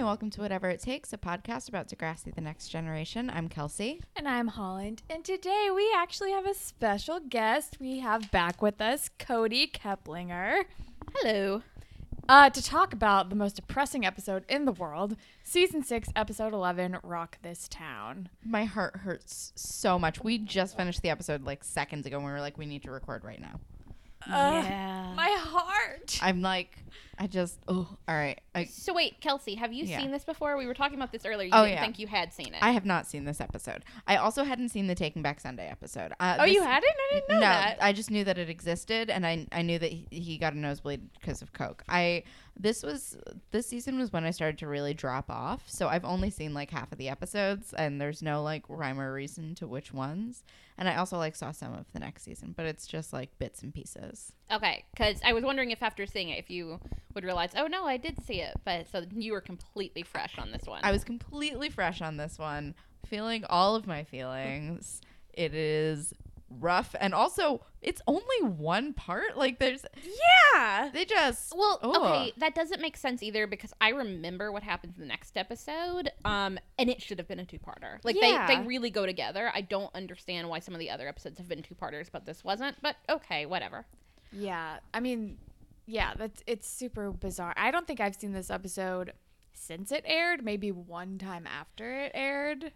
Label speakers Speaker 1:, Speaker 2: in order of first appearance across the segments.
Speaker 1: welcome to Whatever It Takes, a podcast about Degrassi the Next Generation. I'm Kelsey.
Speaker 2: And I'm Holland. And today we actually have a special guest. We have back with us Cody Keplinger
Speaker 3: Hello.
Speaker 2: uh, to talk about the most depressing episode in the world, season six, episode 11 Rock This Town.
Speaker 1: My heart hurts so much. We just finished the episode like seconds ago and we were like, we need to record right now.
Speaker 3: yeah.
Speaker 2: Uh, My heart.
Speaker 1: I'm like, I just, oh, all right. I,
Speaker 3: so wait, Kelsey, have you
Speaker 1: Yeah.
Speaker 3: seen this before? We were talking about this earlier. You
Speaker 1: Oh,
Speaker 3: didn't
Speaker 1: yeah.
Speaker 3: think you had seen it.
Speaker 1: I have not seen this episode. I also hadn't seen the Taking Back Sunday episode. Uh,
Speaker 2: Oh, you
Speaker 1: this-
Speaker 2: hadn't? I didn't know
Speaker 1: no,
Speaker 2: that.
Speaker 1: I just knew that it existed, and I I knew that he, he got a nosebleed because of coke. I this was this season was when I started to really drop off, so I've only seen like half of the episodes, and there's no like rhyme or reason to which ones. And I also like saw some of the next season, but it's just like bits and pieces.
Speaker 3: okay, because I was wondering if after seeing it, if you would realize, oh no, I did see it, but so you were completely fresh on this one.
Speaker 1: I was completely fresh on this one, feeling all of my feelings. It is rough, and also it's only one part. Like there's
Speaker 2: Yeah.
Speaker 1: they just
Speaker 3: well, okay,
Speaker 1: Ugh.
Speaker 3: that doesn't make sense either because I remember what happens in the next episode, um, and it should have been a two-parter. Like they,
Speaker 2: Yeah.
Speaker 3: they really go together. I don't understand why some of the other episodes have been two-parters, but this wasn't. But okay, whatever.
Speaker 2: Yeah. I mean, yeah, that's it's super bizarre. I don't think I've seen this episode since it aired, maybe one time after it aired,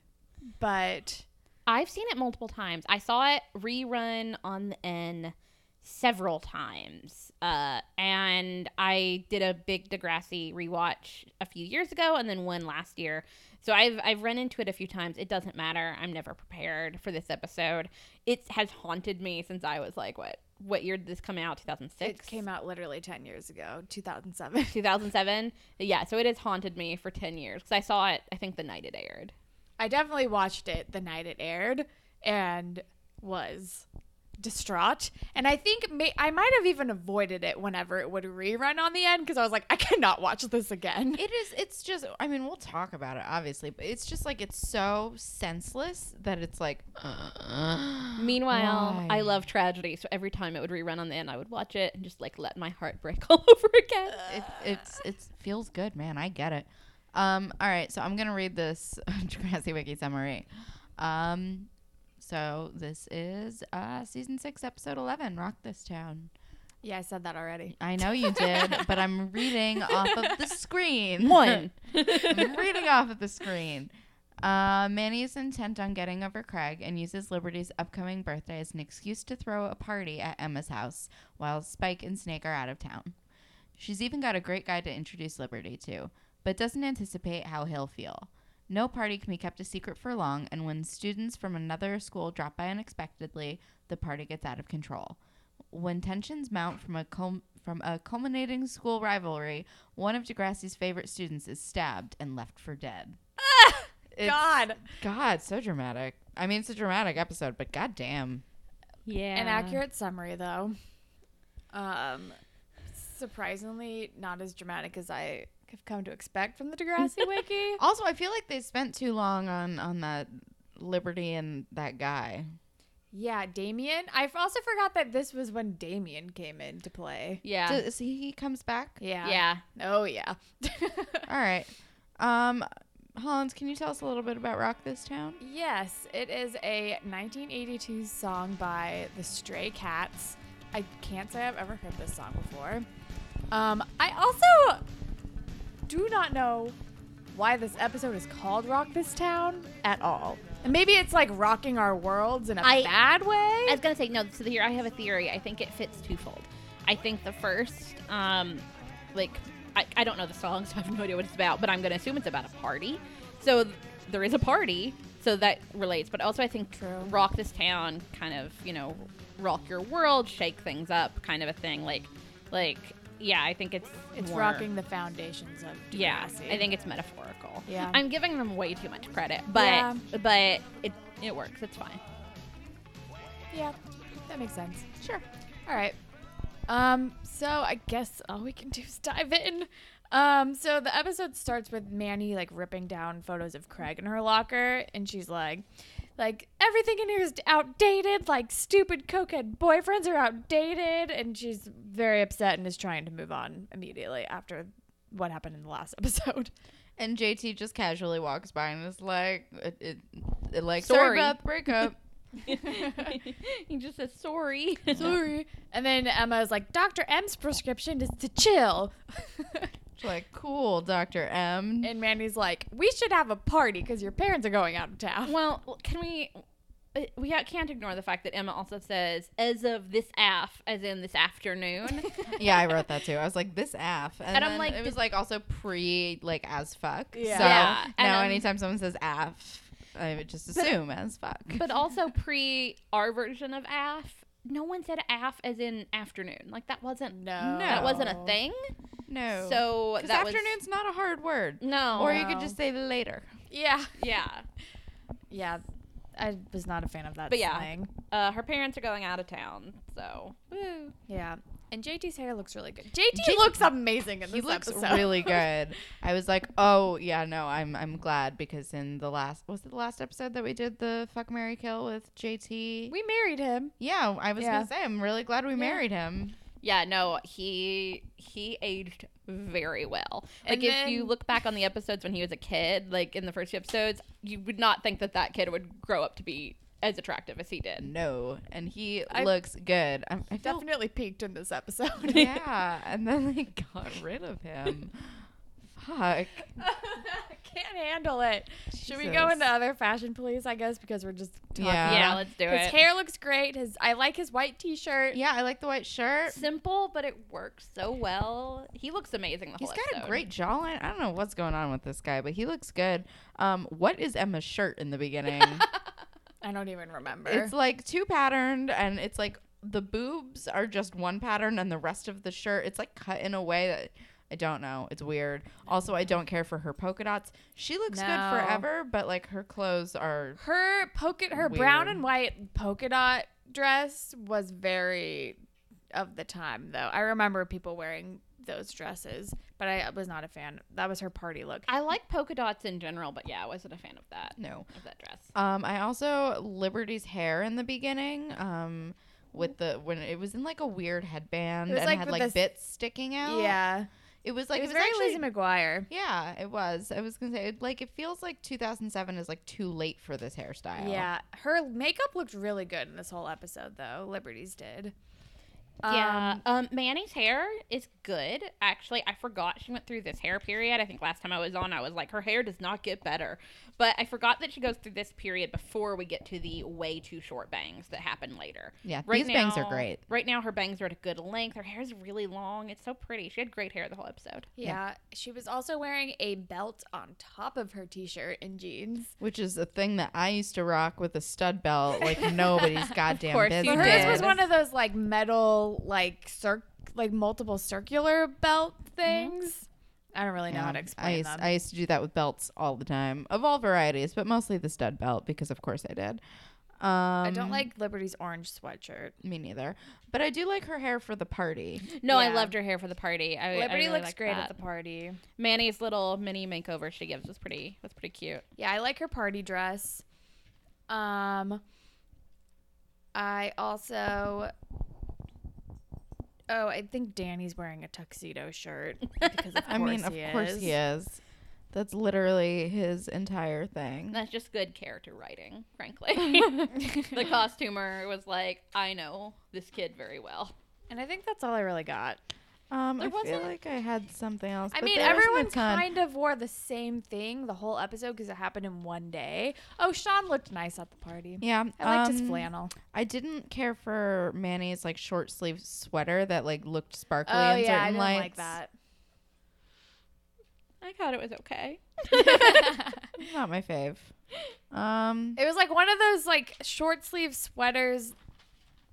Speaker 2: but
Speaker 3: I've seen it multiple times. I saw it rerun on the N several times. Uh, and I did a big Degrassi rewatch a few years ago and then one last year. So I've I've run into it a few times. It doesn't matter. I'm never prepared for this episode. It has haunted me since I was like what what year did this come out? 2006.
Speaker 2: it came out literally 10 years ago, 2007.
Speaker 3: 2007. Yeah, so it has haunted me for 10 years cuz I saw it I think the night it aired.
Speaker 2: I definitely watched it the night it aired and was distraught. And I think may- I might have even avoided it whenever it would rerun on the end because I was like, I cannot watch this again.
Speaker 1: It is. It's just. I mean, we'll talk about it, obviously, but it's just like it's so senseless that it's like.
Speaker 3: Meanwhile,
Speaker 1: Why?
Speaker 3: I love tragedy, so every time it would rerun on the end, I would watch it and just like let my heart break all over again.
Speaker 1: It, it's it's feels good, man. I get it. Um. All right. So I'm gonna read this Degrassi Wiki summary. Um. So this is uh season six, episode eleven. Rock this town.
Speaker 2: Yeah, I said that already.
Speaker 1: I know you did, but I'm reading off of the screen.
Speaker 3: One.
Speaker 1: I'm reading off of the screen. Uh, Manny is intent on getting over Craig and uses Liberty's upcoming birthday as an excuse to throw a party at Emma's house while Spike and Snake are out of town. She's even got a great guy to introduce Liberty to, but doesn't anticipate how he'll feel. No party can be kept a secret for long, and when students from another school drop by unexpectedly, the party gets out of control. When tensions mount from a cul- from a culminating school rivalry, one of Degrassi's favorite students is stabbed and left for dead. It's-
Speaker 2: God.
Speaker 1: God, so dramatic. I mean, it's a dramatic episode, but goddamn.
Speaker 3: Yeah.
Speaker 2: An accurate summary, though. Um, surprisingly, not as dramatic as I have come to expect from the Degrassi Wiki.
Speaker 1: Also, I feel like they spent too long on on that Liberty and that guy.
Speaker 2: Yeah, Damien. I also forgot that this was when Damien came into play.
Speaker 3: Yeah.
Speaker 1: Does he, he comes back?
Speaker 2: Yeah.
Speaker 3: yeah.
Speaker 2: Oh, yeah.
Speaker 1: All right. Um, Hollins, can you tell us a little bit about Rock This Town?
Speaker 2: Yes, it is a 1982 song by the Stray Cats. I can't say I've ever heard this song before. Um, I also do not know why this episode is called Rock This Town at all. And maybe it's like rocking our worlds in a
Speaker 3: I-
Speaker 2: bad way.
Speaker 3: I was gonna say no. So here I have a theory. I think it fits twofold. I think the first, um, like, I, I don't know the song, so I have no idea what it's about, but I'm gonna assume it's about a party. So th- there is a party, so that relates. But also, I think
Speaker 2: True.
Speaker 3: rock this town, kind of, you know, rock your world, shake things up, kind of a thing. Like, like, yeah, I think it's
Speaker 2: it's
Speaker 3: more-
Speaker 2: rocking the foundations of Degrassi.
Speaker 3: Yeah, I think it's metaphorical.
Speaker 2: Yeah.
Speaker 3: I'm giving them way too much credit, but
Speaker 2: Yeah.
Speaker 3: but it it works. It's fine.
Speaker 2: Yeah, that makes sense.
Speaker 1: Sure.
Speaker 2: All right. Um, so I guess all we can do is dive in. Um, so the episode starts with Manny like ripping down photos of Craig in her locker, and she's like, like everything in here is outdated. Like stupid cokehead boyfriends are outdated, and she's very upset and is trying to move on immediately after what happened in the last episode.
Speaker 1: And JT just casually walks by and is like, it, it, it like,
Speaker 3: Sorry.
Speaker 1: sorry about the breakup.
Speaker 3: he just says sorry.
Speaker 2: Sorry. And then Emma is like, Dr. M's prescription is to chill.
Speaker 1: She's like, cool, Dr. M.
Speaker 2: and Mandy's like, we should have a party because your parents are going out of town.
Speaker 3: Well, can we? uh, We ha- can't ignore the fact that Emma also says, "As of this af," as in this afternoon.
Speaker 1: yeah, I wrote that too. I was like, this af. And,
Speaker 3: And I'm
Speaker 1: I'm
Speaker 3: like,
Speaker 1: like, it
Speaker 3: did-
Speaker 1: was like also pre, like, as fuck.
Speaker 2: Yeah.
Speaker 1: So
Speaker 3: Yeah, and
Speaker 1: now
Speaker 3: I'm-
Speaker 1: anytime someone says af, I would just
Speaker 3: But-
Speaker 1: assume as fuck.
Speaker 3: but also pre our version of af. No one said af as in afternoon. Like that wasn't
Speaker 2: no.
Speaker 1: No.
Speaker 3: that wasn't a thing.
Speaker 1: no.
Speaker 3: So
Speaker 1: Because
Speaker 3: that
Speaker 1: afternoon's not a hard word.
Speaker 3: was no.
Speaker 1: Or you could
Speaker 2: no.
Speaker 1: just say later.
Speaker 2: Yeah.
Speaker 3: yeah.
Speaker 2: Yeah. I was not a fan of that
Speaker 3: But yeah.
Speaker 2: slang.
Speaker 3: Uh, her parents are going out of town, so
Speaker 2: Mm.
Speaker 3: woo.
Speaker 2: Yeah. And JT's hair looks really good. JT, looks amazing in this
Speaker 1: He looks
Speaker 2: episode.
Speaker 1: really good. I was like, oh yeah, no, I'm I'm glad because in the last was it the last episode that we did the fuck Mary Kill with JT?
Speaker 2: we married him.
Speaker 1: yeah, I was
Speaker 2: Yeah.
Speaker 1: gonna say I'm really glad we married him.
Speaker 3: Yeah, no, he he aged very well. Like
Speaker 2: And
Speaker 3: if you
Speaker 2: then-
Speaker 3: look back on the episodes when he was a kid, like in the first few episodes, you would not think that that kid would grow up to be as attractive as he did.
Speaker 1: No, and he
Speaker 2: I-
Speaker 1: looks good. I'm, I feel
Speaker 2: Definitely peaked in this episode.
Speaker 1: yeah, and then they got rid of him. Fuck.
Speaker 2: Can't handle it. Should we go
Speaker 1: Jesus.
Speaker 2: into other fashion police, I guess, because we're just talking
Speaker 1: Yeah.
Speaker 2: about-
Speaker 3: Yeah, let's do
Speaker 2: His
Speaker 3: it.
Speaker 2: hair looks great. His I like his white t-shirt.
Speaker 1: Yeah, I like the white shirt.
Speaker 3: Simple, but it works so well. He looks amazing the whole
Speaker 1: He's got a
Speaker 3: episode.
Speaker 1: great jawline. I don't know what's going on with this guy, but he looks good. Um, what is Emma's shirt in the beginning?
Speaker 2: I don't even remember.
Speaker 1: It's like two patterned, and it's like the boobs are just one pattern, and the rest of the shirt it's like cut in a way that I don't know. It's weird. Also, I don't care for her polka dots. She looks
Speaker 2: No.
Speaker 1: good forever, but like her clothes are.
Speaker 2: her polka her brown
Speaker 1: Weird.
Speaker 2: and white polka dot dress was very of the time though. I remember people wearing those dresses, but I was not a fan. That was her party look.
Speaker 3: I like polka dots in general, but yeah, I wasn't a fan of that
Speaker 1: No.
Speaker 3: of that dress.
Speaker 1: Um, I also Liberty's hair in the beginning. Um, with the when it was in like a weird headband
Speaker 2: It was,
Speaker 1: and
Speaker 2: like,
Speaker 1: had
Speaker 2: with
Speaker 1: like
Speaker 2: this-
Speaker 1: bits sticking out.
Speaker 2: yeah.
Speaker 1: it was like
Speaker 2: it was, very
Speaker 1: actually
Speaker 2: Lizzie McGuire.
Speaker 1: yeah, it was. I was gonna say it, like it feels like 2007 is like too late for this hairstyle.
Speaker 2: Yeah. Her makeup looked really good in this whole episode though. Liberty's did.
Speaker 3: Yeah. Um, Manny's hair is good. Actually, I forgot she went through this hair period. I think last time I was on, I was like, her hair does not get better. But I forgot that she goes through this period before we get to the way too short bangs that happen later.
Speaker 1: Yeah, these bangs are great.
Speaker 3: Right now, her bangs are at a good length. Her hair's really long. It's so pretty. She had great hair the whole episode.
Speaker 2: Yeah. She was also wearing a belt on top of her t-shirt and jeans.
Speaker 1: which is a thing that I used to rock with a stud belt, like nobody's goddamn
Speaker 3: course you
Speaker 1: business.
Speaker 2: But hers
Speaker 3: did.
Speaker 2: was one of those like metal, like cir- like multiple circular belt things. I don't really know
Speaker 1: Yeah.
Speaker 2: how to
Speaker 1: I
Speaker 2: explain
Speaker 1: used,
Speaker 2: them.
Speaker 1: I used to do that with belts all the time, of all varieties, but mostly the stud belt because, of course, I did. Um,
Speaker 2: I don't like Liberty's orange sweatshirt.
Speaker 1: me neither, but I do like her hair for the party.
Speaker 3: No, I
Speaker 2: Yeah.
Speaker 3: loved her hair for the party.
Speaker 1: Oh,
Speaker 3: I,
Speaker 2: Liberty
Speaker 3: I really
Speaker 2: looks
Speaker 3: liked
Speaker 2: great
Speaker 3: that.
Speaker 2: at the party.
Speaker 3: Manny's little mini makeover she gives was pretty was pretty cute.
Speaker 2: Yeah, I like her party dress. Um, I also. Oh, I think Danny's wearing a tuxedo shirt. Because of
Speaker 1: I mean,
Speaker 2: course
Speaker 1: of
Speaker 2: he
Speaker 1: course
Speaker 2: is.
Speaker 1: he is. That's literally his entire thing.
Speaker 3: That's just good character writing, frankly. the costumer was like, I know this kid very well.
Speaker 2: And I think that's all I really got.
Speaker 1: Um,
Speaker 3: There
Speaker 1: I feel
Speaker 3: wasn't-
Speaker 1: like I had something else.
Speaker 2: I
Speaker 1: but
Speaker 2: mean,
Speaker 1: there wasn't a
Speaker 2: everyone
Speaker 1: ton.
Speaker 2: kind of wore the same thing the whole episode because it happened in one day. Oh, Sean looked nice at the party.
Speaker 1: Yeah,
Speaker 2: I liked his
Speaker 1: um,
Speaker 2: flannel.
Speaker 1: I didn't care for Manny's like short sleeve sweater that like looked sparkly
Speaker 2: Oh
Speaker 1: in
Speaker 2: yeah,
Speaker 1: certain
Speaker 2: I didn't
Speaker 1: lights.
Speaker 2: like that.
Speaker 3: I thought it was okay.
Speaker 1: Not my fave. Um,
Speaker 2: It was like one of those like short sleeve sweaters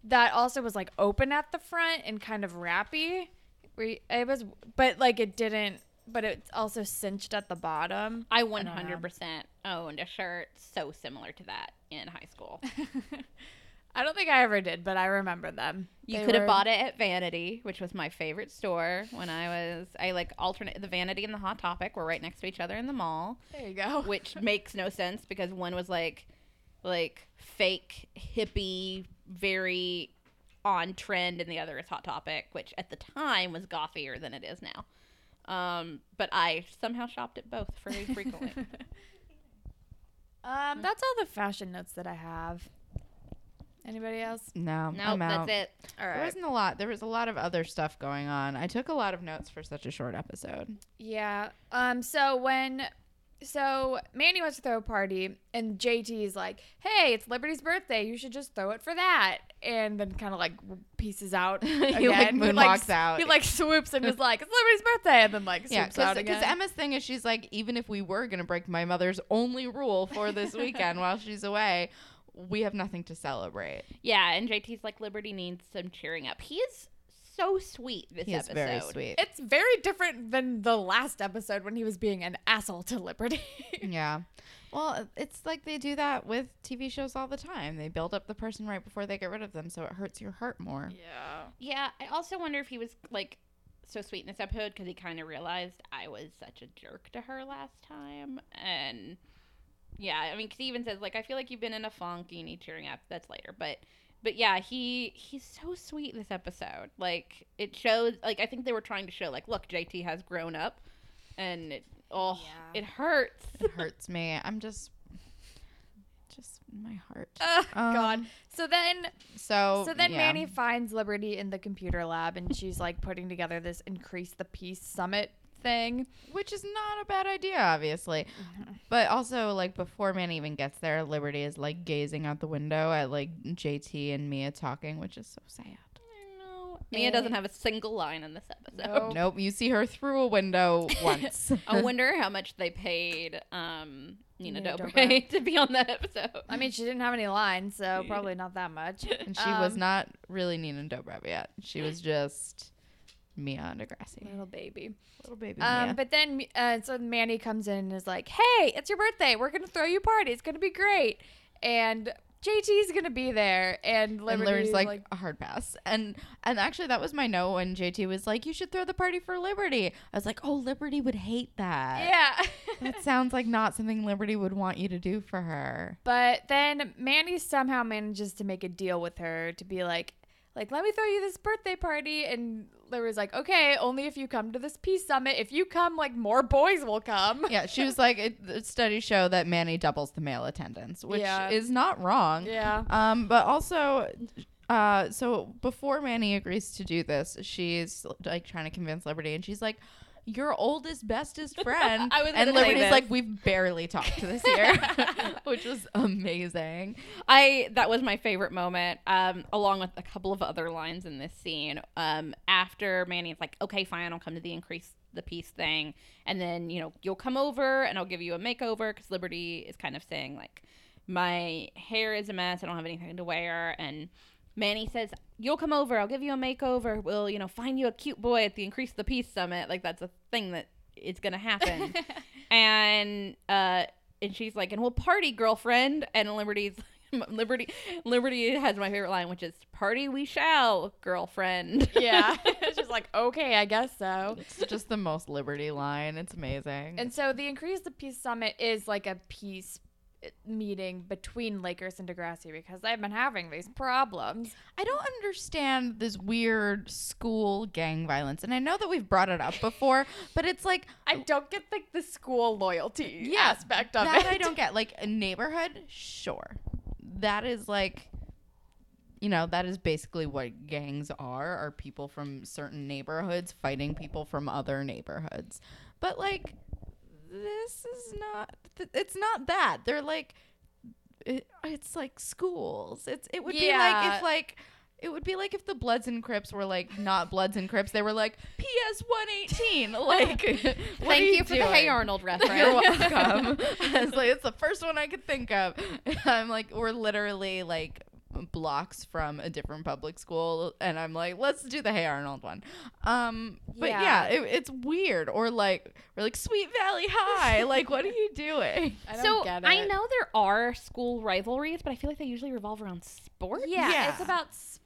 Speaker 2: that also was like open at the front and kind of wrappy. Where you- It was, but like it didn't. But it also cinched at the bottom.
Speaker 3: I 100% owned a shirt so similar to that in high school.
Speaker 2: I don't think I ever did, but I remember them.
Speaker 3: You
Speaker 2: They
Speaker 3: could have
Speaker 2: were-
Speaker 3: bought it at Vanity, which was my favorite store when I was I like alternate the Vanity and the Hot Topic were right next to each other in the mall.
Speaker 2: There you go.
Speaker 3: which makes no sense because one was like like fake hippie very on trend and the other is hot topic which at the time was gothier than it is now Um, but I somehow shopped at both very frequently.
Speaker 2: um, that's all the fashion notes that I have. Anybody else?
Speaker 1: No,
Speaker 3: no,
Speaker 1: I'm out.
Speaker 3: that's it. All
Speaker 1: There
Speaker 3: right.
Speaker 1: wasn't a lot. There was a lot of other stuff going on. I took a lot of notes for such a short episode.
Speaker 2: Yeah. Um. So when, so Manny wants to throw a party, and JT is like, "Hey, it's Liberty's birthday. You should just throw it for that." And then kind of like pieces out.
Speaker 1: He, like,
Speaker 2: again.
Speaker 1: moonwalks
Speaker 2: s-
Speaker 1: out.
Speaker 2: He like swoops and is like, "It's Liberty's birthday," and then like swoops
Speaker 1: Yeah,
Speaker 2: out
Speaker 1: because
Speaker 2: again.
Speaker 1: Emma's thing is she's like, even if we were gonna break my mother's only rule for this weekend while she's away, we have nothing to celebrate.
Speaker 3: Yeah, and JT's like Liberty needs some cheering up. He is so sweet this
Speaker 1: He is
Speaker 3: episode.
Speaker 1: very sweet.
Speaker 2: it's very different than the last episode when he was being an asshole to Liberty.
Speaker 1: yeah. Well, it's like they do that with TV shows all the time. They build up the person right before they get rid of them, so it hurts your heart more.
Speaker 2: yeah.
Speaker 3: Yeah, I also wonder if he was like so sweet in this episode because he kind of realized I was such a jerk to her last time, and yeah, I mean, 'cause he even says like I feel like you've been in a funk, you need cheering up. That's later, but but yeah, he he's so sweet this episode. Like it shows, like I think they were trying to show like look, JT has grown up, and it oh
Speaker 2: Yeah.
Speaker 3: it hurts.
Speaker 1: It hurts me. I'm just, just my heart.
Speaker 2: Ugh, God.
Speaker 1: Um,
Speaker 2: So then
Speaker 1: So
Speaker 2: So then
Speaker 1: Oh, yeah.
Speaker 2: Manny finds Liberty in the computer lab and she's like putting together this increase the peace summit thing.
Speaker 1: which is not a bad idea, obviously. But also, like before Manny even gets there, Liberty is like gazing out the window at like JT and Mia talking, which is so sad.
Speaker 3: I know. Mia doesn't have a single line in this episode.
Speaker 2: No.
Speaker 1: Nope, you see her through a window once.
Speaker 3: I wonder how much they paid um, Nina,
Speaker 2: Nina
Speaker 3: Dobray,
Speaker 2: Dobrev.
Speaker 3: to be on that episode.
Speaker 2: I mean, she didn't have any lines, so probably not that much.
Speaker 1: and she was
Speaker 2: Um,
Speaker 1: not really Nina Dobrev yet. She was just Mia Degrassi,
Speaker 2: Little baby.
Speaker 1: little baby
Speaker 2: Um,
Speaker 1: Mia.
Speaker 2: but then, uh, so Manny comes in and is like, "Hey, it's your birthday. We're gonna throw you a party. It's gonna be great." And JT's gonna be there, and
Speaker 1: and
Speaker 2: Liberty's
Speaker 1: Liberty's like,
Speaker 2: like
Speaker 1: a hard pass, and and actually that was my no when JT was like, "You should throw the party for Liberty." I was like, "Oh, Liberty would hate that."
Speaker 2: "Yeah."
Speaker 1: That sounds like not something Liberty would want you to do for her.
Speaker 2: But then Manny somehow manages to make a deal with her to be like, like, let me throw you this birthday party. And Lara's like, okay, only if you come to this peace summit. If you come, like, more boys will come.
Speaker 1: Yeah, she was like, it, the studies show that Manny doubles the male attendance, which
Speaker 2: Yeah.
Speaker 1: is not wrong.
Speaker 2: Yeah.
Speaker 1: Um, but also, uh, so before Manny agrees to do this, she's like trying to convince Liberty, and she's like, "Your oldest, bestest friend."
Speaker 3: I was
Speaker 1: and
Speaker 3: gonna say
Speaker 1: Liberty's
Speaker 3: this.
Speaker 1: like, "We've barely talked this year," which was amazing.
Speaker 3: I that was my favorite moment, um, along with a couple of other lines in this scene. Um, after Manny's like, "Okay, fine, I'll come to the increase the peace thing," and then you know you'll come over and I'll give you a makeover because Liberty is kind of saying like, "My hair is a mess. I don't have anything to wear," and Manny says, "You'll come over. I'll give you a makeover. We'll you know find you a cute boy at the increase the peace summit. Like that's a thing that it's gonna happen." and uh and she's like and we'll party girlfriend and liberty's liberty liberty has my favorite line which is party we shall girlfriend
Speaker 2: yeah. She's like, okay, I guess so.
Speaker 1: It's just the most Liberty line. It's amazing.
Speaker 2: And so the Increase the Peace Summit is like a peace eh, meeting between Lakers and Degrassi because they've been having these problems.
Speaker 1: I don't understand this weird school gang violence. And I know that we've brought it up before, but it's like
Speaker 2: I don't get like the school loyalty
Speaker 1: Yeah,
Speaker 2: aspect of
Speaker 1: that
Speaker 2: it.
Speaker 1: I don't get. Like a neighborhood, sure. That is like you know, that is basically what gangs are, are people from certain neighborhoods fighting people from other neighborhoods. But like this is not th- it's not that. They're like it, it's like schools. It's it would be like
Speaker 2: Yeah.
Speaker 1: if like it would be like if the Bloods and Crips were like not Bloods and Crips. They were like PS one eighteen. Like, what are
Speaker 3: thank you, for the hey
Speaker 1: doing?
Speaker 3: arnold reference
Speaker 1: You're welcome. it's like it's the first one I could think of. I'm like, we're literally like blocks from a different public school, and I'm like, let's do the Hey Arnold one. Um, but
Speaker 2: Yeah.
Speaker 1: yeah, it, it's weird. Or like, we're like Sweet Valley High. like, what are you doing?
Speaker 2: I don't
Speaker 3: so
Speaker 2: get it.
Speaker 3: i know there are school rivalries but i feel like they usually revolve around sports
Speaker 2: Yeah,
Speaker 1: Yeah.
Speaker 2: it's about sports.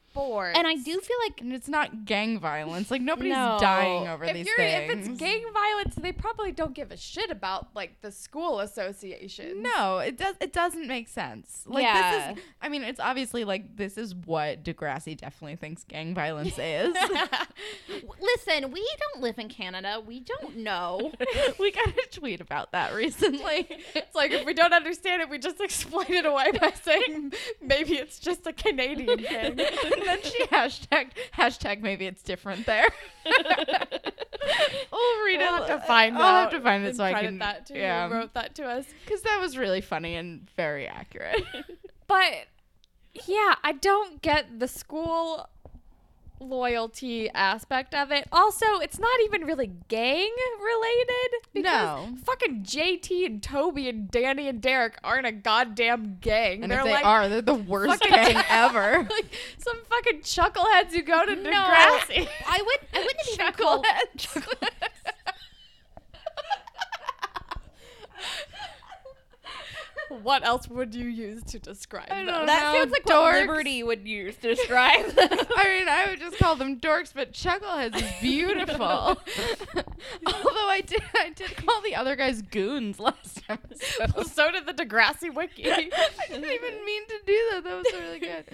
Speaker 3: And I do feel like
Speaker 1: And it's not gang violence. Like nobody's
Speaker 3: No.
Speaker 1: dying over
Speaker 2: if
Speaker 1: these
Speaker 2: you're
Speaker 1: things.
Speaker 2: if it's gang violence, they probably don't give a shit about like the school association.
Speaker 1: No, it does. It doesn't make sense. Like
Speaker 3: Yeah.
Speaker 1: this is. I mean, it's obviously like this is what Degrassi definitely thinks gang violence is.
Speaker 3: listen, we don't live in Canada. We don't know.
Speaker 1: we got a tweet about that recently.
Speaker 2: It's like if we don't understand it, we just explain it away by saying maybe it's just a Canadian
Speaker 1: and
Speaker 2: thing.
Speaker 1: then she hashtagged hashtag maybe it's different there. we'll read it.
Speaker 2: We'll
Speaker 1: uh,
Speaker 2: have to find
Speaker 1: I'll have
Speaker 2: out
Speaker 1: to find it so I
Speaker 2: credit
Speaker 1: can.
Speaker 2: that to
Speaker 1: yeah,
Speaker 2: who wrote that to us.
Speaker 1: because that was really funny and very accurate.
Speaker 2: But yeah, I don't get the school loyalty aspect of it. Also, it's not even really gang related because
Speaker 1: No.
Speaker 2: fucking JT and Toby and Danny and Derek aren't a goddamn gang.
Speaker 1: and
Speaker 2: they're
Speaker 1: if they
Speaker 2: like
Speaker 1: are, they're the worst
Speaker 2: fucking-
Speaker 1: gang ever.
Speaker 2: like some fucking chuckleheads who go to
Speaker 3: No.
Speaker 2: Degrassi.
Speaker 3: I would. I wouldn't even call.
Speaker 2: what else would you use to describe
Speaker 1: I
Speaker 2: them?
Speaker 1: don't
Speaker 3: That
Speaker 1: know,
Speaker 3: sounds like
Speaker 1: dorks.
Speaker 3: what Liberty would use to describe. them.
Speaker 1: I mean, I would just call them dorks, but Chuckleheads is beautiful. Although I did, I did call the other guys goons last episode.
Speaker 2: so did the Degrassi wiki.
Speaker 1: I didn't even mean to do that. That was really good.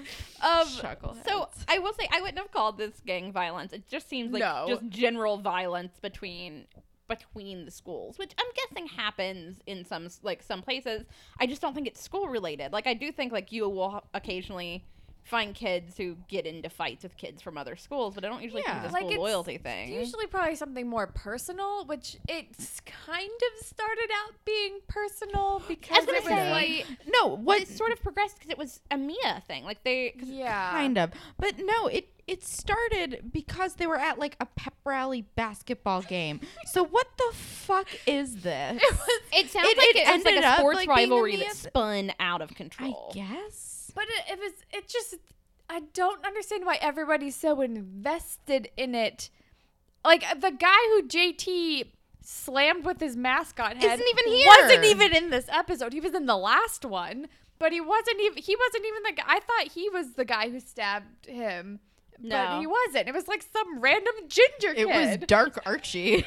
Speaker 3: Um,
Speaker 1: Chuckleheads.
Speaker 3: so I will say I wouldn't have called this gang violence. It just seems like
Speaker 2: No.
Speaker 3: just general violence between between the schools, which I'm guessing happens in some s- like some places. I just don't think it's school related. Like I do think like you will ha- occasionally find kids who get into fights with kids from other schools, but I don't usually
Speaker 1: Yeah.
Speaker 3: think it's a
Speaker 2: Like,
Speaker 3: school
Speaker 2: it's
Speaker 3: loyalty thing.
Speaker 2: Usually, probably something more personal, which it's kind of started out being personal because
Speaker 3: I was gonna
Speaker 2: it was like,
Speaker 3: say
Speaker 1: no,
Speaker 3: but
Speaker 1: what
Speaker 3: it sort of progressed because it was a Mia thing. Like they, 'cause
Speaker 2: yeah,
Speaker 1: kind of, but no, it it started because they were at like a pep rally basketball game. so what the fuck is this?
Speaker 2: It was,
Speaker 3: it sounds
Speaker 1: It-
Speaker 3: like
Speaker 1: it
Speaker 3: it, was like
Speaker 1: ended
Speaker 3: a
Speaker 1: up,
Speaker 3: sports
Speaker 1: like, being a
Speaker 3: rivalry
Speaker 1: Mia
Speaker 3: that
Speaker 1: th-
Speaker 3: spun out of
Speaker 1: I
Speaker 3: control.
Speaker 1: guess.
Speaker 2: but it, it was. It just. I don't understand why everybody's so invested in it. Like uh, the guy who JT slammed with his mascot head
Speaker 1: Isn't even here.
Speaker 2: Wasn't even in this episode. He was in the last one, but he wasn't even. He wasn't even the guy. I thought he was the guy who stabbed him. But
Speaker 3: No.
Speaker 2: he wasn't. It was like some random ginger
Speaker 1: It
Speaker 2: kid.
Speaker 1: was Dark Archie.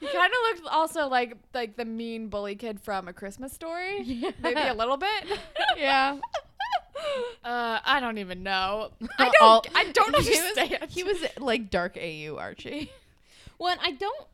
Speaker 2: He kind of looked also like like the mean bully kid from A Christmas Story. Maybe a little bit.
Speaker 1: yeah.
Speaker 2: Uh, I don't even know. I don't.
Speaker 1: All-
Speaker 2: I don't
Speaker 1: he was-
Speaker 2: understand.
Speaker 1: He was like dark AU Archie.
Speaker 3: Well, and I don't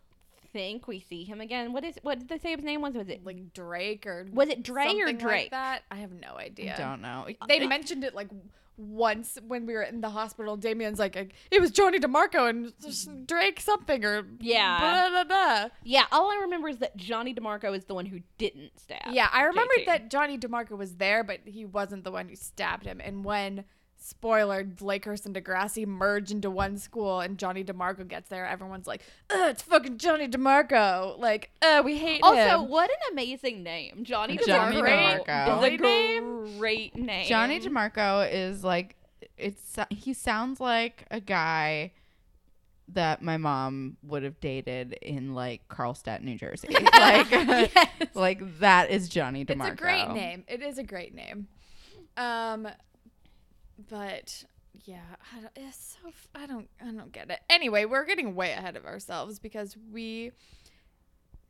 Speaker 3: think we see him again. What is what did they say his name was? Was it
Speaker 2: like Drake or
Speaker 3: was it Dre
Speaker 2: something
Speaker 3: or
Speaker 2: like
Speaker 3: Drake?
Speaker 2: that I have no idea.
Speaker 1: Don't know.
Speaker 2: They mentioned it like once when we were in the hospital. Damien's like, like, it was Johnny DeMarco and s- Drake something or
Speaker 3: Yeah.
Speaker 2: blah, blah, blah.
Speaker 3: yeah, all I remember is that Johnny DeMarco is the one who didn't stab.
Speaker 2: Yeah, I remembered
Speaker 3: JT.
Speaker 2: that Johnny DeMarco was there, but he wasn't the one who stabbed him. And when spoiler Lakehurst and Degrassi merge into one school, and Johnny DeMarco gets there, everyone's like, Ugh, "It's fucking Johnny DeMarco!" Like, uh, we hate
Speaker 3: Also,
Speaker 2: him.
Speaker 3: what an amazing name, Johnny DeMarco.
Speaker 1: Johnny
Speaker 3: Is
Speaker 1: DeMarco.
Speaker 3: a great name.
Speaker 1: Johnny DeMarco is like it's he sounds like a guy that my mom would have dated in like Carlstadt, New Jersey. like like that is Johnny
Speaker 2: It's
Speaker 1: DeMarco.
Speaker 2: a great name. It is a great name. Um, but yeah, I don't, it's so f- I don't I don't get it. Anyway, we're getting way ahead of ourselves because we.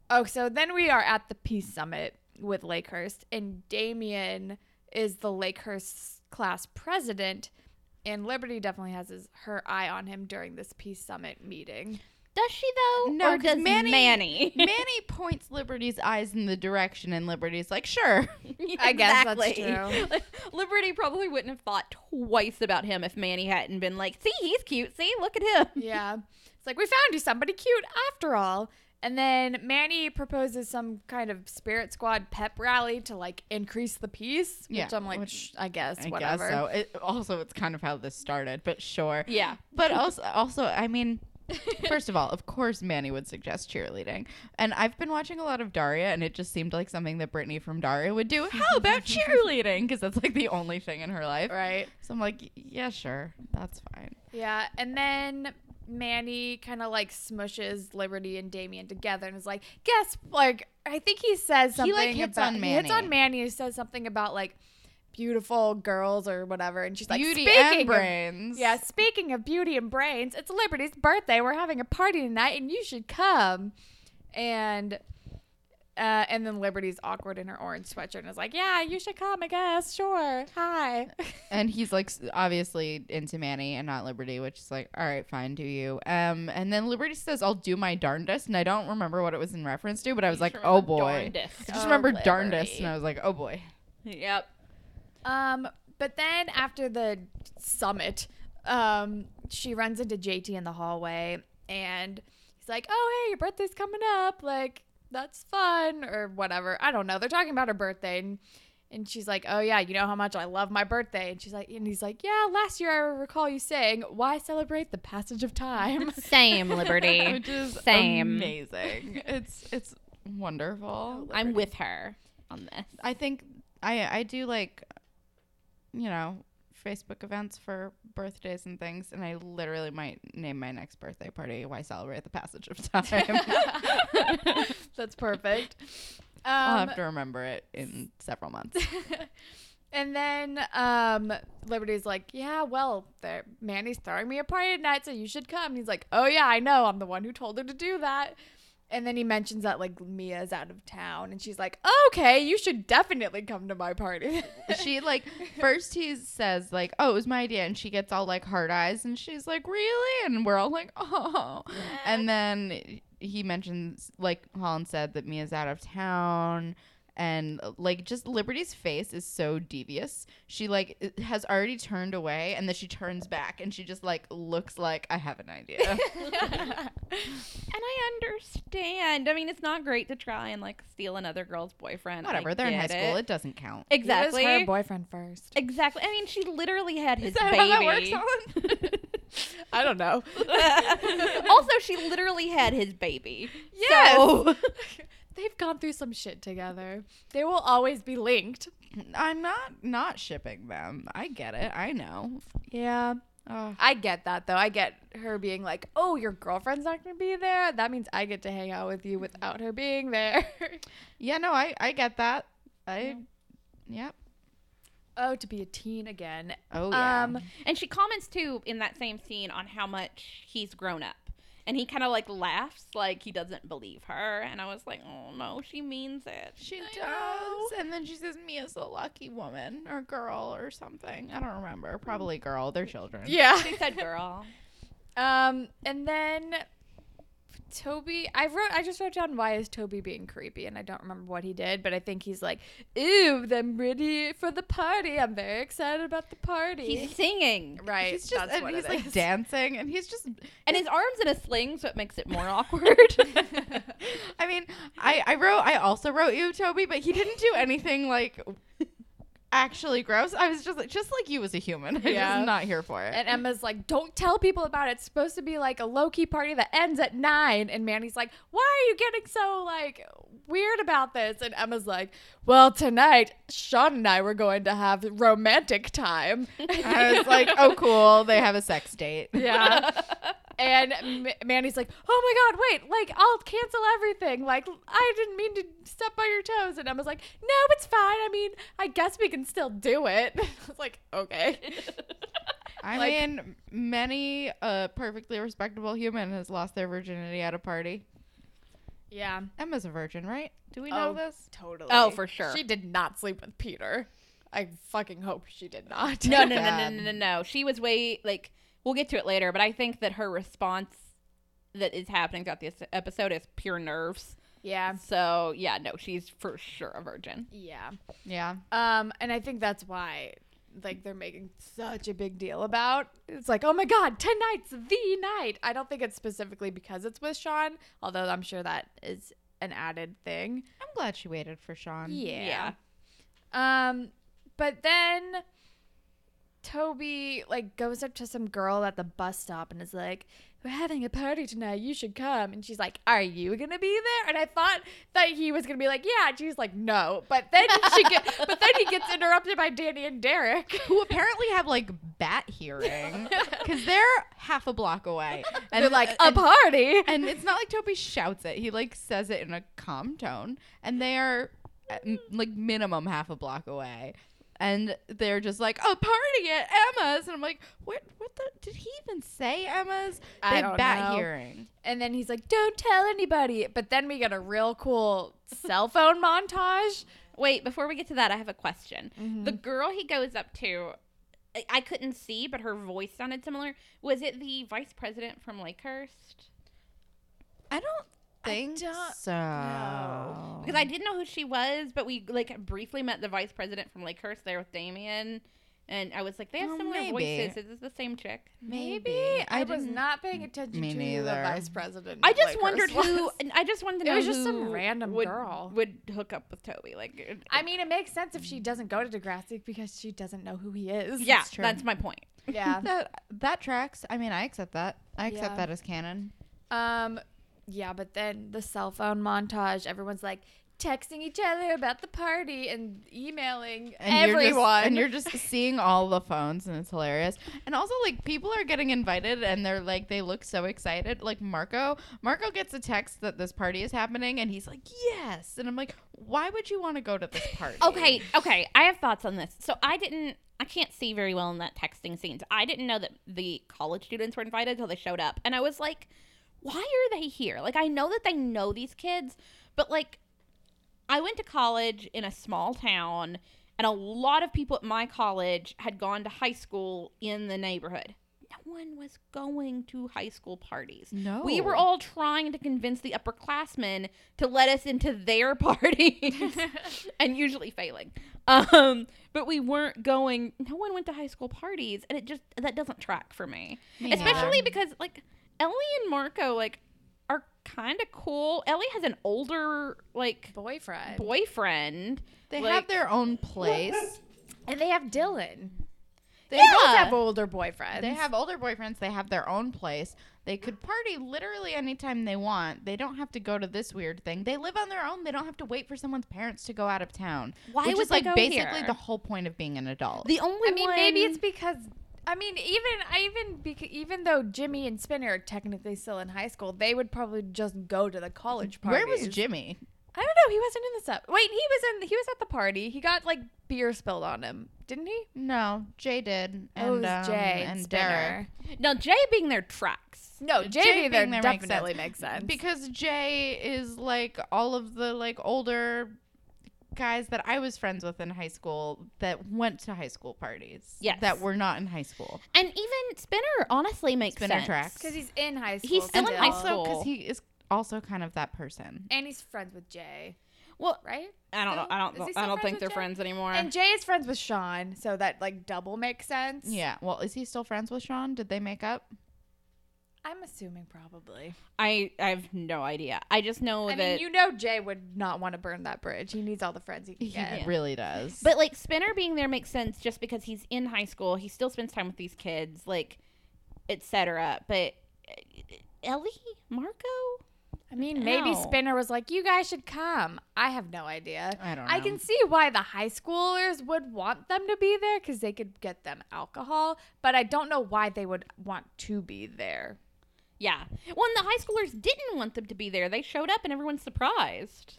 Speaker 2: Oh, so then we are at the Peace Summit with Lakehurst, and Damien is the Lakehurst class president, and Liberty definitely has his, her eye on him during this Peace Summit meeting.
Speaker 3: Does she though?
Speaker 1: No,
Speaker 3: or
Speaker 1: 'cause
Speaker 3: does
Speaker 1: Manny-
Speaker 3: Manny?
Speaker 1: Manny points Liberty's eyes in the direction and Liberty's like, "Sure."
Speaker 2: I guess that's
Speaker 3: Exactly. Liberty probably wouldn't have thought twice about him if Manny hadn't been like, "See, he's cute. See, look at him."
Speaker 2: yeah. It's like, we found you somebody cute after all. And then Manny proposes some kind of spirit squad pep rally to like increase the peace, which
Speaker 1: Yeah,
Speaker 2: I'm like,
Speaker 1: which-
Speaker 2: "Sh- I guess,
Speaker 1: I
Speaker 2: whatever.
Speaker 1: guess so. It, also, it's kind of how this started, but sure.
Speaker 3: Yeah.
Speaker 1: But also, also, I mean, first of all, of course, Manny would suggest cheerleading, and I've been watching a lot of Daria, and it just seemed like something that Brittany from Daria would do. How about cheerleading? Because that's like the only thing in her life.
Speaker 2: Right.
Speaker 1: So I'm like, yeah, sure, that's fine.
Speaker 2: Yeah. And then Manny kind of like smushes Liberty and Damien together and is like, guess, like, I think he says
Speaker 1: He,
Speaker 2: something.
Speaker 1: like, hits
Speaker 2: about,
Speaker 1: on
Speaker 2: He hits
Speaker 1: Manny.
Speaker 2: on Manny and says something about like beautiful girls or whatever. And she's like,
Speaker 1: Beauty
Speaker 2: speaking
Speaker 1: and
Speaker 2: of
Speaker 1: brains.
Speaker 2: yeah, speaking of beauty and brains, it's Liberty's birthday. We're having a party tonight, and you should come. And uh, and then Liberty's awkward in her orange sweatshirt and is like, "Yeah, you should come, I guess. Sure, hi."
Speaker 1: And he's like s- obviously into Manny and not Liberty, which is like, all right, fine, do you? Um, and then Liberty says, "I'll do my darndest," and I don't remember what it was in reference to, but I was like, oh boy. I just
Speaker 2: Oh,
Speaker 1: remember darndest,
Speaker 2: Liberty.
Speaker 1: and I was like, oh boy.
Speaker 3: Yep.
Speaker 2: um, but then after the summit, um, she runs into JT in the hallway, and he's like, "Oh, hey, your birthday's coming up. Like, that's fun, or whatever. I don't know. They're talking about her birthday." And, And she's like, "Oh yeah, you know how much I love my birthday." And she's like, and he's like, "Yeah, last year I recall you saying, "Why celebrate the passage of time?"
Speaker 3: Same, Liberty.
Speaker 1: which is
Speaker 3: Same.
Speaker 1: amazing. It's it's wonderful.
Speaker 3: I'm with her on this.
Speaker 1: I think I I do like you know Facebook events for birthdays and things, and I literally might name my next birthday party "Why Celebrate the Passage of Time."
Speaker 2: That's perfect.
Speaker 1: I'll
Speaker 2: Um,
Speaker 1: have to remember it in several months.
Speaker 2: and then um, Liberty's like, "Yeah, well, there- Manny's throwing me a party tonight, so you should come." And he's like, "Oh yeah, I know. I'm the one who told her to do that." And then he mentions that like Mia's out of town, and she's like, "Okay, you should definitely come to my party."
Speaker 1: she like first he says like oh it was my idea and she gets all like hard eyes and she's like really and we're all like oh and then he mentions like holland said that mia's out of town and like just liberty's face is so devious she like i- has already turned away and then she turns back and she just like looks like i have an idea
Speaker 3: And I understand. I mean, it's not great to try and like steal another girl's boyfriend. I
Speaker 1: whatever they're in high
Speaker 3: get
Speaker 1: school
Speaker 3: it.
Speaker 1: it doesn't count
Speaker 3: Exactly.
Speaker 2: He was her boyfriend first.
Speaker 3: Exactly. I mean, she literally had his
Speaker 1: Is that
Speaker 3: baby.
Speaker 1: how that works, Holland?
Speaker 2: I don't know.
Speaker 3: also, she literally had his baby.
Speaker 2: Yes.
Speaker 3: So-
Speaker 2: They've gone through some shit together. They will always be linked.
Speaker 1: I'm not not shipping them. I get it. I know.
Speaker 2: Yeah.
Speaker 1: Ugh.
Speaker 2: I get that though. I get her being like, "Oh, your girlfriend's not going to be there. That means I get to hang out with you without her being there."
Speaker 1: Yeah, no, I I get that. I, yep.
Speaker 2: oh, to be a teen again.
Speaker 1: Oh
Speaker 2: Um,
Speaker 3: and she comments too in that same scene on how much he's grown up. And he kind of like laughs like he doesn't believe her. And I was like, oh no, she means it.
Speaker 1: she
Speaker 3: I know.
Speaker 1: does. And then she says Mia's a lucky woman or girl or something. I don't remember. Probably girl. They're children.
Speaker 2: Yeah.
Speaker 3: She said girl.
Speaker 2: um, and then Toby, I wrote, I just wrote down why is Toby being creepy, and I don't remember what he did, but I think he's like, "Ew, I'm ready for the party. I'm very excited about the party."
Speaker 3: He's singing.
Speaker 2: right.
Speaker 1: He's just
Speaker 2: that's
Speaker 1: and
Speaker 2: what
Speaker 1: he's
Speaker 2: it
Speaker 1: like
Speaker 2: is.
Speaker 1: dancing and he's just
Speaker 3: And his arm's in a sling, so it makes it more awkward.
Speaker 1: I mean, I, I wrote I also wrote you, Toby, but he didn't do anything like actually gross. I was just like just like you as a human. I'm
Speaker 2: Yeah.
Speaker 1: just not here for it.
Speaker 2: And Emma's like, don't tell people about it. It's supposed to be like a low key party that ends at nine. And Manny's like, why are you getting so like weird about this? And Emma's like, well, tonight Sean and I were going to have romantic time.
Speaker 1: I was like, oh cool, they have a sex date.
Speaker 2: yeah. And M- Manny's like, oh my God, wait, like I'll cancel everything. Like I didn't mean to step on your toes. And Emma's like, no, it's fine. I mean, I guess we can still do it. I was like, okay.
Speaker 1: I
Speaker 2: Like-
Speaker 1: mean, many a perfectly respectable human has lost their virginity at a party.
Speaker 2: Yeah.
Speaker 1: Emma's a virgin, right? Do we know
Speaker 2: Oh.
Speaker 1: this?
Speaker 2: Totally.
Speaker 3: Oh, for sure.
Speaker 2: She did not sleep with Peter. I fucking hope she did not.
Speaker 3: no, no, no, no,
Speaker 1: God.
Speaker 3: no, no, no. She was way like we'll get to it later, but I think that her response that is happening throughout this episode is pure nerves.
Speaker 2: yeah.
Speaker 3: So yeah, no, she's for sure a virgin.
Speaker 2: Yeah.
Speaker 1: Yeah.
Speaker 2: Um, and I think that's why like they're making such a big deal about it's like, oh my god, tonight's the night. I don't think it's specifically because it's with Sean, although I'm sure that is an added thing.
Speaker 1: I'm glad she waited for Sean.
Speaker 2: Yeah. Um, but then Toby like goes up to some girl at the bus stop and is like, "We're having a party tonight. You should come." And she's like, "Are you gonna be there?" And I thought that he was gonna be like, "Yeah." And she's like, "No." But then she get, but then he gets interrupted by Danny and Derek.
Speaker 1: Who apparently have like bat hearing because they're half a block away. And
Speaker 2: They're like, "A
Speaker 1: and,
Speaker 2: party."
Speaker 1: and it's not like Toby shouts it. He like says it in a calm tone, and they are uh, m- like minimum half a block away. and they're just like a party at Emma's, and I'm like, what? What the? Did he even say Emma's?
Speaker 2: I
Speaker 1: They
Speaker 2: don't
Speaker 1: bat
Speaker 2: know.
Speaker 1: hearing.
Speaker 2: And then he's like, "Don't tell anybody." But then we get a real cool cell phone montage.
Speaker 3: Wait, before we get to that, I have a question. The
Speaker 2: Mhm.
Speaker 3: girl he goes up to, I, I couldn't see, but her voice sounded similar. Was it the vice president from Lakehurst?
Speaker 1: I don't
Speaker 2: I
Speaker 1: think
Speaker 2: don't
Speaker 1: so.
Speaker 2: know.
Speaker 3: Because I didn't know who she was, but we like briefly met the vice president from Lakehurst there with Damien, and I was like, they have
Speaker 1: Oh,
Speaker 3: similar
Speaker 1: maybe.
Speaker 3: voices. Is this the same chick?
Speaker 1: Maybe.
Speaker 2: I,
Speaker 1: I
Speaker 2: was
Speaker 1: didn't-
Speaker 2: not paying attention
Speaker 1: Me
Speaker 2: to the
Speaker 1: neither.
Speaker 2: vice president.
Speaker 3: I just
Speaker 2: Lakers
Speaker 3: wondered who.
Speaker 2: was.
Speaker 3: and I just wanted to know.
Speaker 2: It was just some
Speaker 3: who
Speaker 2: random
Speaker 3: would,
Speaker 2: girl.
Speaker 3: would hook up with Toby. Like, it-
Speaker 2: I mean, it makes sense if she doesn't go to Degrassi because she doesn't know who he is.
Speaker 3: yeah,
Speaker 1: true.
Speaker 3: that's my point.
Speaker 2: yeah.
Speaker 1: That that tracks. I mean, I accept that. I accept
Speaker 2: Yeah.
Speaker 1: that as canon.
Speaker 2: Um, yeah, but then the cell phone montage, everyone's like texting each other about the party and emailing everyone.
Speaker 1: You're just, and you're just seeing all the phones, and it's hilarious. And also, like, people are getting invited, and they're like, they look so excited. Like Marco, Marco gets a text that this party is happening, and he's like, yes. And I'm like, why would you want to go to this party?
Speaker 3: Okay, okay. I have thoughts on this. So I didn't I can't see very well in that texting scene. So I didn't know that the college students were invited until they showed up. And I was like, why are they here? Like I know that they know these kids, but like I went to college in a small town and a lot of people at my college had gone to high school in the neighborhood. No one was going to high school parties.
Speaker 1: No.
Speaker 3: We were all trying to convince the upperclassmen to let us into their parties and usually failing. Um, but we weren't going, no one went to high school parties. And it just, that doesn't track for me.
Speaker 1: Me neither.
Speaker 3: Especially because, like, Ellie and Marco, like, are kind of cool. Ellie has an older, like,
Speaker 2: boyfriend.
Speaker 3: boyfriend.
Speaker 1: They
Speaker 3: like-
Speaker 1: have their own place.
Speaker 2: and they have Dylan. They
Speaker 3: Yeah.
Speaker 2: both have older boyfriends.
Speaker 1: They have older boyfriends. They have their own place. They could party literally anytime they want. They don't have to go to this weird thing. They live on their own. They don't have to wait for someone's parents to go out of town.
Speaker 3: Why
Speaker 1: which
Speaker 3: would
Speaker 1: is
Speaker 3: they
Speaker 1: like
Speaker 3: go
Speaker 1: basically
Speaker 3: here?
Speaker 1: the whole point of being an adult.
Speaker 3: The only
Speaker 2: I mean,
Speaker 3: one-
Speaker 2: maybe it's because I mean, even I even bec- even though Jimmy and Spinner are technically still in high school, they would probably just go to the college parties.
Speaker 1: Where was Jimmy?
Speaker 2: I don't know. He wasn't in the sub. Wait, he was in. He was at the party. He got like beer spilled on him, didn't he?
Speaker 1: No, Jay did. And,
Speaker 2: oh, it was
Speaker 1: um,
Speaker 2: Jay
Speaker 1: and
Speaker 2: Spinner.
Speaker 3: now Jay being their tracks.
Speaker 2: No,
Speaker 1: Jay
Speaker 2: Jay,
Speaker 1: being
Speaker 2: there
Speaker 1: there makes
Speaker 2: definitely makes sense.
Speaker 1: Derek. Because Jay is like all of the like older guys that I was friends with in high school that went to high school parties.
Speaker 3: Yes.
Speaker 1: That were not in high school.
Speaker 3: And even Spinner honestly makes
Speaker 1: Spinner
Speaker 3: sense.
Speaker 1: tracks.
Speaker 2: because he's in high school.
Speaker 3: He's still in high
Speaker 2: still.
Speaker 1: Also, because
Speaker 3: Cool.
Speaker 1: he is also kind of that person.
Speaker 2: and he's friends with Jay,
Speaker 3: Well,
Speaker 2: right?
Speaker 3: I don't know. I
Speaker 2: Is he
Speaker 3: don't.
Speaker 2: still
Speaker 3: I don't
Speaker 2: friends
Speaker 3: think
Speaker 2: with
Speaker 3: they're
Speaker 2: Jay?
Speaker 3: friends anymore.
Speaker 2: And Jay is friends with Sean, so that like double makes sense.
Speaker 1: Yeah. Well, is he still friends with Sean? Did they make up?
Speaker 2: I'm assuming probably.
Speaker 3: I I have no idea. I just know
Speaker 2: I
Speaker 3: that.
Speaker 2: mean, you know, Jay would not want to burn that bridge. He needs all the friends he can
Speaker 1: He
Speaker 2: get.
Speaker 1: really does.
Speaker 3: but like Spinner being there makes sense just because he's in high school. He still spends time with these kids, like, etc. But uh, Ellie, Marco,
Speaker 2: I mean, maybe
Speaker 3: Ow.
Speaker 2: Spinner was like, "You guys should come." I have no idea.
Speaker 1: I don't
Speaker 2: I
Speaker 1: know.
Speaker 2: can see why the high schoolers would want them to be there because they could get them alcohol, but I don't know why they would want to be there.
Speaker 3: yeah. Well, and the high schoolers didn't want them to be there. They showed up and everyone's surprised.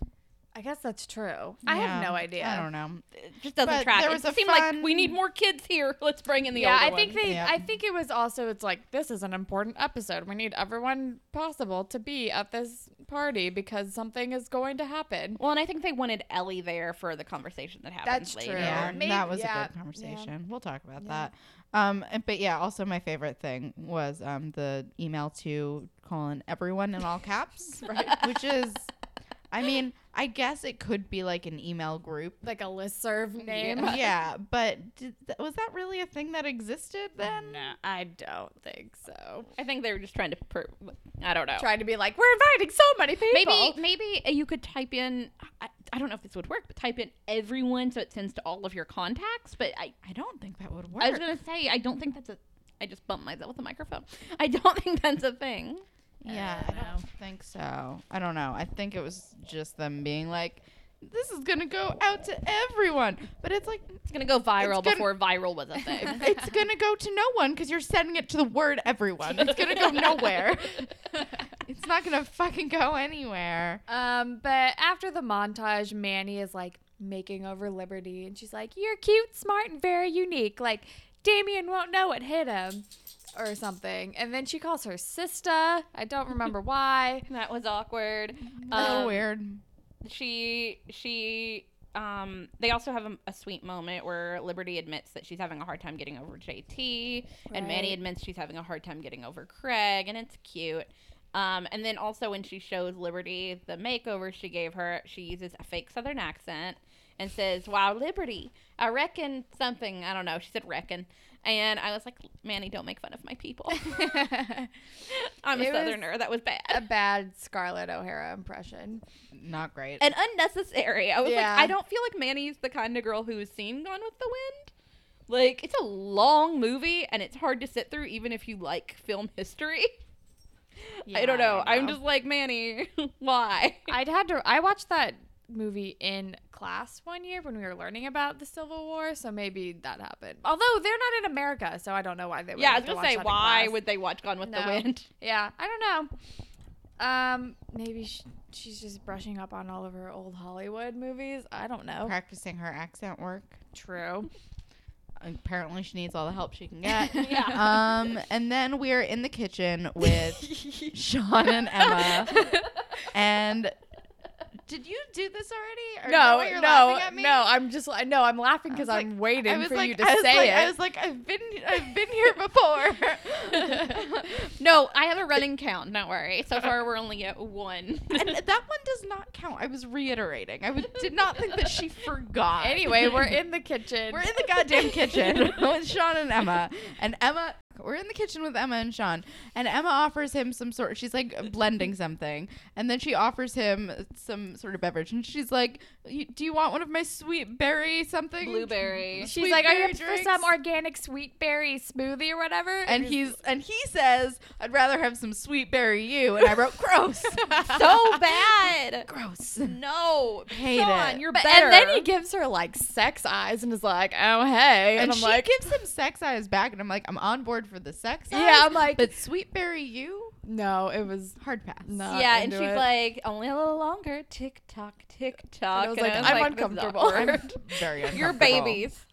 Speaker 2: I guess that's true. I
Speaker 1: Yeah,
Speaker 2: have no idea.
Speaker 1: I don't know.
Speaker 3: It just doesn't
Speaker 1: But
Speaker 3: track.
Speaker 1: there
Speaker 3: It
Speaker 1: was
Speaker 3: just
Speaker 1: a
Speaker 3: seemed
Speaker 1: fun-
Speaker 3: like we need more kids here. Let's bring in the
Speaker 2: yeah, I
Speaker 3: older
Speaker 2: think
Speaker 3: ones.
Speaker 2: they.
Speaker 1: Yeah.
Speaker 2: I think it was also. It's like this is an important episode. We need everyone possible to be at this party because something is going to happen.
Speaker 3: Well, and I think they wanted Ellie there for the conversation that happens
Speaker 2: That's
Speaker 3: later.
Speaker 2: true.
Speaker 1: Yeah,
Speaker 2: Maybe-
Speaker 1: that was
Speaker 2: yeah,
Speaker 1: a good
Speaker 2: yeah.
Speaker 1: conversation. We'll talk about that. Um, and- but yeah, also my favorite thing was um the email to colon everyone in all caps, which is, I mean, I guess it could be like an email group.
Speaker 2: Like a listserv name.
Speaker 1: yeah, but did, th- was that really a thing that existed then?
Speaker 2: No, I don't think so.
Speaker 3: I think they were just trying to prove. I don't know.
Speaker 2: Trying to be like, we're inviting so many people.
Speaker 3: Maybe maybe you could type in. I, I don't know if this would work, but type in everyone so it sends to all of your contacts. But I
Speaker 1: I don't think that would work.
Speaker 3: I was gonna say I don't think that's a. I just bumped myself with the microphone. I don't think that's a thing.
Speaker 1: Yeah,
Speaker 2: I
Speaker 1: I
Speaker 2: don't
Speaker 1: don't think so. I don't know. I think it was just them being like, this is going to go out to everyone. But it's like,
Speaker 3: It's gonna go viral
Speaker 1: gonna-
Speaker 3: before viral was a thing.
Speaker 1: it's going to go to no one because you're sending it to the word everyone. It's going to go nowhere. it's not going to fucking go anywhere.
Speaker 2: Um, but after the montage, Manny is like, making over Liberty, and she's like, "You're cute, smart, and very unique. Like Damien won't know what hit him." Or something, and then she calls her sister. I don't remember why.
Speaker 3: That was awkward.
Speaker 1: a
Speaker 3: Um,
Speaker 1: little weird.
Speaker 3: she she um they also have a, a sweet moment where liberty admits that she's having a hard time getting over jt and manny
Speaker 2: Right.
Speaker 3: admits she's having a hard time getting over craig and it's cute um, and then also when she shows liberty the makeover she gave her she uses a fake southern accent and says wow liberty i reckon something i don't know she said reckon and i was like manny don't make fun of my people i'm a
Speaker 2: It was-
Speaker 3: southerner that was bad
Speaker 2: a bad Scarlett O'Hara impression.
Speaker 1: Not great.
Speaker 3: and unnecessary. I was
Speaker 2: Yeah.
Speaker 3: like, I don't feel like Manny's the kind of girl who's seen Gone with the Wind. Like, it's a long movie and it's hard to sit through, even if you like film history. I don't know. I'm just like Manny. Why?
Speaker 2: I'd had to. I watched that movie in class one year when we were learning about the Civil War, so maybe that happened. Although they're not in America, so I don't know why they. Would
Speaker 3: yeah, I
Speaker 2: have
Speaker 3: was
Speaker 2: to
Speaker 3: gonna
Speaker 2: watch
Speaker 3: say,
Speaker 2: that in
Speaker 3: why
Speaker 2: class.
Speaker 3: would they watch Gone with the
Speaker 2: No.
Speaker 3: Wind?
Speaker 2: Yeah, I don't know. Um, maybe sh she's just brushing up on all of her old Hollywood movies. I don't know.
Speaker 1: Practicing her accent work.
Speaker 2: True.
Speaker 1: Apparently, she needs all the help she can get.
Speaker 3: Yeah.
Speaker 2: Uh,
Speaker 1: Um, and then we are in the kitchen with Sean and Emma. And did you do this already? Or is that
Speaker 2: no,
Speaker 1: why you're
Speaker 2: no,
Speaker 1: laughing at me?
Speaker 2: no. I'm just. I know. I'm laughing because
Speaker 1: I was
Speaker 2: I'm
Speaker 1: like-
Speaker 2: waiting
Speaker 1: I was
Speaker 2: for
Speaker 1: like,
Speaker 2: you to
Speaker 1: I was
Speaker 2: say
Speaker 1: like,
Speaker 2: it.
Speaker 1: I was like, I've been, I've been here before.
Speaker 3: no, I have a running count. Don't worry. So far, we're only at one.
Speaker 1: and that one does not count. I was reiterating. I would, did not think that she forgot.
Speaker 2: anyway, we're in the kitchen.
Speaker 1: We're in the goddamn kitchen with Sean and Emma. And Emma, we're in the kitchen with Emma and Sean. And Emma offers him some sort, she's like blending something. And then she offers him some sort of beverage. And she's like, "You- Do you want one of my sweet berry something?
Speaker 3: Blueberry.
Speaker 2: She's
Speaker 1: sweet
Speaker 2: like, "Are you
Speaker 1: berry
Speaker 2: up for
Speaker 1: drinks?"
Speaker 2: some organic sweet berry smoothie or whatever?"
Speaker 1: And he's and he says, I'd rather have some sweet berry you. And I wrote, gross.
Speaker 3: so bad.
Speaker 1: gross.
Speaker 3: No,
Speaker 1: Hate
Speaker 3: Sean,
Speaker 1: it.
Speaker 3: you're
Speaker 2: But-
Speaker 3: better.
Speaker 2: and then he gives her like sex eyes and is like, "Oh hey," and,
Speaker 1: And
Speaker 2: I'm
Speaker 1: she
Speaker 2: like,
Speaker 1: gives him sex eyes back, and I'm like, I'm on board for the sex eyes.
Speaker 2: "Yeah," I'm like,
Speaker 1: but sweet berry you,
Speaker 2: "No, it was."
Speaker 1: hard pass.
Speaker 2: No. not
Speaker 3: yeah, and
Speaker 2: into
Speaker 3: she's
Speaker 2: it.
Speaker 3: like, only a little longer. Tick tock, tick tock.
Speaker 2: was like, I'm uncomfortable.
Speaker 1: I'm very uncomfortable.
Speaker 3: You're babies.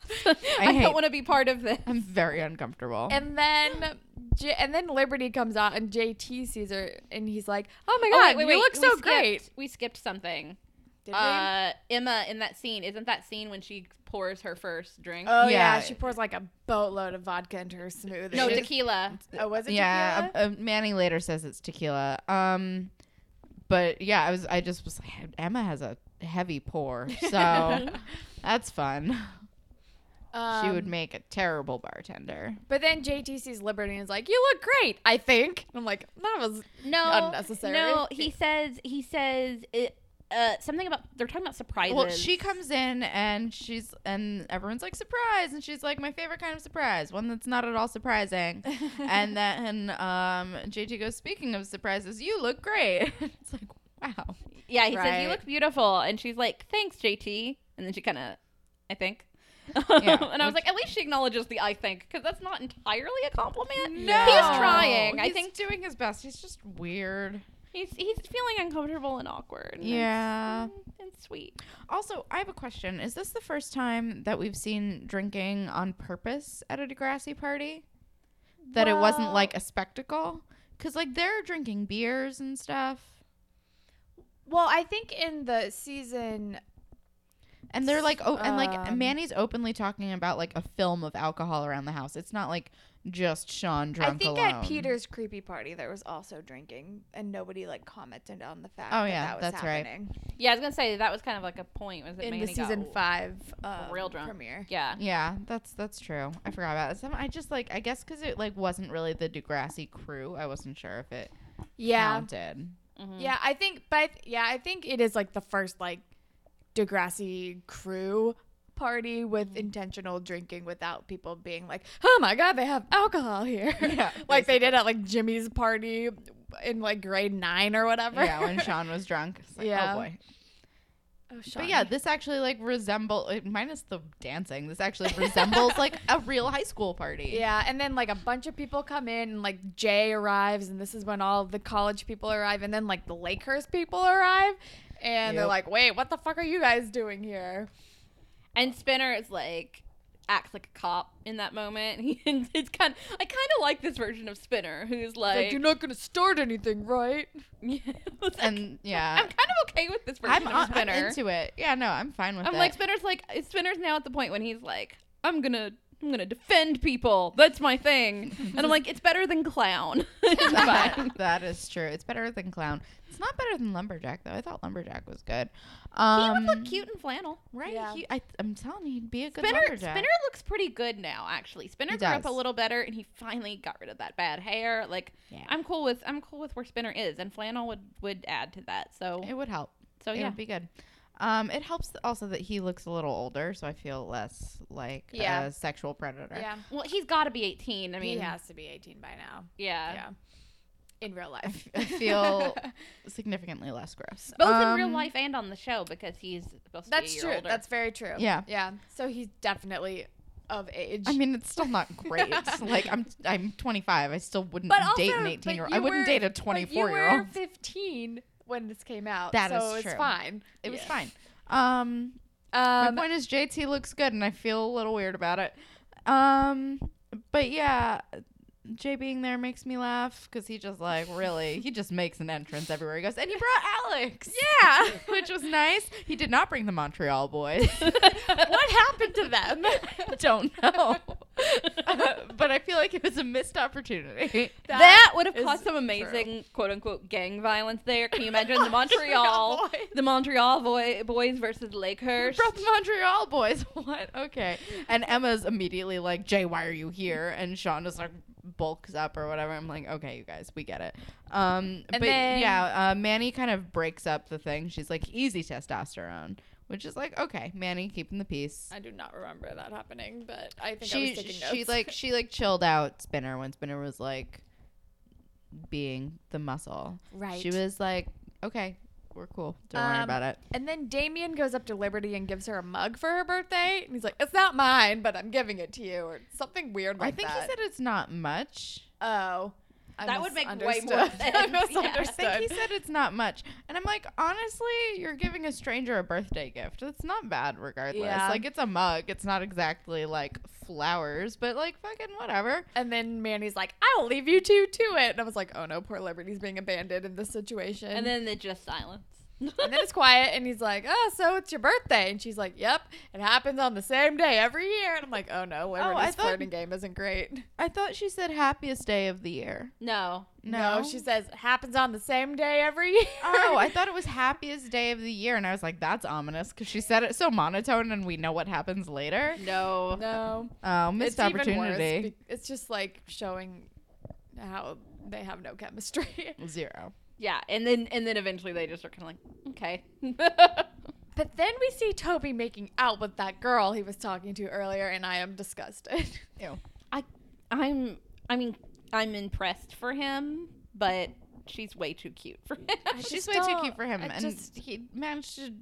Speaker 3: I,
Speaker 1: hate-
Speaker 3: don't want to be part of this.
Speaker 1: I'm very uncomfortable.
Speaker 2: And then, J- and then Liberty comes out and JT sees her and he's like, "Oh my
Speaker 3: Oh,
Speaker 2: god,
Speaker 3: wait, wait,
Speaker 2: you
Speaker 3: wait,
Speaker 2: look
Speaker 3: we
Speaker 2: so
Speaker 3: skipped-
Speaker 2: great."
Speaker 3: We skipped something.
Speaker 2: Did we?
Speaker 3: Uh, Emma in that scene isn't that scene when she pours her first drink?
Speaker 2: oh yeah.
Speaker 1: yeah.
Speaker 2: she pours like a boatload of vodka into her smoothie.
Speaker 3: no,
Speaker 1: she-
Speaker 3: tequila.
Speaker 2: oh, was it?
Speaker 1: yeah,
Speaker 2: tequila?
Speaker 1: uh, uh, Manny later says it's tequila. Um, but yeah, I was I just was like, Emma has a heavy pour, so that's fun. she would
Speaker 2: Um,
Speaker 1: make a terrible bartender.
Speaker 2: But then JT sees Liberty and is like, "You look great." I think. And I'm like, "That was
Speaker 3: No,
Speaker 2: Unnecessary.
Speaker 3: No, he says he says it, uh, something about they're talking about surprises.
Speaker 1: Well, she comes in and she's and everyone's like surprise, and she's like my favorite kind of surprise, one that's not at all surprising. and then um, JT goes, speaking of surprises, you look great. it's like wow.
Speaker 3: Yeah, he says
Speaker 2: Right.
Speaker 3: you look beautiful, and she's like, "Thanks, JT," and then she kind of, I think. and I was
Speaker 1: which-
Speaker 3: like, at least she acknowledges the I think, because that's not entirely a compliment.
Speaker 2: No.
Speaker 3: he's trying. I
Speaker 1: He's
Speaker 3: think
Speaker 1: doing his best. He's just weird.
Speaker 3: he's he's feeling uncomfortable and awkward. and- mm,
Speaker 1: Yeah.
Speaker 3: and, sweet.
Speaker 1: Also, I have a question. Is this the first time that we've seen drinking on purpose at a Degrassi party? That it wasn't
Speaker 2: Well-
Speaker 1: like a spectacle? Because, like, they're drinking beers and stuff.
Speaker 2: Well, I think in the season,
Speaker 1: And they're like, oh, and like
Speaker 2: Um,
Speaker 1: Manny's openly talking about like a film of alcohol around the house. It's not like just Sean drunk.
Speaker 2: I think
Speaker 1: alone.
Speaker 2: at Peter's creepy party there was also drinking, and nobody like commented on the fact.
Speaker 1: Oh,
Speaker 2: that
Speaker 1: yeah,
Speaker 2: that was
Speaker 1: that's right.
Speaker 2: happening
Speaker 3: Yeah, I was gonna say that was kind of like a point. Was that
Speaker 2: in
Speaker 3: Manny
Speaker 2: the season
Speaker 3: got,
Speaker 2: five um,
Speaker 3: real drunk.
Speaker 2: premiere.
Speaker 3: Yeah.
Speaker 1: Yeah, that's that's true. I forgot about it. Some, I just like I guess because it like wasn't really the Degrassi crew. I wasn't sure if it
Speaker 2: Yeah,
Speaker 1: counted.
Speaker 3: Mhm.
Speaker 2: yeah. I think, but I th- yeah, I think it is like the first like Degrassi crew party
Speaker 3: Mm-hmm.
Speaker 2: with intentional drinking without people being like, oh my god, they have alcohol here.
Speaker 1: Yeah,
Speaker 2: like they did at like Jimmy's party in like grade nine or whatever.
Speaker 1: Yeah, when Sean was drunk. It's like,
Speaker 2: Yeah.
Speaker 1: Oh boy.
Speaker 2: oh,
Speaker 1: But
Speaker 2: Shawnee.
Speaker 1: yeah, this actually like resemble minus the dancing. This actually resembles like a real high school party.
Speaker 2: Yeah, and then like a bunch of people come in, and like Jay arrives, and this is when all the college people arrive, and then like the Lakers people arrive, and they're
Speaker 1: Yep.
Speaker 2: like, "Wait, what the fuck are you guys doing here?"
Speaker 3: And Spinner is like acts like a cop in that moment. He it's kind I kind of like this version of Spinner who's
Speaker 2: It's
Speaker 3: like,
Speaker 2: like, "You're not gonna start anything, right?"
Speaker 3: yeah, it's like,
Speaker 1: and
Speaker 3: I'm
Speaker 1: yeah,
Speaker 3: kind of okay with this version
Speaker 1: I'm, on-
Speaker 3: of
Speaker 1: I'm
Speaker 3: Spinner.
Speaker 1: into it. Yeah, no, I'm fine with
Speaker 3: I'm
Speaker 1: it.
Speaker 3: like Spinner's like Spinner's now at the point when he's like, I'm gonna I'm gonna defend people. That's my thing. And I'm like, it's better than clown. It's fine.
Speaker 1: that is true. It's better than clown. It's not better than lumberjack though. I thought lumberjack was good.
Speaker 3: he
Speaker 1: Um,
Speaker 3: would look cute in flannel.
Speaker 1: right?
Speaker 2: Yeah.
Speaker 1: He, I, I'm telling you, he'd be a good
Speaker 3: Spinner
Speaker 1: lumberjack.
Speaker 3: Spinner looks pretty good now, actually. Spinner
Speaker 1: He
Speaker 3: grew up a
Speaker 1: does.
Speaker 3: little better, and he finally got rid of that bad hair. Like
Speaker 1: Yeah.
Speaker 3: I'm cool with I'm cool with where Spinner is, and flannel would would add to that. So
Speaker 1: it would help.
Speaker 2: Oh,
Speaker 3: so
Speaker 1: It
Speaker 3: yeah,
Speaker 1: would be good. Um, it helps also that he looks a little older, so I feel less like
Speaker 3: Yeah.
Speaker 1: a sexual predator.
Speaker 2: Yeah,
Speaker 3: well he's got to be 18. I
Speaker 2: I
Speaker 3: mean,
Speaker 2: mean, he
Speaker 3: yeah,
Speaker 2: has to be 18 by now.
Speaker 3: yeah.
Speaker 2: yeah, in real
Speaker 1: I,
Speaker 2: life.
Speaker 1: f- I feel significantly less gross.
Speaker 3: both in
Speaker 1: Um,
Speaker 3: real life and on the show because he's supposed to
Speaker 2: That's
Speaker 3: be a year
Speaker 2: true.
Speaker 3: older.
Speaker 2: That's very true.
Speaker 1: Yeah.
Speaker 2: yeah. So he's definitely of age.
Speaker 1: I mean, it's still not great. like I'm, I'm 25. I still wouldn't
Speaker 2: But also-
Speaker 1: date an 18 year
Speaker 2: but
Speaker 1: old. I
Speaker 2: you
Speaker 1: wouldn't
Speaker 2: were-
Speaker 1: date a
Speaker 2: But
Speaker 1: 24
Speaker 2: you
Speaker 1: year old.
Speaker 2: were 15 when this came out.
Speaker 1: That
Speaker 2: so
Speaker 1: is
Speaker 2: it's
Speaker 1: true.
Speaker 2: fine.
Speaker 1: It was
Speaker 3: Yeah.
Speaker 1: fine. Um, my
Speaker 2: Um,
Speaker 1: point is JT looks good, and I feel a little weird about it. Um, but yeah, Jay being there makes me laugh because he just like really he just makes an entrance everywhere he goes, and he brought Alex.
Speaker 2: yeah.
Speaker 1: Which was nice. He did not bring the Montreal boys.
Speaker 2: what happened to them?
Speaker 1: Don't know. but I feel like it was a missed opportunity.
Speaker 3: That, would have
Speaker 2: is
Speaker 3: caused some amazing quote unquote gang violence there. Can you imagine the Montreal
Speaker 2: boys.
Speaker 3: the Montreal boy, boys versus Lakehurst?
Speaker 1: Brought the Montreal boys. What? Okay. And Emma's immediately like, Jay, why are you here? And Sean just like bulks up or whatever. I'm like, okay, you guys, we get it. Um, but
Speaker 2: then-
Speaker 1: yeah, uh, Manny kind of breaks up the thing. She's like, easy testosterone, which is like, okay, Manny keeping the peace.
Speaker 2: I do not remember that happening, but I think I
Speaker 1: She
Speaker 2: was taking notes.
Speaker 1: she like she like chilled out Spinner when Spinner was like being the muscle.
Speaker 2: right.
Speaker 1: She was like, okay, we're cool. Don't worry
Speaker 2: Um,
Speaker 1: about it.
Speaker 2: and then Damien goes up to Liberty and gives her a mug for her birthday, and he's like, "It's not mine, but I'm giving it to you," or something weird like
Speaker 1: I think
Speaker 2: that.
Speaker 1: he said it's not much.
Speaker 2: "Oh." I
Speaker 3: That would make way more
Speaker 2: misunderstood. I
Speaker 3: sense, yeah.
Speaker 1: I
Speaker 2: misunderstood.
Speaker 1: think he said it's not much. And I'm like, honestly, you're giving a stranger a birthday gift. It's not bad regardless.
Speaker 2: Yeah.
Speaker 1: Like it's a mug. It's not exactly like flowers, but like fucking whatever.
Speaker 2: And then Manny's like, I'll leave you two to it. And I was like, oh no, poor Liberty's being abandoned in this situation.
Speaker 3: and then they just silence.
Speaker 2: and then it's quiet and he's like, oh, so it's your birthday. And she's like, yep, it happens on the same day every year. And I'm like, oh no, Liberty's
Speaker 1: I thought-
Speaker 2: flirting game isn't great.
Speaker 1: I thought she said happiest day of the year.
Speaker 3: no.
Speaker 1: No.
Speaker 2: she says, happens on the same day every year.
Speaker 1: Oh, I thought it was happiest day of the year and I was like that's ominous cuz she said it so monotone and we know what happens later.
Speaker 3: No.
Speaker 2: no.
Speaker 1: Oh, missed
Speaker 2: It's even worse
Speaker 1: opportunity.
Speaker 2: be- It's just like showing how they have no chemistry.
Speaker 1: Zero.
Speaker 3: Yeah, and then and then eventually they just are kind of like, okay.
Speaker 2: but then we see Toby making out with that girl he was talking to earlier, and I am disgusted.
Speaker 1: Ew.
Speaker 3: I'm I mean, I'm impressed for him, but she's way too cute for him.
Speaker 1: She's
Speaker 2: just
Speaker 1: way too
Speaker 2: don't-
Speaker 1: cute for him
Speaker 2: I
Speaker 1: and
Speaker 2: just-
Speaker 1: he managed to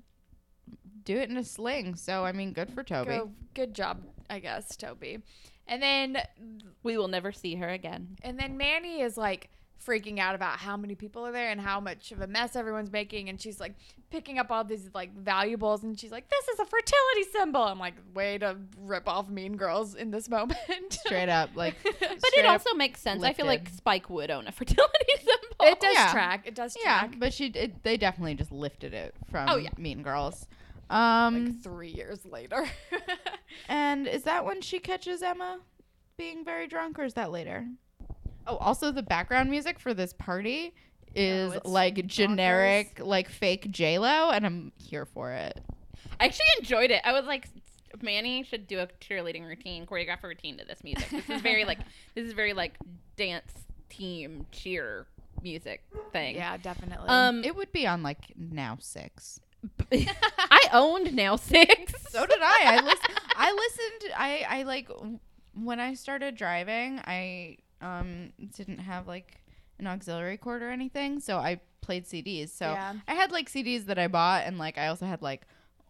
Speaker 1: do it in a sling. So I mean, good for Toby.
Speaker 2: Go, good job, I guess, Toby. And then
Speaker 3: we will never see her again.
Speaker 2: and then Manny is like freaking out about how many people are there and how much of a mess everyone's making and she's like picking up all these like valuables and she's like this is a fertility symbol i'm like way to rip off mean girls in this moment
Speaker 1: straight up like
Speaker 3: But it also makes sense. I feel like
Speaker 1: lifted.
Speaker 3: Spike would own a fertility symbol.
Speaker 2: it does
Speaker 1: Oh, Yeah.
Speaker 2: track it does
Speaker 1: yeah
Speaker 2: track
Speaker 1: but she it, they definitely just lifted it from
Speaker 3: Oh, yeah.
Speaker 1: mean girls um
Speaker 2: like three years later
Speaker 1: and is that when she catches emma being very drunk or is that later oh also the background music for this party is
Speaker 2: it's
Speaker 1: like generic like fake j-lo and i'm here for it
Speaker 3: I actually enjoyed it. I was like, Manny should do a cheerleading routine, choreograph a routine to this music. This is very like, this is very like dance team cheer music thing.
Speaker 2: yeah definitely
Speaker 3: Um,
Speaker 1: it would be on like now six
Speaker 3: I owned now six.
Speaker 1: So did I. I listened. I listened. I I like w- when I started driving. I um didn't have like an auxiliary cord or anything, so I played CDs. So
Speaker 2: Yeah.
Speaker 1: I had like CDs that I bought, and like I also had like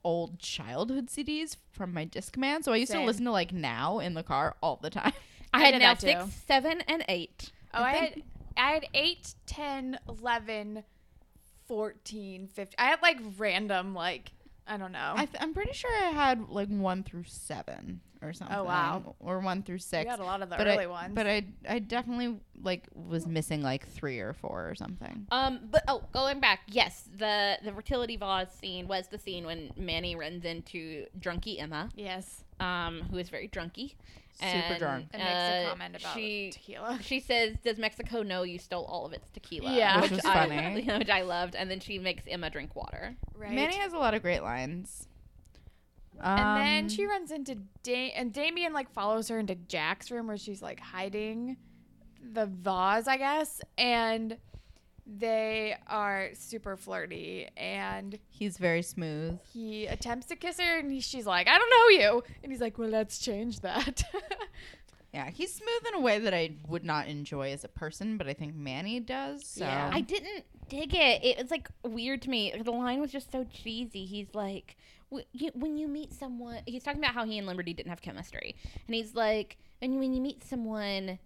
Speaker 1: old childhood CDs from my Discman. So I used
Speaker 2: Same.
Speaker 1: to listen to like now in the car all the time.
Speaker 3: I
Speaker 2: I
Speaker 3: had
Speaker 2: did
Speaker 3: now
Speaker 2: that
Speaker 3: six,
Speaker 2: too.
Speaker 3: seven, and eight.
Speaker 2: Oh, I,
Speaker 1: I
Speaker 2: had I had 8, 10, 11, 14, 15. I had like random, like, I don't know.
Speaker 1: I th- I'm pretty sure I had like one through seven or something.
Speaker 2: Oh, wow.
Speaker 1: Or one through
Speaker 2: You
Speaker 1: six.
Speaker 2: had a lot of the
Speaker 1: but
Speaker 2: early
Speaker 1: I,
Speaker 2: ones.
Speaker 1: But I I definitely like was missing like three or four or something.
Speaker 3: Um, but oh, going back, yes, the the fertility vase scene was the scene when Manny runs into drunky Emma,
Speaker 2: yes.
Speaker 3: um, who is very drunky,
Speaker 1: Super drunk.
Speaker 2: And makes
Speaker 3: uh,
Speaker 2: a comment about
Speaker 3: she.
Speaker 2: tequila.
Speaker 3: She says, "Does Mexico know you stole all of its tequila?"
Speaker 2: Yeah.
Speaker 1: Which was
Speaker 3: I,
Speaker 1: funny.
Speaker 3: which I loved. And then she makes Emma drink water.
Speaker 2: Right.
Speaker 1: Manny has a lot of great lines. Um,
Speaker 2: and then she runs into da- and Damien like follows her into Jack's room where she's like hiding the vase, I guess, and they are super flirty and
Speaker 1: he's very smooth.
Speaker 2: he attempts to kiss her and he, she's like, "I don't know you." And he's like, "Well, let's change that."
Speaker 1: Yeah, he's smooth in a way that I would not enjoy as a person, but I think Manny does. So.
Speaker 2: Yeah.
Speaker 3: I didn't dig it. It was like weird to me. The line was just so cheesy. He's like, "Wh- you- when you meet someone, he's talking about how he and Liberty didn't have chemistry, and he's like, and when you meet someone,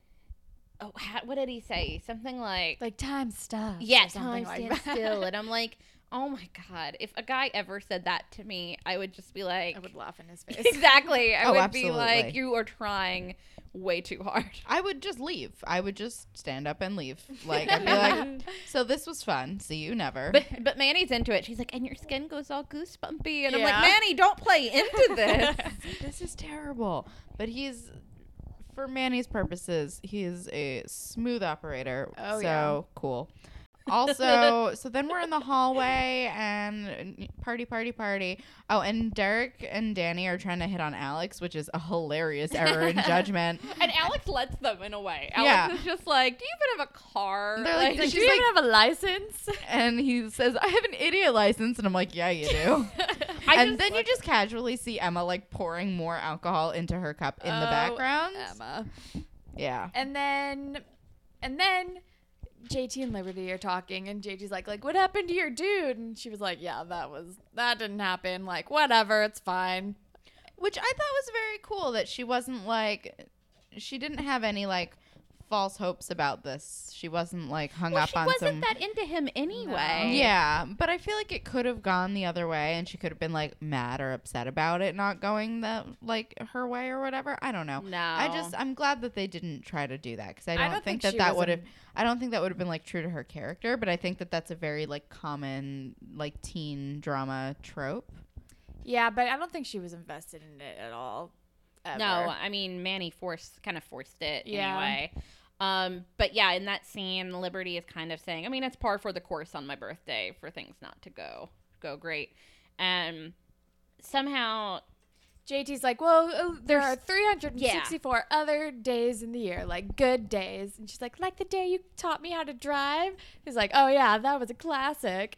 Speaker 3: oh, ha- what did he say? Something like,
Speaker 2: like time stops. or
Speaker 3: yes,
Speaker 2: something
Speaker 3: time
Speaker 2: like
Speaker 3: stands
Speaker 2: that.
Speaker 3: still, and I'm like, oh my god, if a guy ever said that to me, I would just be like,
Speaker 2: I would laugh in his face.
Speaker 3: exactly, I
Speaker 1: Oh,
Speaker 3: would be
Speaker 1: absolutely.
Speaker 3: like, you are trying way too hard.
Speaker 1: I would just leave. I would just stand up and leave. Like I'd be like, so this was fun. See you never.
Speaker 3: But but Manny's into it. She's like, and your skin goes all goosebumpy, and I'm like,
Speaker 2: Yeah.
Speaker 3: Manny, don't play into this.
Speaker 1: this is terrible. But he's for Manny's purposes, he's a smooth operator.
Speaker 2: Oh,
Speaker 1: so
Speaker 2: yeah.
Speaker 1: cool. Also, so then we're in the hallway and party, party, party. Oh, and Derek and Danny are trying to hit on Alex, which is a hilarious error in judgment.
Speaker 3: and Alex lets them in a way. Alex
Speaker 1: Yeah.
Speaker 3: is just like, do you even have a car?
Speaker 1: They're like,
Speaker 2: Like,
Speaker 1: she's
Speaker 2: do you even have a license?
Speaker 1: And he says, I have an idiot license. And I'm like, yeah, you do.
Speaker 3: I
Speaker 1: and
Speaker 3: just-
Speaker 1: then you just casually see Emma like pouring more alcohol into her cup in the
Speaker 2: Oh,
Speaker 1: background.
Speaker 2: Emma.
Speaker 1: Yeah.
Speaker 2: And then, and then, JT and Liberty are talking, and JT's like, like, what happened to your dude? And she was like, yeah, that was that didn't happen. Like, whatever, it's fine.
Speaker 1: Which I thought was very cool that she wasn't like, she didn't have any like false hopes about this. She wasn't like hung
Speaker 3: well,
Speaker 1: up
Speaker 3: she
Speaker 1: on
Speaker 3: wasn't
Speaker 1: some.
Speaker 3: that into him anyway.
Speaker 1: yeah, but I feel like it could have gone the other way and she could have been like mad or upset about it not going the like her way or whatever. I don't know.
Speaker 3: No.
Speaker 1: I just I'm glad that they didn't try to do that cuz I don't,
Speaker 2: don't
Speaker 1: think,
Speaker 2: think
Speaker 1: that
Speaker 2: she
Speaker 1: that
Speaker 2: was
Speaker 1: would
Speaker 2: a-
Speaker 1: have I don't think that would have been like true to her character, but I think that that's a very like common like teen drama trope.
Speaker 2: Yeah, but I don't think she was invested in it at all. Ever.
Speaker 3: No, I mean Manny forced kind of forced it
Speaker 2: Yeah.
Speaker 3: anyway. Um, but yeah, in that scene, Liberty is kind of saying, I mean, it's par for the course on my birthday for things not to go go great. And somehow
Speaker 2: JT's like, well, oh, there are 364 other days in the year, like good days. And she's like, like the day you taught me how to drive. He's like, oh yeah, that was a classic.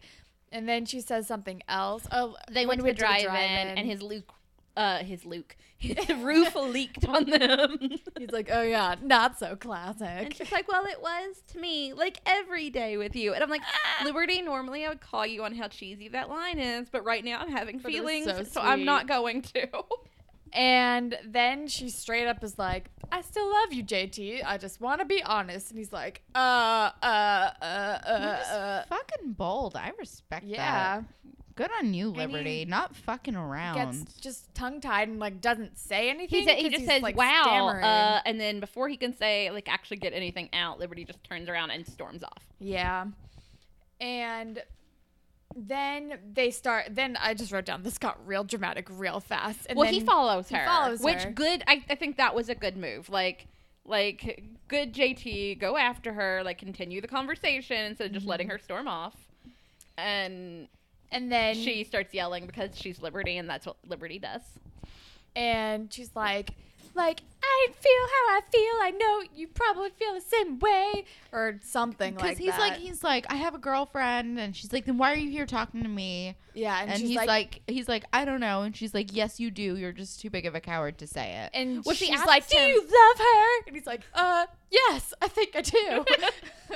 Speaker 2: And then she says something else. Oh,
Speaker 3: they
Speaker 2: when
Speaker 3: went
Speaker 2: we
Speaker 3: to
Speaker 2: did
Speaker 3: the
Speaker 2: the
Speaker 3: drive-in,
Speaker 2: drive-in.
Speaker 3: and his Luke, uh, his Luke, his roof leaked on them.
Speaker 2: He's like, oh yeah, not so classic.
Speaker 3: And she's like, "Well, it was to me, like every day with you." And I'm like, "Liberty, normally I would call you on how cheesy that line is, but right now I'm having
Speaker 2: But it was
Speaker 3: feelings,
Speaker 2: so
Speaker 3: so, I'm
Speaker 2: sweet."
Speaker 3: not going to."
Speaker 2: And then she straight up is like, I still love you, JT. I just want to be honest. And he's like, uh, uh, uh, uh,
Speaker 1: What is
Speaker 2: uh.
Speaker 1: fucking bold. I respect
Speaker 2: Yeah.
Speaker 1: that. Good on you,
Speaker 2: he
Speaker 1: Liberty. not fucking
Speaker 2: Gets
Speaker 1: around.
Speaker 2: just tongue tied and like doesn't say anything.
Speaker 3: He said, he
Speaker 2: 'cause
Speaker 3: just
Speaker 2: he's,
Speaker 3: says,
Speaker 2: like,
Speaker 3: "Wow,"
Speaker 2: stammering.
Speaker 3: uh, and then before he can say like actually get anything out, Liberty just turns around and storms off.
Speaker 2: Yeah. And then they start. Then I just wrote down this got real dramatic real fast. And
Speaker 3: well,
Speaker 2: then
Speaker 3: he follows
Speaker 2: he
Speaker 3: her,
Speaker 2: follows
Speaker 3: which
Speaker 2: her.
Speaker 3: good. I, I think that was a good move. Like, like good JT, go after her, like continue the conversation instead of just letting her storm off. And
Speaker 2: And then
Speaker 3: she starts yelling because she's Liberty, and that's what Liberty does.
Speaker 2: and she's like like i feel how i feel i know you probably feel the same way or something like
Speaker 1: he's
Speaker 2: that
Speaker 1: like he's like I have a girlfriend and she's like then why are you here talking to me
Speaker 2: yeah and,
Speaker 1: and,
Speaker 2: she's
Speaker 1: he's
Speaker 2: like,
Speaker 1: like, he's like I don't know and she's like yes you do you're just too big of a coward to say it
Speaker 2: and
Speaker 3: Well, she
Speaker 2: she's
Speaker 3: asked
Speaker 2: like do
Speaker 3: him-
Speaker 2: you love her and he's like uh yes i think i do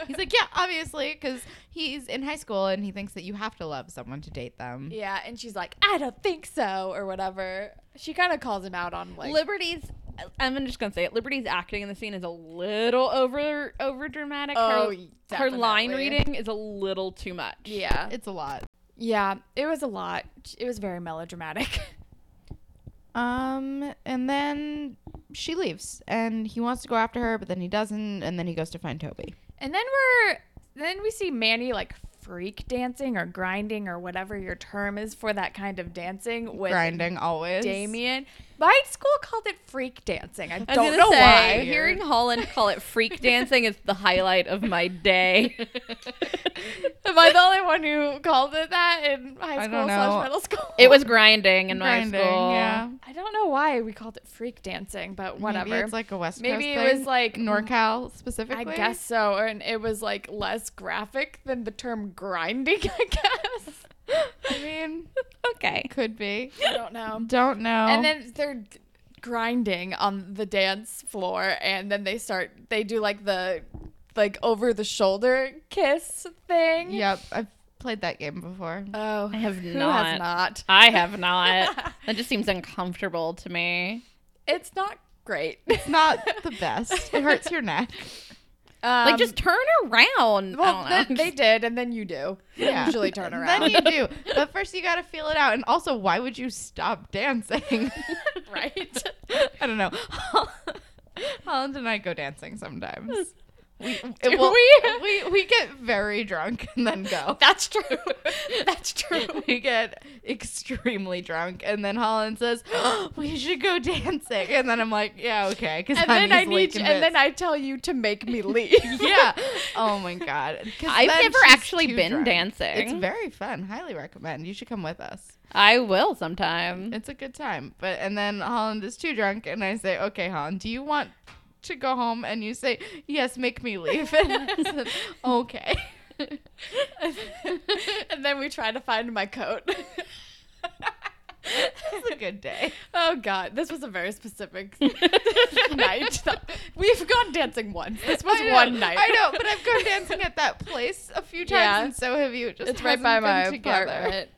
Speaker 1: He's like, yeah, obviously, because he's in high school and he thinks that you have to love someone to date them.
Speaker 2: yeah and she's like i don't think so or whatever she kind of calls him out on like
Speaker 3: Liberty's I'm just gonna say it. Liberty's acting in the scene is a little over over dramatic. her, her
Speaker 2: oh, definitely.
Speaker 3: line reading is a little too much.
Speaker 2: Yeah.
Speaker 1: It's a lot.
Speaker 2: Yeah, it was a lot. It was very melodramatic.
Speaker 1: Um, and then she leaves, and he wants to go after her, but then he doesn't, and then he goes to find Toby.
Speaker 2: And then we're then we see Manny like freak dancing or grinding or whatever your term is for that kind of dancing with
Speaker 1: Grinding always.
Speaker 2: Damien. My school called it freak dancing. I
Speaker 3: I was
Speaker 2: don't
Speaker 3: gonna
Speaker 2: know
Speaker 3: say,
Speaker 2: why.
Speaker 3: Hearing Holland call it freak dancing is the highlight of my day.
Speaker 2: Am I the only one who called it that in high
Speaker 1: I
Speaker 2: school
Speaker 1: don't
Speaker 2: slash
Speaker 1: know.
Speaker 2: middle school?
Speaker 3: It was grinding in
Speaker 1: Grinding,
Speaker 3: my school.
Speaker 1: yeah.
Speaker 2: I don't know why we called it freak dancing, but whatever.
Speaker 1: Maybe it's like a West
Speaker 2: Maybe
Speaker 1: Coast
Speaker 2: it was
Speaker 1: thing.
Speaker 2: like-
Speaker 1: NorCal specifically.
Speaker 2: Mm-hmm. I guess so. And it was like less graphic than the term grinding, I guess.
Speaker 1: I mean,
Speaker 3: Okay.
Speaker 1: could be.
Speaker 2: I don't know.
Speaker 1: Don't know.
Speaker 2: And then they're d- grinding on the dance floor, and then they start. They do like the like over the shoulder kiss thing.
Speaker 1: yep, I've played that game before.
Speaker 2: Oh,
Speaker 3: I have
Speaker 2: who
Speaker 3: not.
Speaker 2: has not?
Speaker 3: I have not. that just seems uncomfortable to me.
Speaker 2: It's not great.
Speaker 1: It's not the best. It hurts your neck.
Speaker 2: Um,
Speaker 3: Like, just turn around.
Speaker 2: well,
Speaker 3: I don't
Speaker 2: th-
Speaker 3: know.
Speaker 2: they did, and then you do
Speaker 1: Yeah.
Speaker 2: usually turn
Speaker 1: Then
Speaker 2: around.
Speaker 1: you do, but first you gotta feel it out. And also, why would you stop dancing?
Speaker 2: right?
Speaker 1: I don't know. Holland and I go dancing sometimes. We,
Speaker 2: Do
Speaker 1: well,
Speaker 2: we?
Speaker 1: we we get very drunk and then go.
Speaker 2: That's true. That's true.
Speaker 1: we get extremely drunk, and then Holland says, "We should go dancing," and then I'm like, "Yeah, okay," because
Speaker 2: And
Speaker 1: I'm
Speaker 2: then I
Speaker 1: easily
Speaker 2: need, you, and then
Speaker 1: convinced.
Speaker 2: I tell you to make me leave.
Speaker 1: yeah. Oh my god, 'Cause
Speaker 3: I've
Speaker 1: then
Speaker 3: never
Speaker 1: she's
Speaker 3: actually
Speaker 1: too
Speaker 3: been
Speaker 1: drunk.
Speaker 3: dancing.
Speaker 1: It's very fun. Highly recommend. You should come with us.
Speaker 3: I will sometime.
Speaker 1: It's a good time. But and then Holland is too drunk, and I say, "Okay, Holland, do you want to go home?" And you say, "Yes, make me leave." And I said, "Okay."
Speaker 2: and then we try to find my coat.
Speaker 1: It's a good day.
Speaker 2: oh God, this was a very specific night. We've gone dancing once. This was
Speaker 1: I know,
Speaker 2: one night.
Speaker 1: I know, but I've gone dancing at that place a few times,
Speaker 2: Yeah.
Speaker 1: and so have you. It Just
Speaker 2: It's right
Speaker 1: hasn't
Speaker 2: by
Speaker 1: been
Speaker 2: my
Speaker 1: together.
Speaker 2: apartment.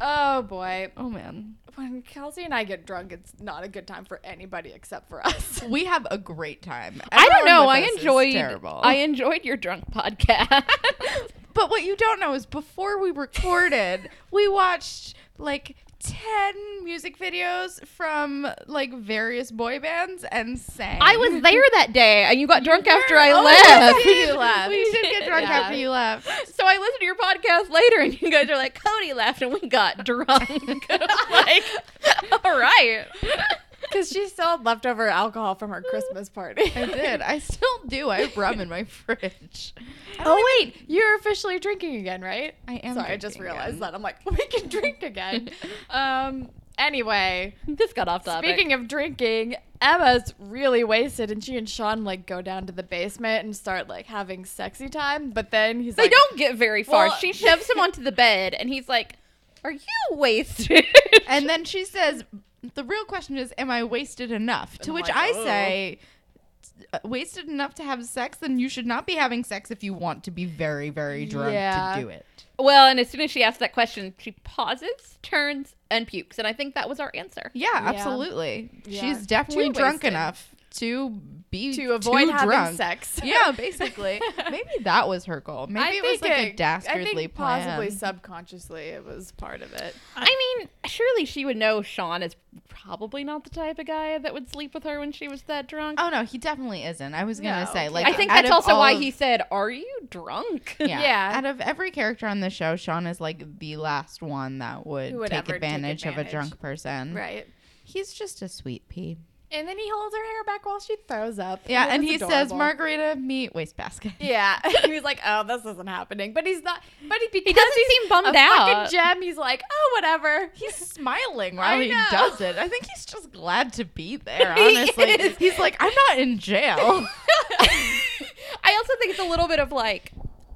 Speaker 2: Oh boy,
Speaker 1: Oh man,
Speaker 2: when Kelsey and I get drunk, it's not a good time for anybody except for us.
Speaker 1: we have a great time.
Speaker 3: I don't
Speaker 1: Everyone
Speaker 3: know.
Speaker 1: with
Speaker 3: I
Speaker 1: us is
Speaker 3: enjoyed.
Speaker 1: Terrible.
Speaker 3: I enjoyed your drunk podcast.
Speaker 1: But what you don't know is before we recorded, we watched like 10 music videos from like various boy bands and sang.
Speaker 3: I was there that day, and you got drunk after I
Speaker 1: Oh,
Speaker 3: left.
Speaker 1: we did.
Speaker 2: You left.
Speaker 1: We did get drunk
Speaker 2: Yeah.
Speaker 1: after you left.
Speaker 3: So I listened to your podcast later, and you guys are like, "Cody left, and we got drunk." I was like, all right.
Speaker 2: Because she still had leftover alcohol from her Christmas party.
Speaker 1: I did. I still do. I have rum in my fridge. I don't
Speaker 2: Oh wait, you're officially drinking again, right?
Speaker 1: I am
Speaker 2: Sorry, I just
Speaker 1: drinking
Speaker 2: realized
Speaker 1: again.
Speaker 2: that. I'm like, we can drink again. um. Anyway,
Speaker 3: This got off topic.
Speaker 2: speaking of drinking, Emma's really wasted, and she and Sean like go down to the basement and start like having sexy time. But then he's
Speaker 3: they
Speaker 2: like,
Speaker 3: don't get very far.
Speaker 2: Well-
Speaker 3: she shoves him onto the bed, and he's like, "Are you wasted?"
Speaker 1: And then she says, the real question is, am I wasted enough? To
Speaker 2: I'm
Speaker 1: which
Speaker 2: like,
Speaker 1: I
Speaker 2: oh.
Speaker 1: say, "Uh, wasted enough to have sex, then you should not be having sex if you want to be very, very drunk
Speaker 2: Yeah.
Speaker 1: to do it.
Speaker 3: well, and as soon as she asks that question, she pauses, turns, and pukes. And I think that was our answer.
Speaker 1: Yeah, absolutely.
Speaker 2: Yeah.
Speaker 1: She's definitely
Speaker 2: Too
Speaker 1: drunk
Speaker 2: wasted.
Speaker 1: enough to be
Speaker 2: to avoid
Speaker 1: too
Speaker 2: having
Speaker 1: drunk.
Speaker 2: sex.
Speaker 1: Yeah, basically. Maybe that was her goal. Maybe
Speaker 2: I
Speaker 1: it was
Speaker 2: think
Speaker 1: like a
Speaker 2: it-
Speaker 1: dastardly
Speaker 2: I think
Speaker 1: plan.
Speaker 2: possibly subconsciously it was part of it.
Speaker 3: I mean, surely she would know Sean is probably not the type of guy that would sleep with her when she was that drunk.
Speaker 1: Oh no, he definitely isn't. I was gonna
Speaker 2: No.
Speaker 1: say like
Speaker 3: I think
Speaker 1: out
Speaker 3: that's
Speaker 1: of
Speaker 3: also
Speaker 1: all
Speaker 3: why
Speaker 1: of-
Speaker 3: he said, "Are you drunk?"
Speaker 1: Yeah.
Speaker 2: Yeah.
Speaker 1: Out of every character on the show, Sean is like the last one that would,
Speaker 2: Who would
Speaker 1: take,
Speaker 2: ever take
Speaker 1: advantage of a
Speaker 2: advantage.
Speaker 1: drunk person.
Speaker 2: Right.
Speaker 1: He's just a sweet pea.
Speaker 2: And then he holds her hair back while she throws up.
Speaker 1: Yeah,
Speaker 2: It
Speaker 1: and
Speaker 2: was
Speaker 1: he says
Speaker 2: adorable.
Speaker 1: margarita meat wastebasket.
Speaker 2: Yeah, he was like, "Oh, this isn't happening," but he's not. But he because
Speaker 3: He doesn't
Speaker 2: he's
Speaker 3: seem bummed
Speaker 2: a
Speaker 3: out.
Speaker 2: fucking gem. He's like, "Oh, whatever."
Speaker 1: He's smiling while
Speaker 2: I
Speaker 1: he
Speaker 2: know.
Speaker 1: does it. I think he's just glad to be there,
Speaker 3: He
Speaker 1: honestly.
Speaker 3: is.
Speaker 1: he's like, I'm not in jail.
Speaker 3: I also think it's a little bit of like,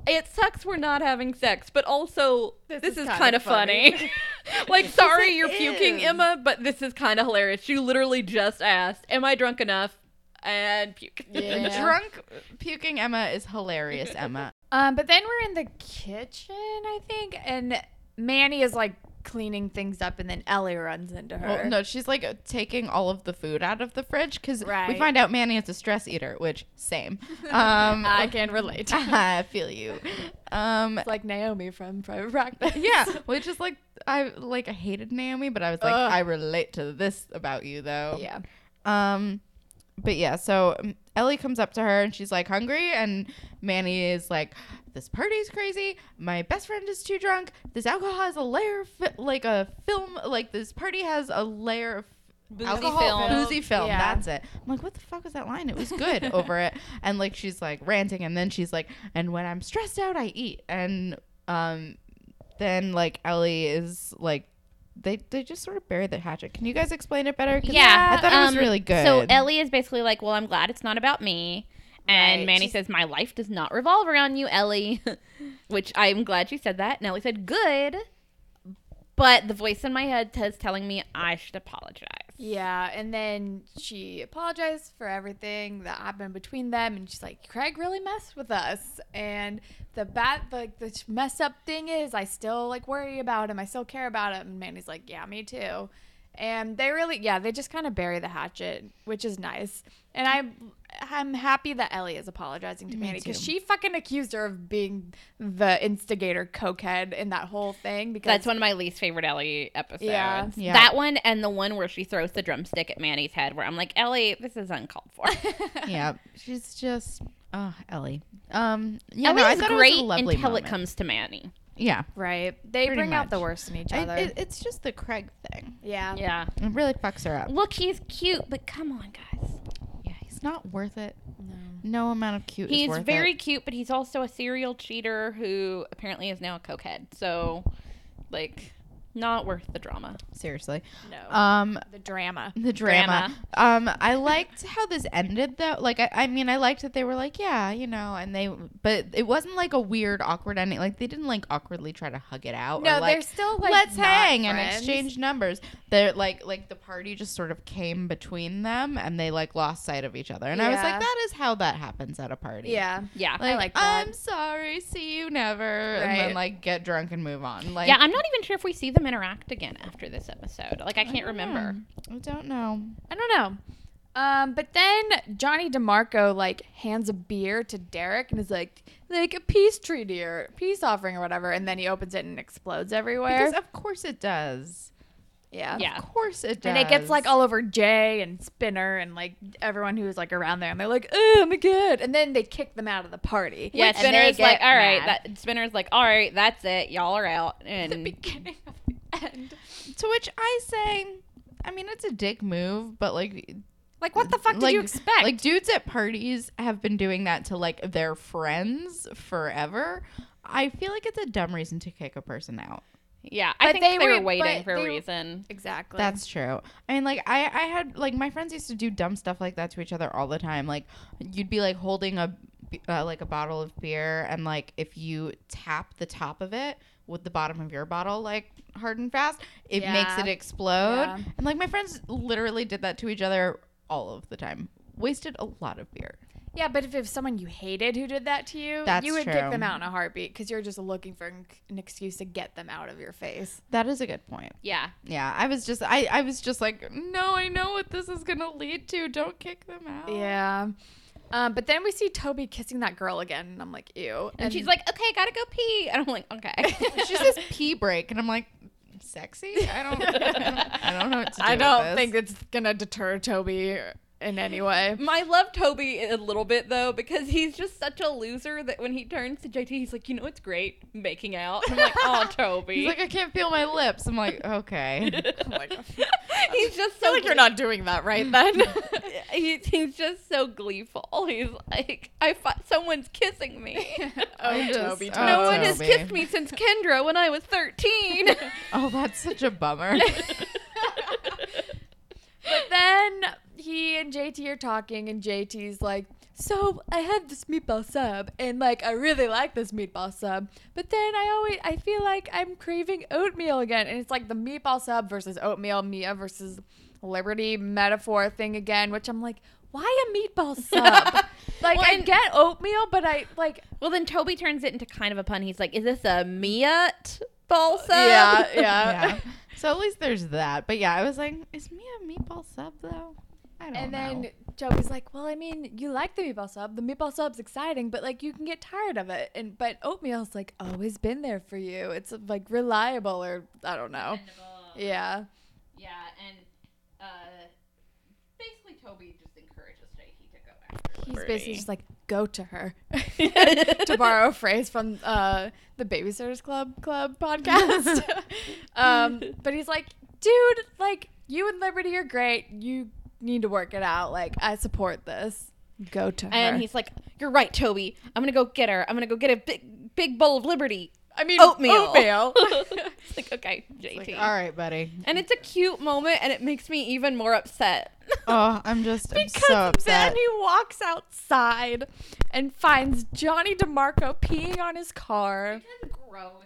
Speaker 3: it sucks we're not having sex, but also this, is, kind of funny. like, sorry you're puking,
Speaker 1: is.
Speaker 3: Emma, but this is kind of hilarious. You literally just asked, "Am I drunk enough?" and puke.
Speaker 2: Yeah.
Speaker 1: Drunk puking Emma is hilarious, Emma.
Speaker 2: Um, but then we're in the kitchen, I think, and Manny is like cleaning things up, and then Ellie runs into her.
Speaker 1: Well, no, she's like taking all of the food out of the fridge because we
Speaker 2: Right.
Speaker 1: find out Manny is a stress eater, which same. Um,
Speaker 2: I can relate.
Speaker 1: I feel you. Um,
Speaker 2: It's like Naomi from Private Practice.
Speaker 1: yeah, which is like I like I hated Naomi, but I was like
Speaker 2: Ugh.
Speaker 1: I relate to this about you though.
Speaker 2: Yeah.
Speaker 1: Um, but yeah, so um, Ellie comes up to her and she's like hungry, and Manny is like, "This party's crazy. My best friend is too drunk. This alcohol has a layer of fi- like a film. Like this party has a layer of."
Speaker 3: Boozy
Speaker 1: alcohol,
Speaker 3: film.
Speaker 1: boozy film.
Speaker 2: Yeah.
Speaker 1: That's it. I'm like, what the fuck was that line? It was good over it. And like, she's like ranting, and then she's like, and when I'm stressed out, I eat. And um, then like Ellie is like, they they just sort of bury the hatchet. Can you guys explain it better? 'Cause
Speaker 3: Yeah,
Speaker 1: I thought it was
Speaker 3: um,
Speaker 1: really good.
Speaker 3: So Ellie is basically like, "Well, I'm glad it's not about me." And
Speaker 2: Right.
Speaker 3: Manny
Speaker 2: She's-
Speaker 3: says, "My life does not revolve around you, Ellie," which I'm glad you said that. And Ellie said, "Good," but the voice in my head is telling me I should apologize.
Speaker 2: Yeah, and then she apologized for everything that happened between them, and she's like, "Craig really messed with us." And the bat, like the messed up thing is, I still like worry about him. I still care about him. And Manny's like, "Yeah, me too." And they really, yeah, they just kind of bury the hatchet, which is nice. And I, I'm happy that Ellie is apologizing to Manny because
Speaker 1: too.
Speaker 2: she fucking accused her of being the instigator, cokehead, in that whole thing. Because
Speaker 3: That's one of my least favorite Ellie episodes.
Speaker 2: Yeah.
Speaker 1: Yeah.
Speaker 3: That one and the one where she throws the drumstick at Manny's head, where I'm like, Ellie, this is uncalled for.
Speaker 1: yeah, she's just oh Ellie. Um, yeah,
Speaker 3: Ellie
Speaker 1: no, I
Speaker 3: is
Speaker 1: thought
Speaker 3: great
Speaker 1: it was a lovely
Speaker 3: until
Speaker 1: moment.
Speaker 3: it comes to Manny.
Speaker 1: Yeah,
Speaker 2: right, they
Speaker 1: Pretty
Speaker 2: bring out the
Speaker 1: much.
Speaker 2: worst in each
Speaker 1: I-
Speaker 2: other.
Speaker 1: it- it's just the Craig thing.
Speaker 2: yeah.
Speaker 3: Yeah.
Speaker 1: It really fucks her up.
Speaker 3: Look, he's cute, but come on, guys.
Speaker 1: Yeah, he's not worth it.
Speaker 2: No.
Speaker 1: No amount of cute. is
Speaker 3: He's
Speaker 1: worth
Speaker 3: very
Speaker 1: It.
Speaker 3: cute, but he's also a serial cheater who apparently is now a cokehead. So, like, not worth the drama.
Speaker 1: Seriously.
Speaker 2: No.
Speaker 1: Um,
Speaker 2: the drama.
Speaker 1: the drama. Um, I liked how this ended though. Like, I, I mean, I liked that they were like, yeah, you know, and they, but it wasn't like a weird, awkward ending. Like, they didn't like awkwardly try to hug it out.
Speaker 2: No,
Speaker 1: or, like,
Speaker 2: they're still like
Speaker 1: let's
Speaker 2: not
Speaker 1: hang and
Speaker 2: friends.
Speaker 1: exchange numbers. They're like like the party just sort of came between them and they like lost sight of each other. And I was
Speaker 2: Yeah.
Speaker 1: like, that is how that happens at a party.
Speaker 2: Yeah.
Speaker 3: Yeah.
Speaker 1: Like, I
Speaker 2: like that.
Speaker 1: am sorry, see you never, and then
Speaker 2: Right.
Speaker 1: like get drunk and move on. Like,
Speaker 3: yeah, I'm not even sure if we see them interact again after this episode. Like, I can't remember.
Speaker 1: I don't know.
Speaker 2: I don't know. Um, but then Johnny DeMarco like hands a beer to Derek and is like, like a peace treaty or peace offering or whatever, and then he opens it and explodes everywhere.
Speaker 1: Because of course it does.
Speaker 2: oh, yeah.
Speaker 3: Yeah.
Speaker 1: Of course it does.
Speaker 2: And it gets like all over Jay and Spinner and like everyone who's like around there, and they're like, "Oh my god!" And then they kick them out of the party.
Speaker 3: Yeah,
Speaker 2: And they
Speaker 3: Spinner's like,
Speaker 2: get
Speaker 3: all right,
Speaker 2: mad.
Speaker 3: that Spinner's like, all right, that's it, y'all are out, and
Speaker 2: beginning of the end.
Speaker 1: to which I say, I mean, it's a dick move, but like
Speaker 2: Like, what the fuck did you expect?
Speaker 1: Like dudes at parties have been doing that to like their friends forever. I feel like it's a dumb reason to kick a person out.
Speaker 3: yeah, I
Speaker 2: But
Speaker 3: think
Speaker 2: they
Speaker 3: they,
Speaker 2: were-
Speaker 3: were
Speaker 2: but
Speaker 3: waiting for a
Speaker 2: they-
Speaker 3: reason.
Speaker 2: exactly.
Speaker 1: That's true. I mean, like I, I had like my friends used to do dumb stuff like that to each other all the time. Like you'd be like holding a b- uh, like a bottle of beer, and like if you tap the top of it with the bottom of your bottle like hard and fast, it makes
Speaker 2: Yeah.
Speaker 1: it explode.
Speaker 2: Yeah.
Speaker 1: And like my friends literally did that to each other all of the time. Wasted a lot of beer.
Speaker 2: Yeah, but if it was someone you hated who did that to you,
Speaker 1: That's
Speaker 2: you would
Speaker 1: true.
Speaker 2: kick them out in a heartbeat because you're just looking for an an excuse to get them out of your face.
Speaker 1: That is a good point.
Speaker 3: Yeah,
Speaker 1: Yeah, I was just I, I was just like, no, I know what this is gonna lead to. Don't kick them out.
Speaker 2: Yeah. Um, but then we see Toby kissing that girl again, and I'm like, ew.
Speaker 3: and, she's like, okay, gotta go pee, and I'm like, okay,
Speaker 1: She says pee break, and I'm like, sexy? I don't, I don't know what to do.
Speaker 2: I
Speaker 1: with
Speaker 2: don't
Speaker 1: this.
Speaker 2: think it's gonna deter Toby in any way.
Speaker 3: My love Toby a little bit though because he's just such a loser that when he turns to JT, he's like, you know what's great? Making out. I'm like, oh Toby.
Speaker 1: He's like, I can't feel my lips. I'm like, okay.
Speaker 2: "Oh my God.
Speaker 3: he's just
Speaker 2: I
Speaker 3: so.
Speaker 2: feel like you're
Speaker 3: gle-
Speaker 2: not doing that right then.
Speaker 3: He's, he's just so gleeful. He's like, I fi- someone's kissing me.
Speaker 2: oh,
Speaker 1: just-
Speaker 2: Toby, Toby.
Speaker 1: oh,
Speaker 3: no one has
Speaker 1: Toby.
Speaker 3: kissed me since Kendra when I was 13.
Speaker 1: Oh, that's such a bummer.
Speaker 2: But then he and JT are talking, and JT's like, "So I had this meatball sub, and like I really like this meatball sub, but then I always I feel like I'm craving oatmeal again, and it's like the meatball sub versus oatmeal, Mia versus Liberty metaphor thing again, which I'm like, why a meatball sub? like
Speaker 3: Well,
Speaker 2: I
Speaker 3: and-
Speaker 2: get oatmeal, but I like
Speaker 3: well, then Toby turns it into kind of a pun. He's like, is this a meat meatball sub.
Speaker 2: yeah, yeah.
Speaker 1: yeah. So at least there's that. But yeah, I was like, is me a meatball sub though? I
Speaker 3: Oh,
Speaker 1: don't
Speaker 2: And
Speaker 1: know.
Speaker 2: then Joey's like, "Well, I mean, you like the meatball sub. The meatball sub's exciting, but like you can get tired of it. And but oatmeal's like always been there for you. It's like reliable, or I don't know. Yeah,
Speaker 3: Yeah, and uh, basically Toby just encourages Jakey to go after
Speaker 2: he's basically just like, go to her. to borrow a phrase from uh, the Babysitters Club Club podcast. um, but he's like, dude, like you and Liberty are great. You need to work it out. Like I support this. Go to her.
Speaker 3: and he's like, "You're right, Toby. I'm gonna go get her. I'm gonna go get a big, big bowl of liberty."
Speaker 2: I mean,
Speaker 3: oatmeal.
Speaker 2: Oatmeal.
Speaker 3: it's like okay, JT.
Speaker 1: Like, all right, buddy.
Speaker 3: And it's a cute moment, and it makes me even more upset.
Speaker 1: Oh, I'm just I'm
Speaker 2: because
Speaker 1: so upset.
Speaker 2: then he walks outside and finds Johnny DeMarco peeing on his car.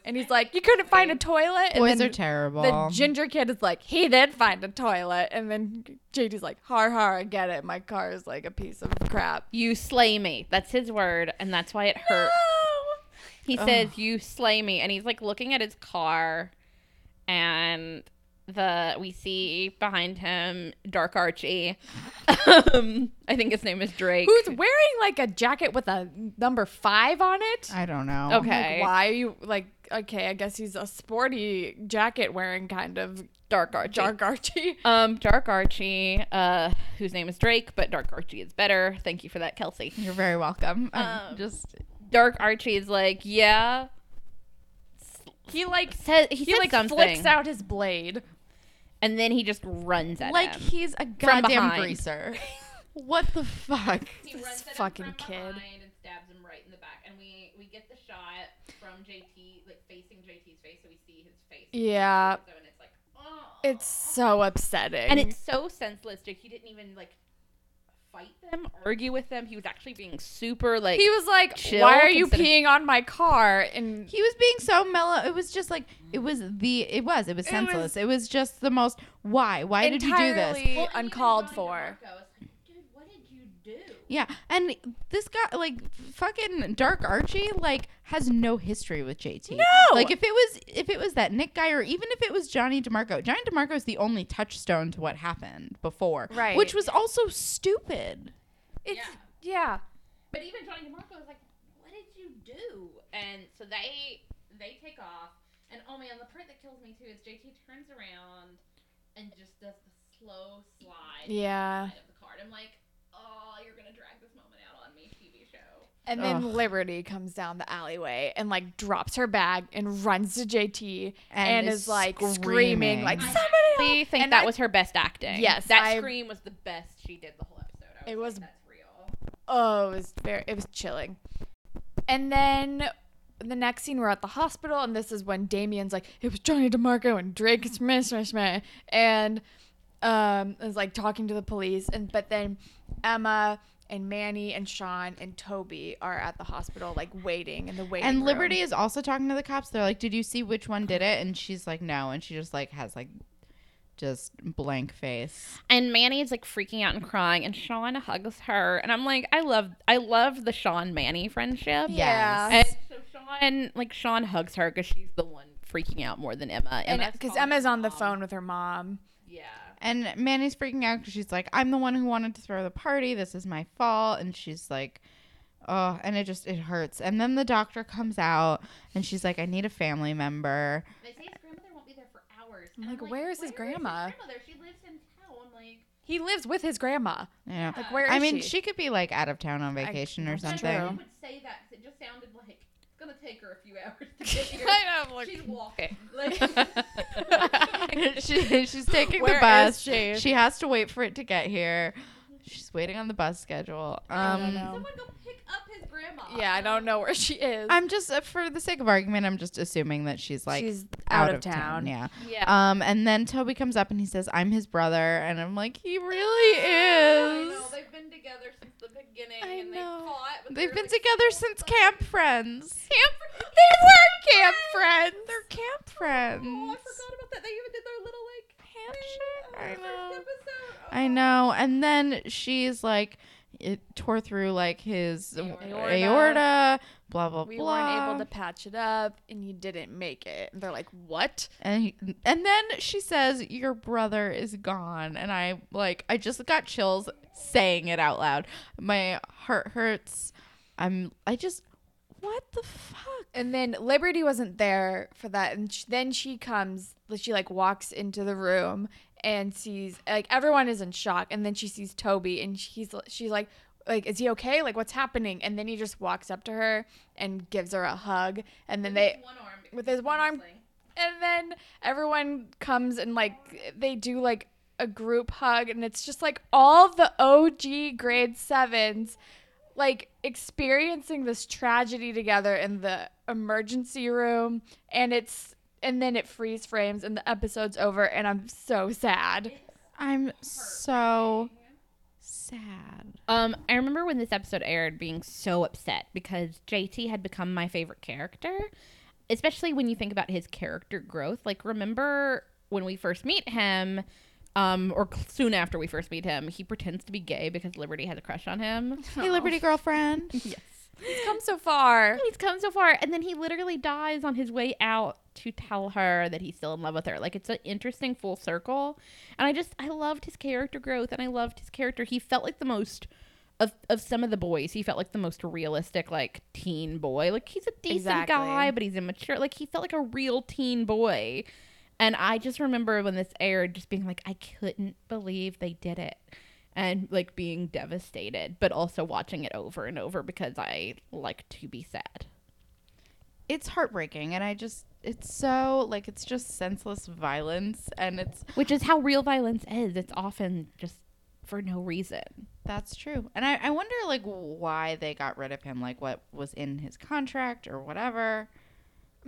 Speaker 2: And he's like, you couldn't find a toilet. And
Speaker 1: Boys
Speaker 2: then
Speaker 1: are terrible.
Speaker 2: The ginger kid is like, he did find a toilet. And then JD's like, har har, I get it. My car is like a piece of crap.
Speaker 3: "You slay me." That's his word, and that's why it hurt. He says, "You slay me," and he's like looking at his car, and the we see behind him Dark Archie. um, I think his name is Drake.
Speaker 2: Who's wearing like a jacket with a number five on it?
Speaker 1: I don't know.
Speaker 3: Okay.
Speaker 2: Like, why are you like, okay, I guess he's a sporty jacket wearing kind of
Speaker 3: Dark Archie.
Speaker 2: dark Archie.
Speaker 3: Um, Dark Archie, uh, whose name is Drake, but Dark Archie is better. Thank you for that, Kelsey.
Speaker 1: You're very welcome. I'm
Speaker 3: Um,
Speaker 1: just
Speaker 3: Dark Archie is like, yeah.
Speaker 2: He like,
Speaker 3: Says, he,
Speaker 2: he
Speaker 3: said
Speaker 2: like
Speaker 3: something,
Speaker 2: flicks out his blade.
Speaker 3: and then he just runs at
Speaker 1: like
Speaker 3: him.
Speaker 1: he's a goddamn
Speaker 3: behind.
Speaker 1: greaser. what the fuck?
Speaker 3: He
Speaker 2: This
Speaker 3: runs at him
Speaker 2: fucking
Speaker 3: from
Speaker 2: kid.
Speaker 3: behind and stabs him right in the back. And we we get the shot from JT like facing JT's face, so we see his face.
Speaker 2: Yeah.
Speaker 3: So, and it's like, oh.
Speaker 2: It's so upsetting.
Speaker 3: and it's so senseless. Jake, he didn't even like fight them, argue with them. He was actually being super like.
Speaker 2: he was like,
Speaker 3: chill
Speaker 2: why are you
Speaker 3: consider-
Speaker 2: peeing on my car? And
Speaker 1: He was being so mellow. It was just like it was the it was it was
Speaker 2: It
Speaker 1: senseless. It was,
Speaker 2: was-
Speaker 1: just the most why why did you do this?
Speaker 2: entirely
Speaker 3: Well, and even
Speaker 2: uncalled
Speaker 3: Johnny
Speaker 2: for.
Speaker 3: DeMarco was like, Dude, what did you do?
Speaker 1: Yeah, and this guy, like fucking Dark Archie, like has no history with JT.
Speaker 2: No!
Speaker 1: like if it was if it was that Nick guy, or even if it was Johnny DeMarco, Johnny DeMarco is the only touchstone to what happened before,
Speaker 2: Right.
Speaker 1: Which was also stupid.
Speaker 2: It's yeah.
Speaker 3: But even Johnny DeMarco was like, "What did you do?" And so they they take off, and oh man, the part that kills me too is JT turns around and just does the slow slide
Speaker 2: Yeah.
Speaker 3: side of the card. I'm like, "Oh, you're gonna drag this moment out on me, TV show."
Speaker 2: And then
Speaker 1: Ugh.
Speaker 2: Liberty comes down the alleyway and like drops her bag and runs to JT
Speaker 1: And
Speaker 2: and,
Speaker 1: is
Speaker 2: is, like screaming,
Speaker 1: screaming.
Speaker 2: like
Speaker 1: I
Speaker 2: somebody help!"
Speaker 3: We think
Speaker 2: And that I-
Speaker 3: was her best acting.
Speaker 2: Yes, That I-
Speaker 3: scream was the best she did the whole episode.
Speaker 2: It was- like,
Speaker 3: that's real.
Speaker 2: Oh, it was very it was chilling. And then the next scene we're at the hospital and this is when Damien's like, it was Johnny DeMarco and Drake is meh, meh, meh," and um is like talking to the police and but then Emma and Manny and Sean and Toby are at the hospital like waiting in the waiting
Speaker 1: And
Speaker 2: room.
Speaker 1: Liberty is also talking to the cops. They're like, "Did you see which one did it?" And she's like, "No," and she just like has like just blank face.
Speaker 3: And Manny is like freaking out and crying, and Sean hugs her, and I'm like, I love, I love the Sean Manny friendship.
Speaker 2: Yeah.
Speaker 1: Yes.
Speaker 3: And so Sean, like Sean, hugs her because she's the one freaking out more than Emma.
Speaker 2: and
Speaker 3: Emma's
Speaker 2: because
Speaker 3: calling
Speaker 2: Emma's
Speaker 3: her
Speaker 2: on the
Speaker 3: mom.
Speaker 2: phone with her mom.
Speaker 3: Yeah.
Speaker 1: And Manny's freaking out because she's like, "I'm the one who wanted to throw the party. This is my fault." And she's like, "Oh," and it just it hurts. And then the doctor comes out and she's like, "I need a family member."
Speaker 3: They say his grandmother won't be there for hours.
Speaker 2: I'm like, where is his grandma?
Speaker 3: grandmother? She lives in town. Like,
Speaker 2: He lives with his grandma.
Speaker 1: You know,
Speaker 2: Like where is
Speaker 1: I mean,
Speaker 2: she?
Speaker 1: she could be like out of town on vacation or
Speaker 2: that's
Speaker 3: I
Speaker 1: something.
Speaker 2: true.
Speaker 3: would say that 'cause it just sounded like it's gonna take her a few hours to get here.
Speaker 2: I know, like-
Speaker 3: She's walking. Like,
Speaker 1: she, she's taking
Speaker 2: Where
Speaker 1: the
Speaker 2: is
Speaker 1: bus.
Speaker 2: she?
Speaker 1: has to wait for it to get here. She's waiting on the bus schedule.
Speaker 2: I don't
Speaker 1: Um,
Speaker 2: know.
Speaker 3: someone go pick up his grandma.
Speaker 2: Yeah, I don't know where she is.
Speaker 1: I'm just uh, for the sake of argument, I'm just assuming that she's like
Speaker 2: She's
Speaker 1: out, of, town. Yeah.
Speaker 3: Yeah.
Speaker 1: Um, and then Toby comes up and he says, "I'm his brother," and I'm like, "He really
Speaker 3: I
Speaker 1: is."
Speaker 3: know. They've been together since the beginning,
Speaker 1: I
Speaker 3: and
Speaker 1: know.
Speaker 3: they fought. but
Speaker 1: They've
Speaker 3: they're,
Speaker 1: been
Speaker 3: like,
Speaker 1: together
Speaker 3: so
Speaker 1: since
Speaker 3: close.
Speaker 1: camp friends.
Speaker 3: Camp.
Speaker 2: They were camp friends.
Speaker 1: They're camp
Speaker 3: Oh, I
Speaker 1: friends.
Speaker 3: forgot about that. They even did their little like handshake.
Speaker 1: Handshake. I
Speaker 3: on
Speaker 1: know.
Speaker 3: the first episode. Oh,
Speaker 1: I know. And then she's like, it tore through like his
Speaker 2: Aorta.
Speaker 1: aorta, aorta blah blah
Speaker 2: We
Speaker 1: blah.
Speaker 2: weren't able to patch it up, and you didn't make it. And they're like, what?
Speaker 1: and he, and then she says your brother is gone and i like i just got chills saying it out loud my heart hurts i'm i just what the fuck
Speaker 2: And then Liberty wasn't there for that. And sh then she comes, she like walks into the room and sees like everyone is in shock. And then she sees Toby and she's she's like, like is he okay? Like what's happening? And then he just walks up to her and gives her a hug. And then they
Speaker 3: one arm
Speaker 2: with his one arm. And then everyone comes and like they do like a group hug and it's just like all the OG grade 7s like experiencing this tragedy together in the emergency room and it's and then it freeze frames and the episode's over and I'm so sad.
Speaker 1: i'm so sad
Speaker 3: Um, I remember when this episode aired being so upset because JT had become my favorite character, especially when you think about his character growth. Like, remember when we first meet him, um, or cl- soon after we first meet him, he pretends to be gay because Liberty has a crush on him.
Speaker 2: Oh.
Speaker 1: hey liberty girlfriend
Speaker 2: It's come so far.
Speaker 3: He's come so far, and then he literally dies on his way out to tell her that he's still in love with her. Like it's an interesting full circle, and I just I loved his character growth, and I loved his character. He felt like the most of of some of the boys. He felt like the most realistic, like teen boy. Like he's a decent
Speaker 2: Exactly.
Speaker 3: guy, but he's immature. Like he felt like a real teen boy, and I just remember when this aired, just being like, I couldn't believe they did it. And like being devastated, but also watching it over and over because I like to be sad.
Speaker 1: it's heartbreaking and i just it's so like it's just senseless violence and it's
Speaker 3: which is how real violence is. It's often just for no reason.
Speaker 1: That's true. And I, I wonder like why they got rid of him, like what was in his contract or whatever.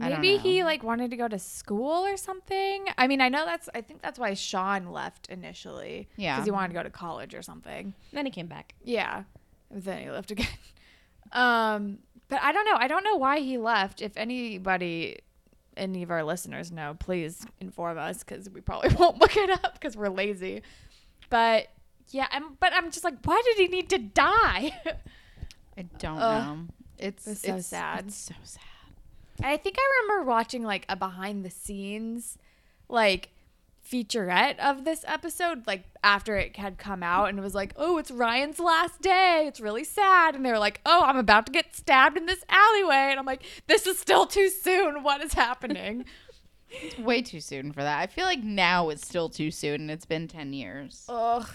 Speaker 1: I don't
Speaker 2: Maybe
Speaker 1: know.
Speaker 2: he like wanted to go to school or something. I mean, I know that's I think that's why Sean left initially.
Speaker 1: Yeah.
Speaker 2: Cuz he wanted to go to college or something.
Speaker 3: Then he came back.
Speaker 2: Yeah. But then he left again. Um, but I don't know. I don't know why he left. If anybody, any of our listeners know, please inform us because we probably won't look it up because we're lazy. But yeah, I'm, but I'm just like, why did he need to die?
Speaker 1: I don't
Speaker 2: Ugh.
Speaker 1: know. It's
Speaker 2: That's so sad.
Speaker 1: It's so sad.
Speaker 2: I think I remember watching like a behind the scenes, like featurette of this episode, like after it had come out, and it was like, oh, it's Ryan's last day. It's really sad. And they were like, oh, I'm about to get stabbed in this alleyway. And I'm like, this is still too soon. What is happening?
Speaker 1: It's way too soon for that. I feel like now it's still too soon and it's been ten years.
Speaker 2: Ugh.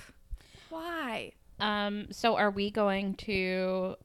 Speaker 2: Why?
Speaker 3: Um, so are we going to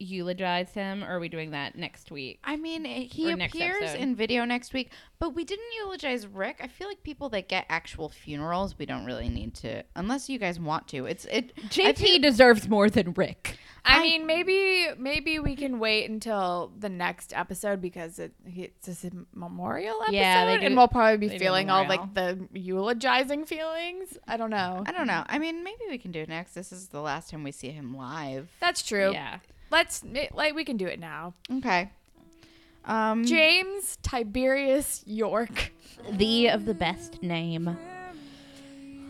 Speaker 3: eulogize him or are we doing that next week?
Speaker 1: I mean, it- he
Speaker 3: Or next
Speaker 1: appears
Speaker 3: episode.
Speaker 1: in video next week, but we didn't eulogize Rick. I feel like people that get actual funerals, we don't really need to, unless you guys want to. It's it. I
Speaker 3: JT
Speaker 1: feel-
Speaker 3: deserves more than Rick.
Speaker 2: I,
Speaker 1: I-
Speaker 2: mean, maybe maybe we can wait until the next episode because it it's this memorial episode,
Speaker 3: Yeah, they do-
Speaker 2: and we'll probably
Speaker 3: they
Speaker 2: be
Speaker 3: do
Speaker 2: feeling all
Speaker 3: memorial.
Speaker 2: like the eulogizing feelings. I don't know.
Speaker 1: I don't know. I mean, maybe we can do it next. This is the last time we see him live.
Speaker 2: That's true.
Speaker 3: Yeah.
Speaker 2: Let's like we can do it now.
Speaker 1: Okay.
Speaker 3: Mm.
Speaker 1: Um.
Speaker 2: James Tiberius York.
Speaker 3: The of the best name.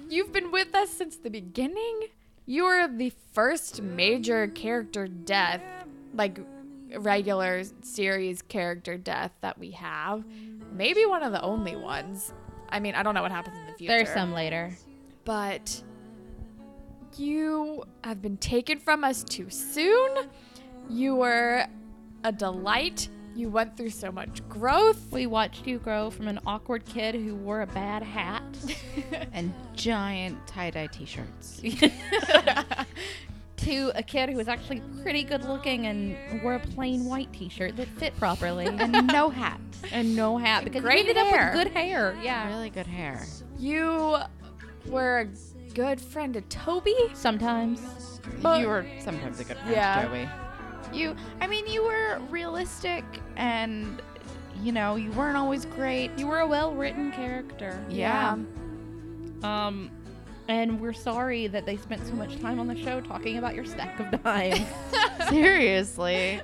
Speaker 2: You've been with us since the beginning. You are the first major character death, like regular series character death that we have. Maybe one of the only ones. I mean, I don't know what happens in the future.
Speaker 3: There's some later.
Speaker 2: but you have been taken from us too soon. You were a delight. You went through so much growth.
Speaker 3: We watched you grow from an awkward kid who wore a bad hat.
Speaker 1: and giant tie dye t shirts.
Speaker 3: to a kid who was actually pretty good looking and wore a plain white t-shirt that fit properly
Speaker 1: and no hat.
Speaker 3: and no hat because
Speaker 2: Great
Speaker 3: he ended
Speaker 2: hair.
Speaker 3: up with good hair. Yeah.
Speaker 1: Really good hair.
Speaker 2: You were a good friend to Toby.
Speaker 3: Sometimes.
Speaker 2: But-
Speaker 1: you were sometimes a good friend,
Speaker 2: Yeah.
Speaker 1: Joey. You, I mean, you were realistic and, you know, you weren't always great.
Speaker 3: You were a well written character.
Speaker 1: yeah.
Speaker 3: Um, and we're sorry that they spent so much time on the show talking about your stack of dimes.
Speaker 1: Seriously.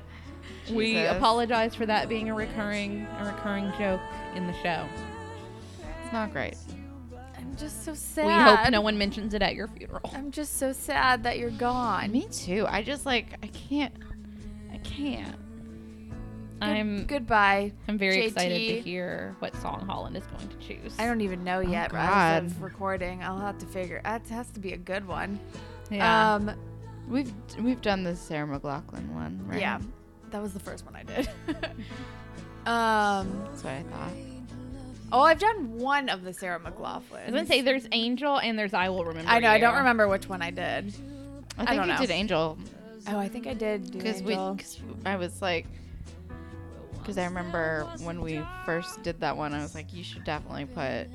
Speaker 3: we
Speaker 1: Jesus.
Speaker 3: apologize for that being a recurring a recurring joke in the show.
Speaker 1: It's not great.
Speaker 2: I'm just so sad.
Speaker 3: We hope no one mentions it at your funeral.
Speaker 2: I'm just so sad that you're gone.
Speaker 1: Me too. I just like I can't. I can't.
Speaker 2: Good-
Speaker 3: I'm
Speaker 2: goodbye.
Speaker 3: I'm very
Speaker 2: JT.
Speaker 3: excited to hear what song Holland is going to choose.
Speaker 2: I don't even know yet.
Speaker 1: God.
Speaker 2: As of recording, I'll have to figure. That has to be a good one.
Speaker 3: Yeah.
Speaker 2: Um,
Speaker 1: We've we've done the Sarah McLaughlin one, right?
Speaker 2: yeah, that was the first one I did. um,
Speaker 1: That's what I thought.
Speaker 2: oh, I've done one of the Sarah
Speaker 3: I was gonna
Speaker 2: McLaughlin.
Speaker 3: say there's Angel and there's I will remember.
Speaker 2: I know. I
Speaker 3: You.
Speaker 2: don't remember which one I did.
Speaker 1: I think
Speaker 2: don't
Speaker 1: you
Speaker 2: know.
Speaker 1: did Angel
Speaker 2: Oh, I think I did.
Speaker 1: because we. Cause I was like, because I remember when we first did that one, I was like, you should definitely put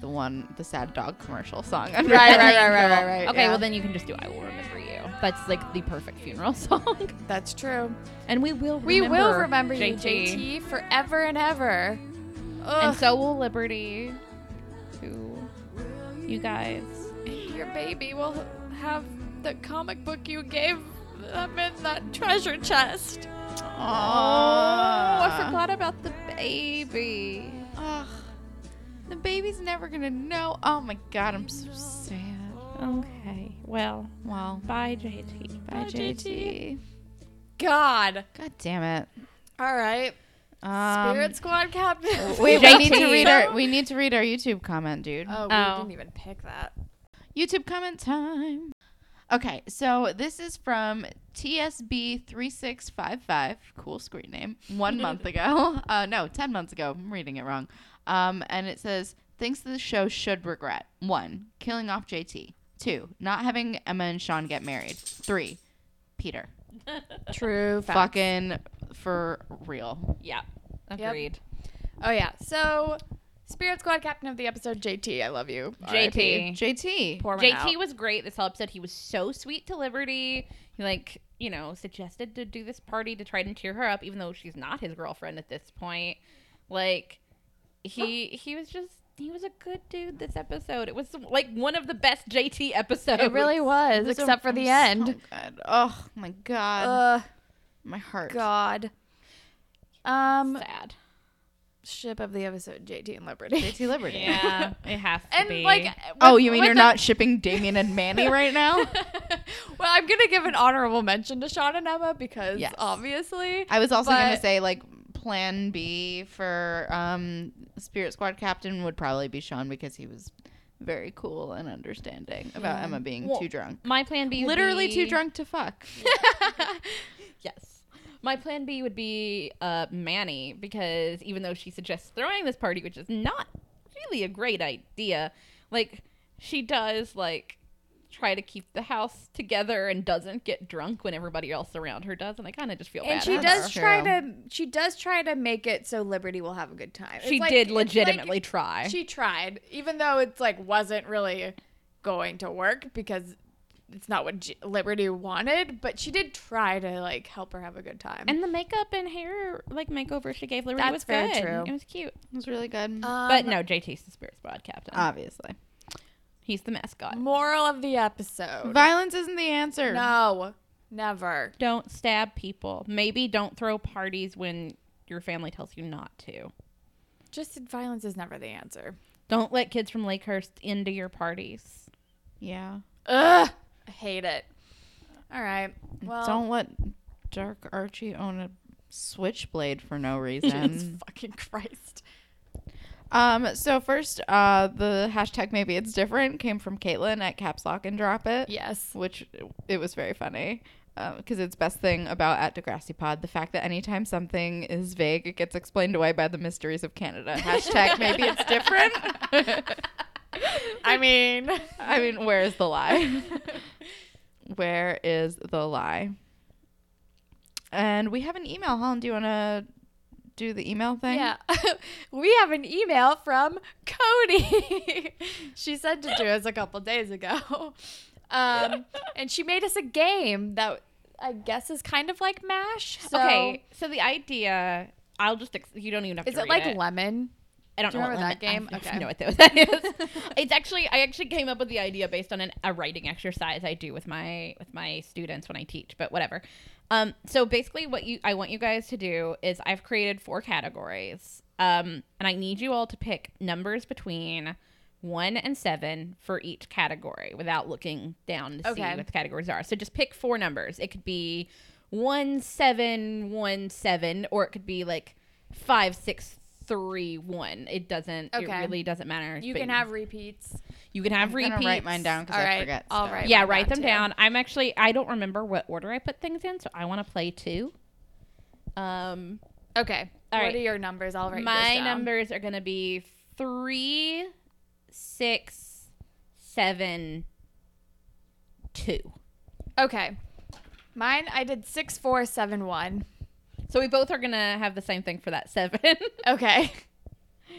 Speaker 1: the one, the sad dog commercial song. Under
Speaker 2: Right,
Speaker 1: that
Speaker 2: right, right, right,
Speaker 1: Angel.
Speaker 2: right, right.
Speaker 3: Okay,
Speaker 2: yeah.
Speaker 3: well then you can just do I will remember you. That's like the perfect funeral song.
Speaker 2: that's true.
Speaker 3: and we will. Remember
Speaker 2: We will remember you,
Speaker 3: JT.
Speaker 2: JT, forever and ever.
Speaker 3: And
Speaker 2: Ugh,
Speaker 3: so will Liberty. Who, you guys?
Speaker 2: your baby will have the comic book you gave them in that treasure chest. Oh,
Speaker 1: Aw.
Speaker 3: I forgot about the baby.
Speaker 1: Ugh. The baby's never gonna know. Oh my god, I'm so sad.
Speaker 3: Okay. Well,
Speaker 1: Well,
Speaker 3: bye, JT.
Speaker 1: bye, JT.
Speaker 2: God.
Speaker 1: God damn it.
Speaker 2: All right.
Speaker 1: Um,
Speaker 2: Spirit Squad Captain.
Speaker 1: Wait, we need to
Speaker 3: JT.
Speaker 1: read our we need to read our YouTube comment, dude.
Speaker 2: Oh, we
Speaker 3: Oh.
Speaker 2: didn't even pick that.
Speaker 1: YouTube comment time. Okay, so this is from TSB3655, cool screen name, one month ago. Uh, no, 10 months ago. I'm reading it wrong. Um, and it says, thinks the show should regret. One, killing off JT. Two, not having Emma and Sean get married. Three, Peter.
Speaker 2: True
Speaker 1: Fucking for real.
Speaker 3: Yeah.
Speaker 2: Yep.
Speaker 3: Agreed.
Speaker 2: Oh yeah. So, Spirit Squad Captain of the episode, JT. I love you.
Speaker 3: JT.
Speaker 1: JT.
Speaker 2: Pour one
Speaker 3: JT
Speaker 2: out.
Speaker 3: was great this whole episode. He was so sweet to Liberty. He like, you know, suggested to do this party to try and cheer her up, even though she's not his girlfriend at this point. Like, he he was just he was a good dude this episode. It was like one of the best JT episodes.
Speaker 2: It really was,
Speaker 1: This
Speaker 2: except for
Speaker 1: episode was
Speaker 2: the end.
Speaker 1: so good. Oh my god.
Speaker 2: Ugh,
Speaker 1: my heart.
Speaker 2: God. Um,
Speaker 3: sad.
Speaker 2: ship of the episode, JT and Liberty.
Speaker 1: JT Liberty.
Speaker 3: Yeah, it has to
Speaker 2: and
Speaker 3: be.
Speaker 2: like,
Speaker 1: Oh,
Speaker 2: with-
Speaker 1: you mean
Speaker 2: with
Speaker 1: you're
Speaker 2: the-
Speaker 1: not shipping Damien and Manny right now?
Speaker 2: well, I'm gonna give an honorable mention to Sean and Emma because
Speaker 1: Yes.
Speaker 2: obviously.
Speaker 1: I was also gonna
Speaker 2: But-
Speaker 1: say like Plan B for um, Spirit Squad Captain would probably be Sean because he was very cool and understanding about Emma being
Speaker 3: Well,
Speaker 1: too drunk,
Speaker 3: my plan B would
Speaker 1: literally too
Speaker 3: be-
Speaker 1: drunk to fuck.
Speaker 3: Yes. My plan B would be uh, Manny because even though she suggests throwing this party, which is not really a great idea, like she does like try to keep the house together and doesn't get drunk when everybody else around her does, and I kind of just feel
Speaker 2: and
Speaker 3: bad.
Speaker 2: she
Speaker 3: for
Speaker 1: That's
Speaker 2: does
Speaker 1: true.
Speaker 2: try to she does try to make it so Liberty will have a good time.
Speaker 3: her.
Speaker 2: It's
Speaker 3: She
Speaker 2: like-
Speaker 3: did
Speaker 2: it's like
Speaker 3: legitimately try.
Speaker 2: she tried, even though it's like wasn't really going to work because it's not what G- Liberty wanted. But she did try to like help her have a good time.
Speaker 3: and the makeup and hair like makeover she gave Liberty
Speaker 2: That's
Speaker 3: was
Speaker 2: very
Speaker 3: good.
Speaker 2: true.
Speaker 3: It was cute.
Speaker 1: It was really good,
Speaker 2: Um,
Speaker 3: but no, JT's the spirit squad captain.
Speaker 2: uh,
Speaker 1: obviously.
Speaker 3: He's the mascot.
Speaker 2: moral of the episode:
Speaker 1: Violence isn't the answer.
Speaker 2: No, never.
Speaker 3: Don't stab people. Maybe don't throw parties when your family tells you not to.
Speaker 2: Just violence is never the answer.
Speaker 3: Don't let kids from Lakehurst into your parties.
Speaker 1: Yeah.
Speaker 2: Ugh, I hate it. All right. Well,
Speaker 1: Don't let Dark Archie own a switchblade for no reason.
Speaker 2: fucking Christ.
Speaker 1: Um, so first, uh, the hashtag maybe it's different came from Caitlin at Caps Lock and Drop It,
Speaker 2: Yes.
Speaker 1: which it was very funny because it's best thing about at Degrassi Pod the fact that anytime something is vague, it gets explained away by the mysteries of Canada. Hashtag maybe it's different.
Speaker 2: I mean,
Speaker 1: I mean, where is the lie? where is the lie? And we have an email, Holland. Do you want to do the email thing?
Speaker 2: yeah. we have an email from Cody. she sent it to us a couple days ago. Um, and she made us a game that I guess is kind of like MASH. So
Speaker 3: okay, so the idea. I'll just. Ex- you don't even have to.
Speaker 2: Is it
Speaker 3: read
Speaker 2: like lemon?
Speaker 3: I don't
Speaker 2: do
Speaker 3: know
Speaker 2: you
Speaker 3: what
Speaker 2: remember that
Speaker 3: lemon- I-
Speaker 2: game?
Speaker 3: I
Speaker 2: Okay.
Speaker 3: know what that is. it's actually. I actually came up with the idea based on an, a writing exercise I do with my with my students when I teach. But whatever. Um. So basically, what you I want you guys to do is I've created four categories. Um. And I need you all to pick numbers between one and seven for each category without looking down to
Speaker 2: Okay.
Speaker 3: see what the categories are. So just pick four numbers. It could be one seven one seven, or it could be like five six three one. It doesn't.
Speaker 2: Okay.
Speaker 3: It really doesn't matter.
Speaker 2: You
Speaker 3: but
Speaker 2: can have repeats.
Speaker 3: You can have
Speaker 1: I'm gonna
Speaker 3: repeats.
Speaker 1: write mine down because
Speaker 2: All
Speaker 1: I
Speaker 2: right,
Speaker 1: forget.
Speaker 2: I'll
Speaker 1: stuff.
Speaker 2: write
Speaker 3: yeah,
Speaker 2: mine
Speaker 3: write them
Speaker 2: down,
Speaker 3: down. I'm actually I don't remember what order I put things in, so I want to play two. Um,
Speaker 2: Okay.
Speaker 3: All
Speaker 2: what
Speaker 3: right.
Speaker 2: are your numbers? I'll write
Speaker 3: my
Speaker 2: yours down.
Speaker 3: numbers are gonna be three, six, seven, two.
Speaker 2: Okay. Mine, I did six, four, seven, one.
Speaker 3: So we both are gonna have the same thing for that seven.
Speaker 2: Okay.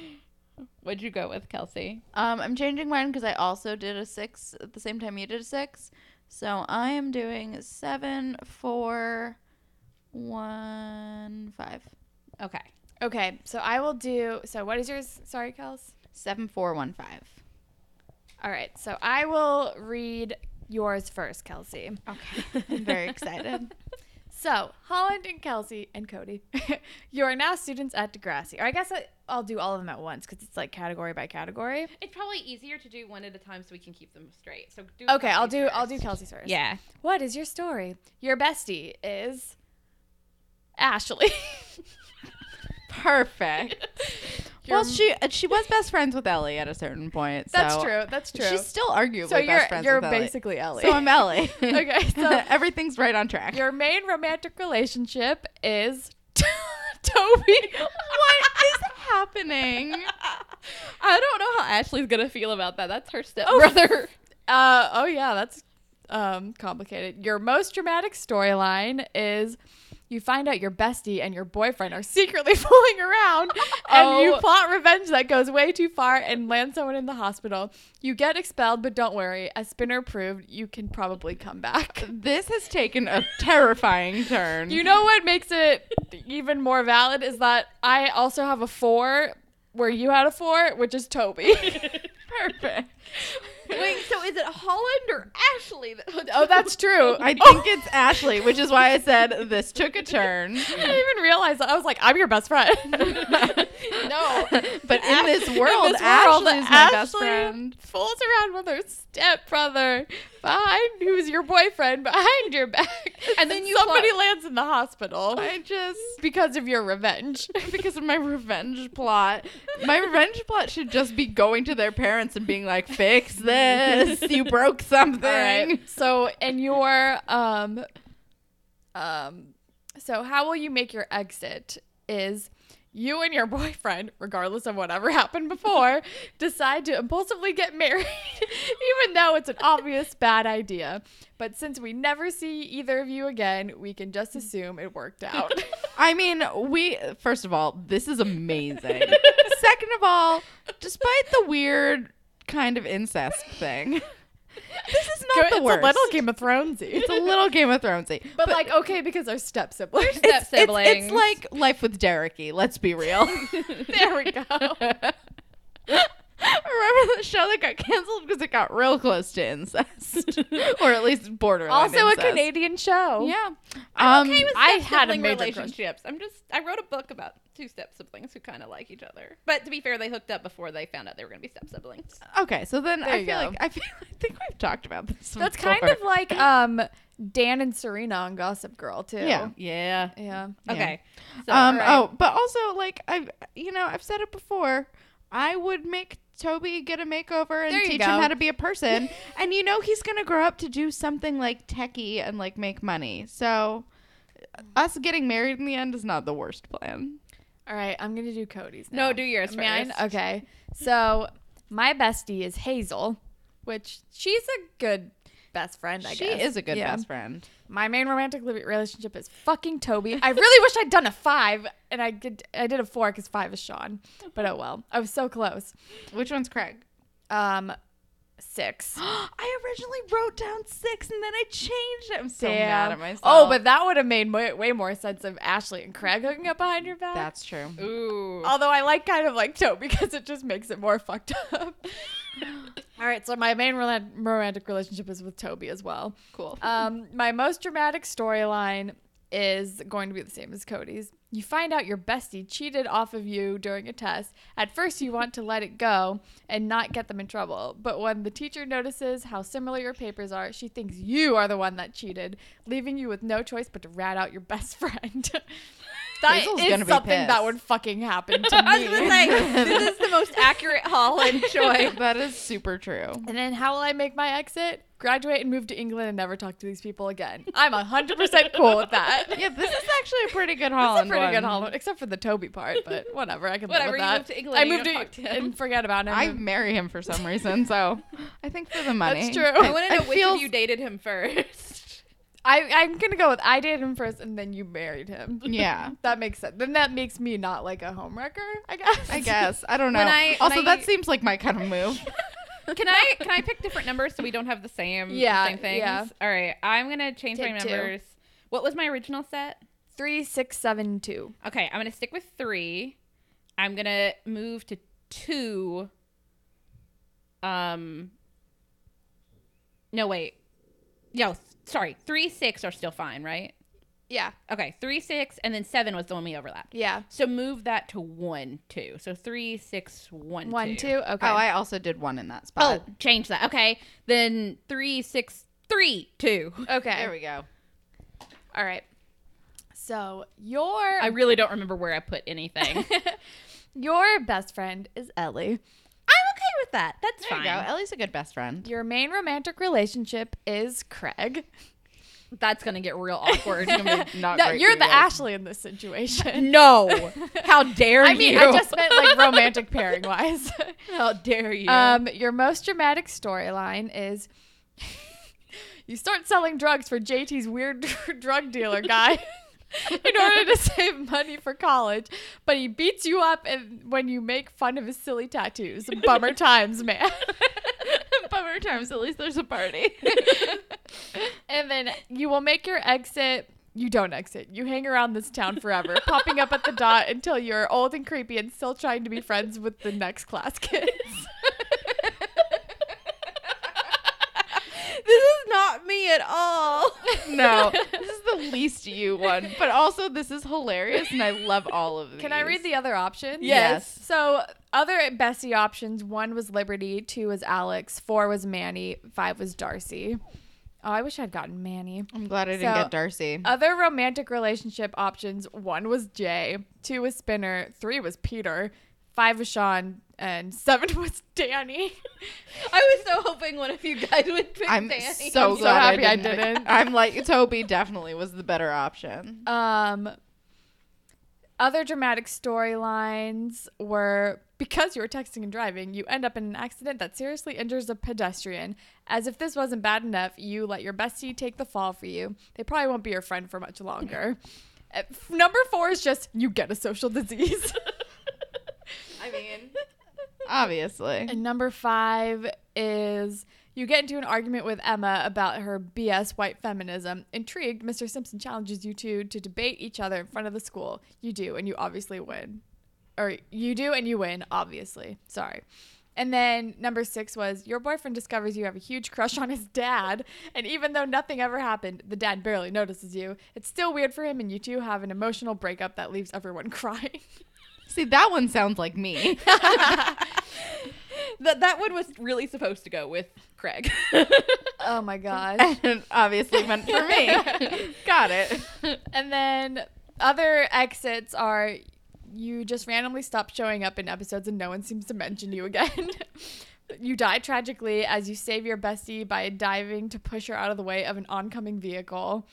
Speaker 3: What'd you go with, Kelsey?
Speaker 1: Um, I'm changing mine because I also did a six at the same time you did a six. So I am doing seven, four, one, five.
Speaker 3: Okay.
Speaker 2: Okay. So I will do. So what is yours? Sorry, Kels.
Speaker 1: Seven, four, one, five.
Speaker 2: All right. So I will read yours first, Kelsey.
Speaker 1: Okay. I'm very excited.
Speaker 2: So Holland and Kelsey and Cody, you are now students at Degrassi. Or I guess I, I'll do all of them at once because it's like category by category.
Speaker 3: It's probably easier to do one at a time so we can keep them straight. So do
Speaker 2: Okay. I'll do. I'll do Kelsey's first.
Speaker 3: Yeah.
Speaker 2: What is your story? Your bestie is Ashley.
Speaker 1: Perfect. well, she uh, she was best friends with Ellie at a certain point. So
Speaker 2: That's true. That's true.
Speaker 1: She's still arguably
Speaker 2: so
Speaker 1: best
Speaker 2: you're
Speaker 1: friends
Speaker 2: you're
Speaker 1: with Ellie.
Speaker 2: basically Ellie.
Speaker 1: So I'm Ellie.
Speaker 2: Okay, so-
Speaker 1: everything's right on track.
Speaker 2: Your main romantic relationship is Toby.
Speaker 1: what is happening?
Speaker 3: I don't know how Ashley's gonna feel about that. That's her stepbrother.
Speaker 2: Uh, oh yeah, that's um, complicated. Your most dramatic storyline is you find out your bestie and your boyfriend are secretly fooling around, and you
Speaker 3: Oh.
Speaker 2: plot revenge that goes way too far and lands someone in the hospital. You get expelled, but don't worry, as Spinner proved, you can probably come back.
Speaker 1: This has taken a terrifying turn.
Speaker 2: You know what makes it even more valid is that I also have a four where you had a four, which is Toby.
Speaker 1: perfect.
Speaker 3: Wait, so is it Holland or Ashley? That-
Speaker 2: oh, that's true.
Speaker 1: I
Speaker 2: I,
Speaker 1: think it's Ashley, which is why I said this took a turn.
Speaker 2: didn't even realize that. I was like, I'm your best friend.
Speaker 3: no.
Speaker 1: But in this
Speaker 2: In
Speaker 1: world,
Speaker 2: this world,
Speaker 1: Ashley is my best
Speaker 2: Ashley
Speaker 1: friend.
Speaker 2: Fools around with her stepbrother behind, who's your boyfriend, behind your back, and then
Speaker 3: then you
Speaker 2: somebody
Speaker 3: plot-
Speaker 2: lands in the hospital
Speaker 1: I just
Speaker 2: because of your revenge.
Speaker 1: because of my revenge plot. My revenge plot should just be going to their parents and being like, "Fix this. You broke something."
Speaker 2: All right. So, and your um, um, so how will you make your exit? Is you and your boyfriend, regardless of whatever happened before, decide to impulsively get married, even though it's an obvious bad idea. But since we never see either of you again, we can
Speaker 1: Hmm.
Speaker 2: just assume it worked
Speaker 3: Oh.
Speaker 2: out.
Speaker 1: I mean, we first of all, this is amazing. Second of all, despite the weird kind of incest thing, this is not
Speaker 2: it's
Speaker 1: the worst.
Speaker 2: a little Game of Thronesy,
Speaker 1: It's a little Game of Thronesy,
Speaker 2: but, like okay because our step siblings.
Speaker 1: it's, it's- It's,
Speaker 3: step-siblings.
Speaker 1: like life with Dereky. Let's be real.
Speaker 2: there we go.
Speaker 1: Remember the show that got canceled because it got real close to incest, or at least borderline.
Speaker 2: Also a
Speaker 1: incest.
Speaker 2: Canadian show.
Speaker 1: Yeah. Um,
Speaker 3: I'm okay with
Speaker 2: I
Speaker 3: step
Speaker 2: had a
Speaker 3: sibling
Speaker 2: major crush.
Speaker 3: relationships. I'm just I wrote a book about two step siblings who kind of like each other. But to be fair, they hooked up before they found out they were going to be step siblings.
Speaker 1: okay, so then
Speaker 2: There
Speaker 1: I
Speaker 2: you
Speaker 1: feel
Speaker 2: go.
Speaker 1: like I feel I think we've talked about this.
Speaker 2: That's kind
Speaker 1: before.
Speaker 2: of like um Dan and Serena on Gossip Girl too.
Speaker 1: Yeah.
Speaker 3: Yeah.
Speaker 2: Yeah.
Speaker 3: Okay. So, uh,
Speaker 1: um
Speaker 3: right.
Speaker 1: oh but also like i've you know i've said it before i would make toby get a makeover and
Speaker 2: There you
Speaker 1: teach
Speaker 2: go.
Speaker 1: him how to be a person and you know he's gonna grow up to do something like techie and like make money so uh, us getting married in the end is not the worst plan
Speaker 2: All right, I'm going to do Cody's now.
Speaker 3: No, do yours
Speaker 2: Mine?
Speaker 3: first.
Speaker 2: Okay. So, my bestie is Hazel, which she's a good best friend, I
Speaker 1: she
Speaker 2: guess.
Speaker 1: is a good
Speaker 2: Yeah.
Speaker 1: best friend
Speaker 2: My main romantic li- relationship is fucking Toby. I really wish I'd done a 5 and I did I did a 4 cuz 5 is Sean. But oh well. I was so close.
Speaker 1: which one's craig
Speaker 2: Um 6.
Speaker 1: i originally wrote down six and then i changed it i'm so mad
Speaker 2: Damn.
Speaker 1: at myself
Speaker 2: Oh, but that would have made way, way more sense of Ashley and Craig hooking up behind your back.
Speaker 1: that's true
Speaker 3: Ooh.
Speaker 2: Although I like kind of like Toby because it just makes it more fucked up. All right, so my main rela- romantic relationship is with Toby as well.
Speaker 3: cool.
Speaker 2: Um, my most dramatic storyline is going to be the same as Cody's. You find out your bestie cheated off of you during a test. At first, you want to let it go and not get them in trouble. But when the teacher notices how similar your papers are, she thinks you are the one that cheated, leaving you with no choice but to rat out your best friend. That is
Speaker 1: Hazel's gonna be
Speaker 2: something that
Speaker 1: pissed.
Speaker 2: would fucking happen
Speaker 3: I
Speaker 2: to
Speaker 3: was
Speaker 2: me.
Speaker 3: gonna say this is the most accurate Holland choice.
Speaker 1: that is super true.
Speaker 2: And then how will I make my exit? Graduate and move to England and never talk to these people again. I'm 100% cool with that.
Speaker 1: Yeah, this is actually a pretty good
Speaker 2: That's a
Speaker 1: Holland.
Speaker 2: pretty
Speaker 1: one.
Speaker 2: good Holland, except for the Toby part, but whatever. I can live
Speaker 3: Whatever,
Speaker 2: with
Speaker 3: you
Speaker 2: that.
Speaker 3: moved to England
Speaker 2: I
Speaker 3: and you
Speaker 2: moved
Speaker 3: don't
Speaker 2: to,
Speaker 3: talk to him.
Speaker 2: and forget about him.
Speaker 1: I marry him for some reason, so I think for the money.
Speaker 2: That's true.
Speaker 3: I want to know
Speaker 1: It
Speaker 3: which
Speaker 1: feels-
Speaker 3: of you dated him first.
Speaker 2: I, I'm gonna go with I dated him first, and then you married him.
Speaker 1: Yeah.
Speaker 2: that makes sense. Then that makes me not like a homewrecker, I guess.
Speaker 1: I guess. I don't know.
Speaker 3: When I- when
Speaker 1: also,
Speaker 3: I-
Speaker 1: that seems like my kind of move.
Speaker 3: Can I can I pick different numbers so we don't have the same
Speaker 2: Yeah,
Speaker 3: same things?
Speaker 2: yeah.
Speaker 3: All right, I'm gonna change my
Speaker 2: Take two.
Speaker 3: numbers. What was my original set?
Speaker 2: Three, six, seven, two.
Speaker 3: Okay, I'm gonna stick with three. I'm gonna move to two. Um. No wait, no. Sorry, three six are still fine, right?
Speaker 2: Yeah,
Speaker 3: Okay, three six and then seven was the one we overlapped.
Speaker 2: yeah.
Speaker 3: So move that to one two. So three six one
Speaker 2: One, two. Okay.
Speaker 1: Oh, I also did one in that
Speaker 3: Oh,
Speaker 1: spot.
Speaker 3: change that. Okay, then three six three two.
Speaker 2: okay.
Speaker 1: There we go.
Speaker 2: All right. So your
Speaker 3: I really don't remember where I put anything. I'm okay
Speaker 2: your best friend is Ellie.
Speaker 3: with that. That's
Speaker 1: There you go. Oh, Ellie's a good best friend.
Speaker 2: Your main romantic relationship is Craig.
Speaker 3: That's gonna get real awkward.
Speaker 1: Not
Speaker 2: No,
Speaker 1: great
Speaker 2: you're
Speaker 1: for
Speaker 2: the
Speaker 1: you.
Speaker 2: Ashley in this situation.
Speaker 3: no, how dare
Speaker 2: I mean, I just meant like romantic pairing wise.
Speaker 3: how dare you?
Speaker 2: Um, your most dramatic storyline is you start selling drugs for JT's weird drug dealer guy in order to save money for college, but he beats you up and when you make fun of his silly tattoos. Bummer times, man.
Speaker 1: Bummer times. At least there's a party.
Speaker 2: And then you will make your exit. You don't exit. You hang around this town forever, popping up at the dot until you're old and creepy and still trying to be friends with the next class kids.
Speaker 3: this is not me at all.
Speaker 1: no, this is the least you one, but also this is hilarious, and I love all of these.
Speaker 2: Can I read the other options?
Speaker 1: Yes. Yes.
Speaker 2: So, other Bessie options one was Liberty, two was Alex, four was Manny, five was Darcy. Oh, I wish I'd gotten Manny.
Speaker 1: I'm glad I didn't
Speaker 2: So-
Speaker 1: get Darcy.
Speaker 2: Other romantic relationship options one was Jay, two was Spinner, three was Peter, five was Sean, and seven was Danny.
Speaker 3: I was so hoping one of you guys would pick
Speaker 1: I'm
Speaker 3: Danny.
Speaker 1: so
Speaker 2: I'm so
Speaker 1: glad
Speaker 2: happy I
Speaker 1: I didn't.
Speaker 2: didn't.
Speaker 1: I'm like Toby definitely was the better option.
Speaker 2: Um, other dramatic storylines were because you were texting and driving, you end up in an accident that seriously injures a pedestrian. As if this wasn't bad enough, you let your bestie take the fall for you. They probably won't be your friend for much longer. Uh, f- Number four is just you get a social disease.
Speaker 3: I mean,
Speaker 1: Obviously.
Speaker 2: and number five is you get into an argument with Emma about her BS white feminism. Intrigued, Mr. Simpson challenges you two to debate each other in front of the school. You do, and you obviously win. Or you do, and you win, obviously. Sorry. And then number six was your boyfriend discovers you have a huge crush on his dad, and even though nothing ever happened, the dad barely notices you. It's still weird for him, and you two have an emotional breakup that leaves everyone crying.
Speaker 1: See, that one sounds like me.
Speaker 3: that that one was really supposed to go with Craig.
Speaker 2: oh my gosh.
Speaker 1: and obviously meant for me. Got it.
Speaker 2: And then other exits are you just randomly stop showing up in episodes and no one seems to mention you again. you die tragically as you save your bestie by diving to push her out of the way of an oncoming vehicle.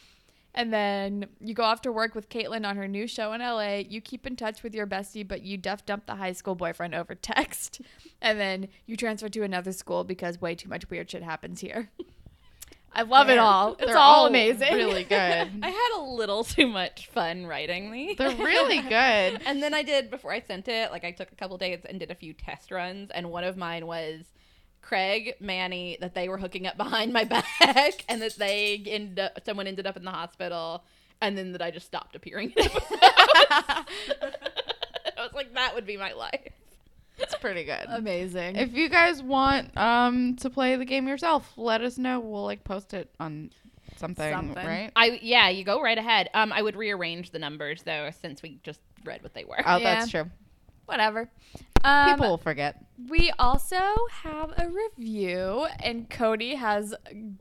Speaker 2: And then you go off to work with Caitlin on her new show in LA. You keep in touch with your bestie, but you def dump the high school boyfriend over text. And then you transfer to another school because way too much weird shit happens here. I love it
Speaker 1: They're-
Speaker 2: all. It's
Speaker 1: they're
Speaker 2: all, amazing.
Speaker 1: Really
Speaker 3: I
Speaker 1: good.
Speaker 3: had a little too much fun writing these.
Speaker 1: They're really good.
Speaker 3: And then I did before I sent it, like I took a couple days and did a few test runs, and one of mine was Craig, Manny, that they were hooking up behind my back, and that they ended up, someone ended up in the hospital, and then that I just stopped appearing. In episodes. I was like, that would be my life.
Speaker 1: It's pretty good.
Speaker 2: amazing.
Speaker 1: If um, you guys want um to play the game yourself, let us know. We'll like post it on something,
Speaker 2: Something.
Speaker 1: right?
Speaker 3: I yeah, you go right ahead. Um, I would rearrange the numbers though, since we just read what they were.
Speaker 1: Oh,
Speaker 2: Yeah.
Speaker 1: that's true.
Speaker 2: Whatever. Um,
Speaker 1: People will forget.
Speaker 2: We also have a review, and Cody has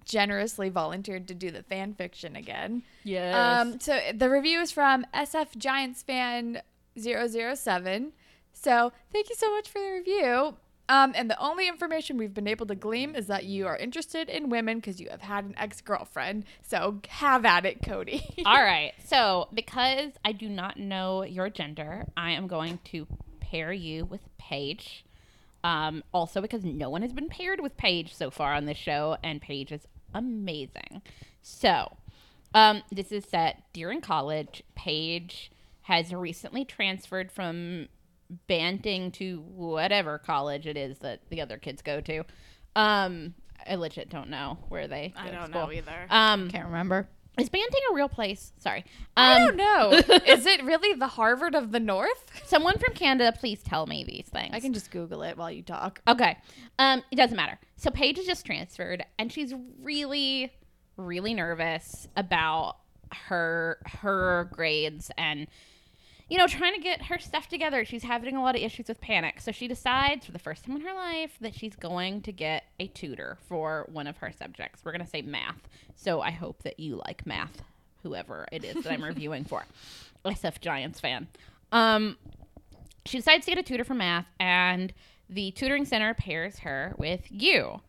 Speaker 2: generously volunteered to do the fan fiction again.
Speaker 3: yes.
Speaker 2: Um, so the review is from SF Giants fan 007. So thank you so much for the review. Um, and the only information we've been able to glean is that you are interested in women because you have had an ex girlfriend. So have at it, Cody.
Speaker 3: All right. So, because I do not know your gender, I am going to pair you with Paige. Um, also, because no one has been paired with Paige so far on this show, and Paige is amazing. So, um, this is set during college. Paige has recently transferred from Banting to whatever college it is that the other kids go to. Um, I legit don't know where they. Go to school.
Speaker 2: either.
Speaker 3: Um,
Speaker 1: Can't remember.
Speaker 3: is Banting a real place? Sorry.
Speaker 2: I
Speaker 3: Um,
Speaker 2: don't know. is it really the Harvard of the North?
Speaker 3: someone from Canada, please tell me these things.
Speaker 2: I can just Google it while you talk.
Speaker 3: Okay. Um, it doesn't matter. So Paige is just transferred, and she's really, really nervous about her her grades and you know trying to get her stuff together. She's having a lot of issues with panic, so she decides for the first time in her life that she's going to get a tutor for one of her subjects. We're gonna say math. So I hope that you like math, whoever it is that I'm reviewing for. SF Giants fan. Um, she decides to get a tutor for math, and the tutoring center pairs her with you.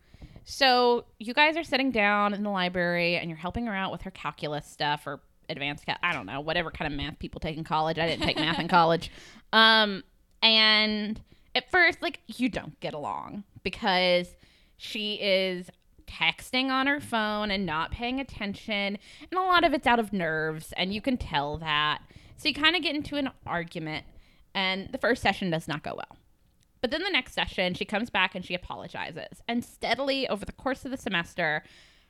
Speaker 3: So you guys are sitting down in the library, and you're helping her out with her calculus stuff or advanced cal- I don't know whatever kind of math people take in college. I didn't take math in college. Um, and at first, like you don't get along because she is texting on her phone and not paying attention. And a lot of it's out of nerves, and you can tell that. So you kind of get into an argument, and the first session does not go well. But then the next session, she comes back and she apologizes. And steadily over the course of the semester,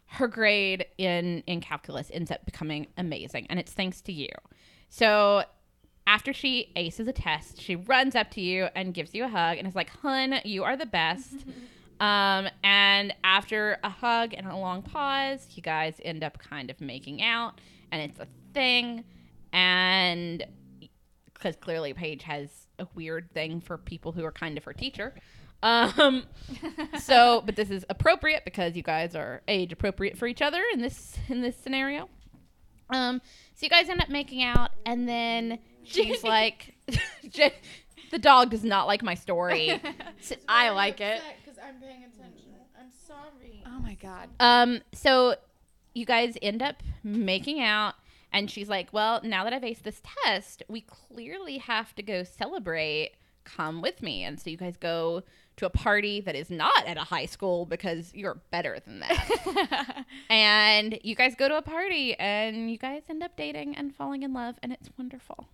Speaker 3: her grade in in calculus ends up becoming amazing, and it's thanks to you. So after she aces a test, she runs up to you and gives you a hug and is like, "Hun, you are the best." um, and after a hug and a long pause, you guys end up kind of making out, and it's a thing. And because clearly Paige has a weird thing for people who are kind of her teacher. Um, so, but this is appropriate because you guys are age appropriate for each other in this in this scenario. Um, so you guys end up making out, and then she's like, Jen- "The dog does not like my story." So-
Speaker 2: I like it.
Speaker 1: Because I'm paying attention. I'm sorry.
Speaker 2: Oh my god.
Speaker 3: Um, so you guys end up making out, and she's like, Well, now that I've aced this test, we clearly have to go celebrate. Come with me. And so you guys go to a party that is not at a high school because you're better than that. and you guys go to a party and you guys end up dating and falling in love, and it's wonderful.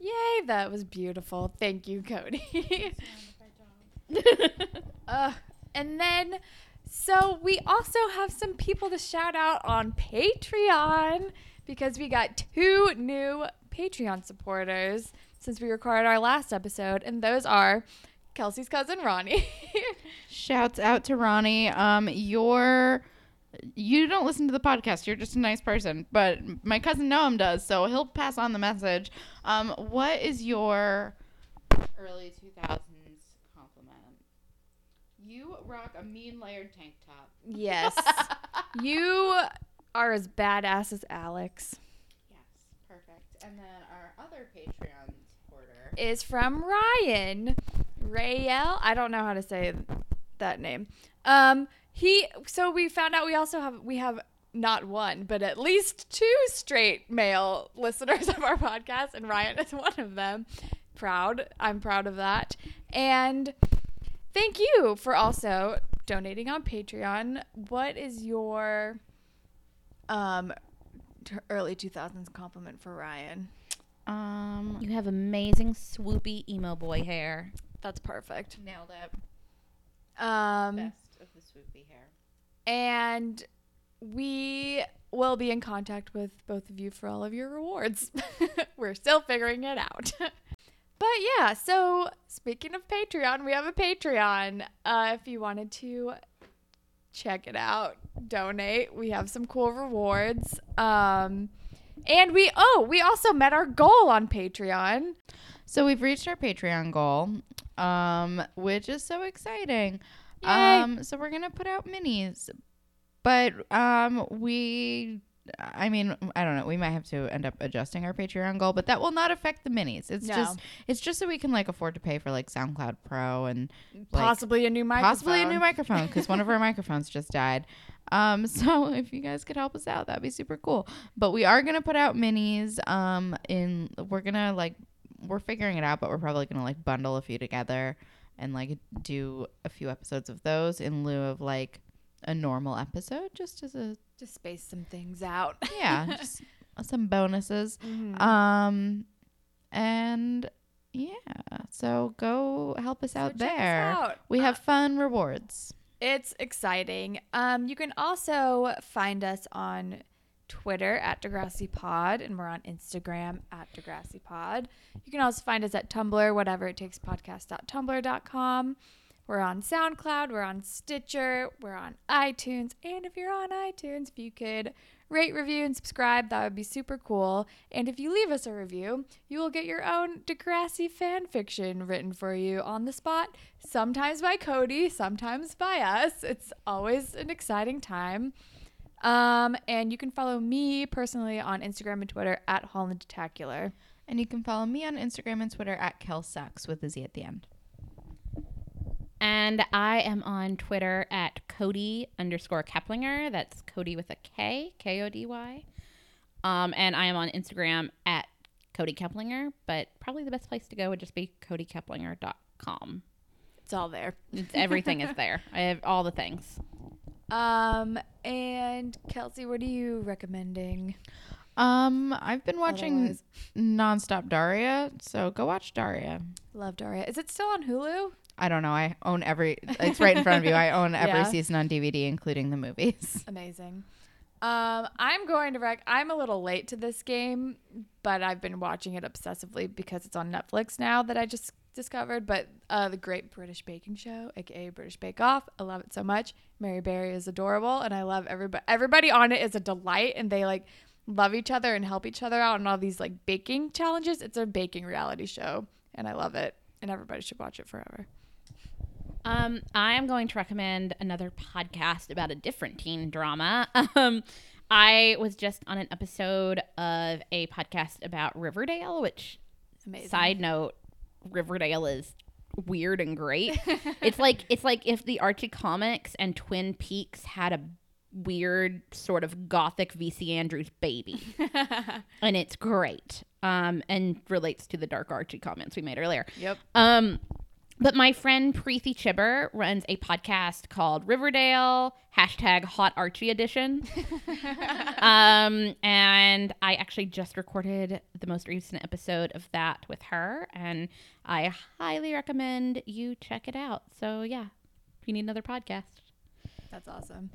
Speaker 2: Yay, that was beautiful. Thank you, Cody. uh, and then, so we also have some people to shout out on Patreon because we got two new Patreon supporters since we recorded our last episode, and those are Kelsey's cousin Ronnie.
Speaker 1: Shouts out to Ronnie. Um, your you don't listen to the podcast. You're just a nice person, but my cousin Noam does, so he'll pass on the message. Um, what is your early 2000s compliment? You rock a mean layered tank top.
Speaker 2: yes, you are as badass as Alex.
Speaker 1: Yes, perfect. And then our other Patreon supporter.
Speaker 2: is from Ryan. Rayel, I don't know how to say that name. Um, he so we found out we also have we have not one, but at least two straight male listeners of our podcast, and Ryan is one of them. Proud. I'm proud of that. And thank you for also donating on Patreon. What is your um t- early 2000s compliment for Ryan?
Speaker 1: Um,
Speaker 3: You have amazing, swoopy emo boy hair.
Speaker 2: That's perfect.
Speaker 1: nailed it.
Speaker 2: Um
Speaker 1: Best of the swoopy hair.
Speaker 2: and we will be in contact with both of you for all of your rewards. We're still figuring it out. but yeah, so speaking of Patreon, we have a Patreon. Uh, if you wanted to check it out donate we have some cool rewards um and we oh we also met our goal on patreon
Speaker 1: So we've reached our Patreon goal, um, which is so exciting.
Speaker 2: Yay.
Speaker 1: Um, so we're gonna put out minis, but um, we, I mean, I don't know. We might have to end up adjusting our Patreon goal, but that will not affect the minis. It's
Speaker 2: No.
Speaker 1: just, it's just so we can like afford to pay for like SoundCloud Pro and like,
Speaker 2: possibly a new microphone
Speaker 1: possibly a new microphone because one of our microphones just died. Um, so if you guys could help us out, that'd be super cool. But we are gonna put out minis. Um, in we're gonna like we're figuring it out, but we're probably gonna like bundle a few together and like do a few episodes of those in lieu of like a normal episode, just as a
Speaker 2: to space some things out
Speaker 1: yeah, just some bonuses.
Speaker 2: Mhm.
Speaker 1: Um, and yeah, so go help us out
Speaker 2: So check us
Speaker 1: there.
Speaker 2: out.
Speaker 1: We
Speaker 2: Uh,
Speaker 1: have fun rewards.
Speaker 2: It's exciting. Um, you can also find us on Twitter at Degrassi Pod, and we're on Instagram at Degrassi Pod. You can also find us at Tumblr, whatever it takes podcast.tumblr.com. We're on SoundCloud, we're on Stitcher, we're on iTunes, and if you're on iTunes, if you could rate, review, and subscribe, that would be super cool. And if you leave us a review, you will get your own Degrassi fan fiction written for you on the spot, sometimes by Cody, sometimes by us. It's always an exciting time. Um, and you can follow me personally on Instagram and Twitter at Holland Tacular.
Speaker 1: And you can follow me on Instagram and Twitter at KelSucks with a Z at the end.
Speaker 3: And I am on Twitter at Cody underscore Keplinger. That's Cody with a K, K O D Y. Um, and I am on Instagram at Cody Keplinger, but probably the best place to go would just be CodyKeplinger.com.
Speaker 2: It's all there.
Speaker 3: It's, everything is there. I have all the things.
Speaker 2: Um, and Kelsey, what are you recommending?
Speaker 1: Um, I've been watching
Speaker 2: Otherwise-
Speaker 1: nonstop Daria, so go watch Daria.
Speaker 2: Love Daria. Is it still on Hulu?
Speaker 1: I don't know. I own every. It's right in front of you. I own every
Speaker 2: Yeah.
Speaker 1: season on DVD, including the movies.
Speaker 2: Amazing. Um, I'm going to rec. I'm a little late to this game, but I've been watching it obsessively because it's on Netflix now that I just discovered. But uh, the Great British Baking Show, aka British Bake Off, I love it so much. Mary Berry is adorable, and I love everybody. Everybody on it is a delight, and they like love each other and help each other out on all these like baking challenges. It's a baking reality show, and I love it. And everybody should watch it forever.
Speaker 3: Um, I am going to recommend another podcast about a different teen drama. Um, I was just on an episode of a podcast about Riverdale, which
Speaker 2: Amazing.
Speaker 3: Side note, Riverdale is weird and great. it's like it's like if the Archie comics and Twin Peaks had a weird sort of gothic VC Andrews baby. and it's great. Um and relates to the dark Archie comments we made earlier.
Speaker 2: Yep.
Speaker 3: Um, but my friend Preethi Chibber runs a podcast called Riverdale hashtag Hot Archie Edition. um, and I actually just recorded the most recent episode of that with her, and I highly recommend you check it out. So yeah, if you need another podcast.
Speaker 2: That's awesome.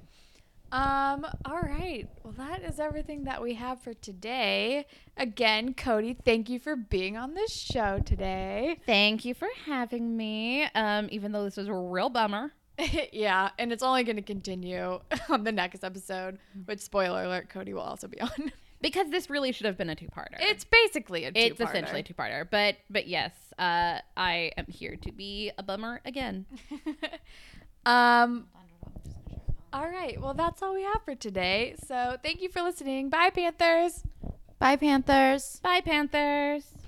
Speaker 2: Um, all right. Well, that is everything that we have for today. Again, Cody, thank you for being on this show today.
Speaker 3: Thank you for having me. Um, even though this was a real bummer.
Speaker 2: yeah, and it's only going to continue on the next episode, which spoiler alert, Cody will also be on.
Speaker 3: Because this really should have been a two-parter.
Speaker 2: it's basically a two
Speaker 3: it's essentially a two-parter but but yes uh i am here to be a bummer again
Speaker 2: um all right. Well, that's all we have for today. So, thank you for listening. Bye, Panthers.
Speaker 1: Bye, Panthers.
Speaker 3: bye panthers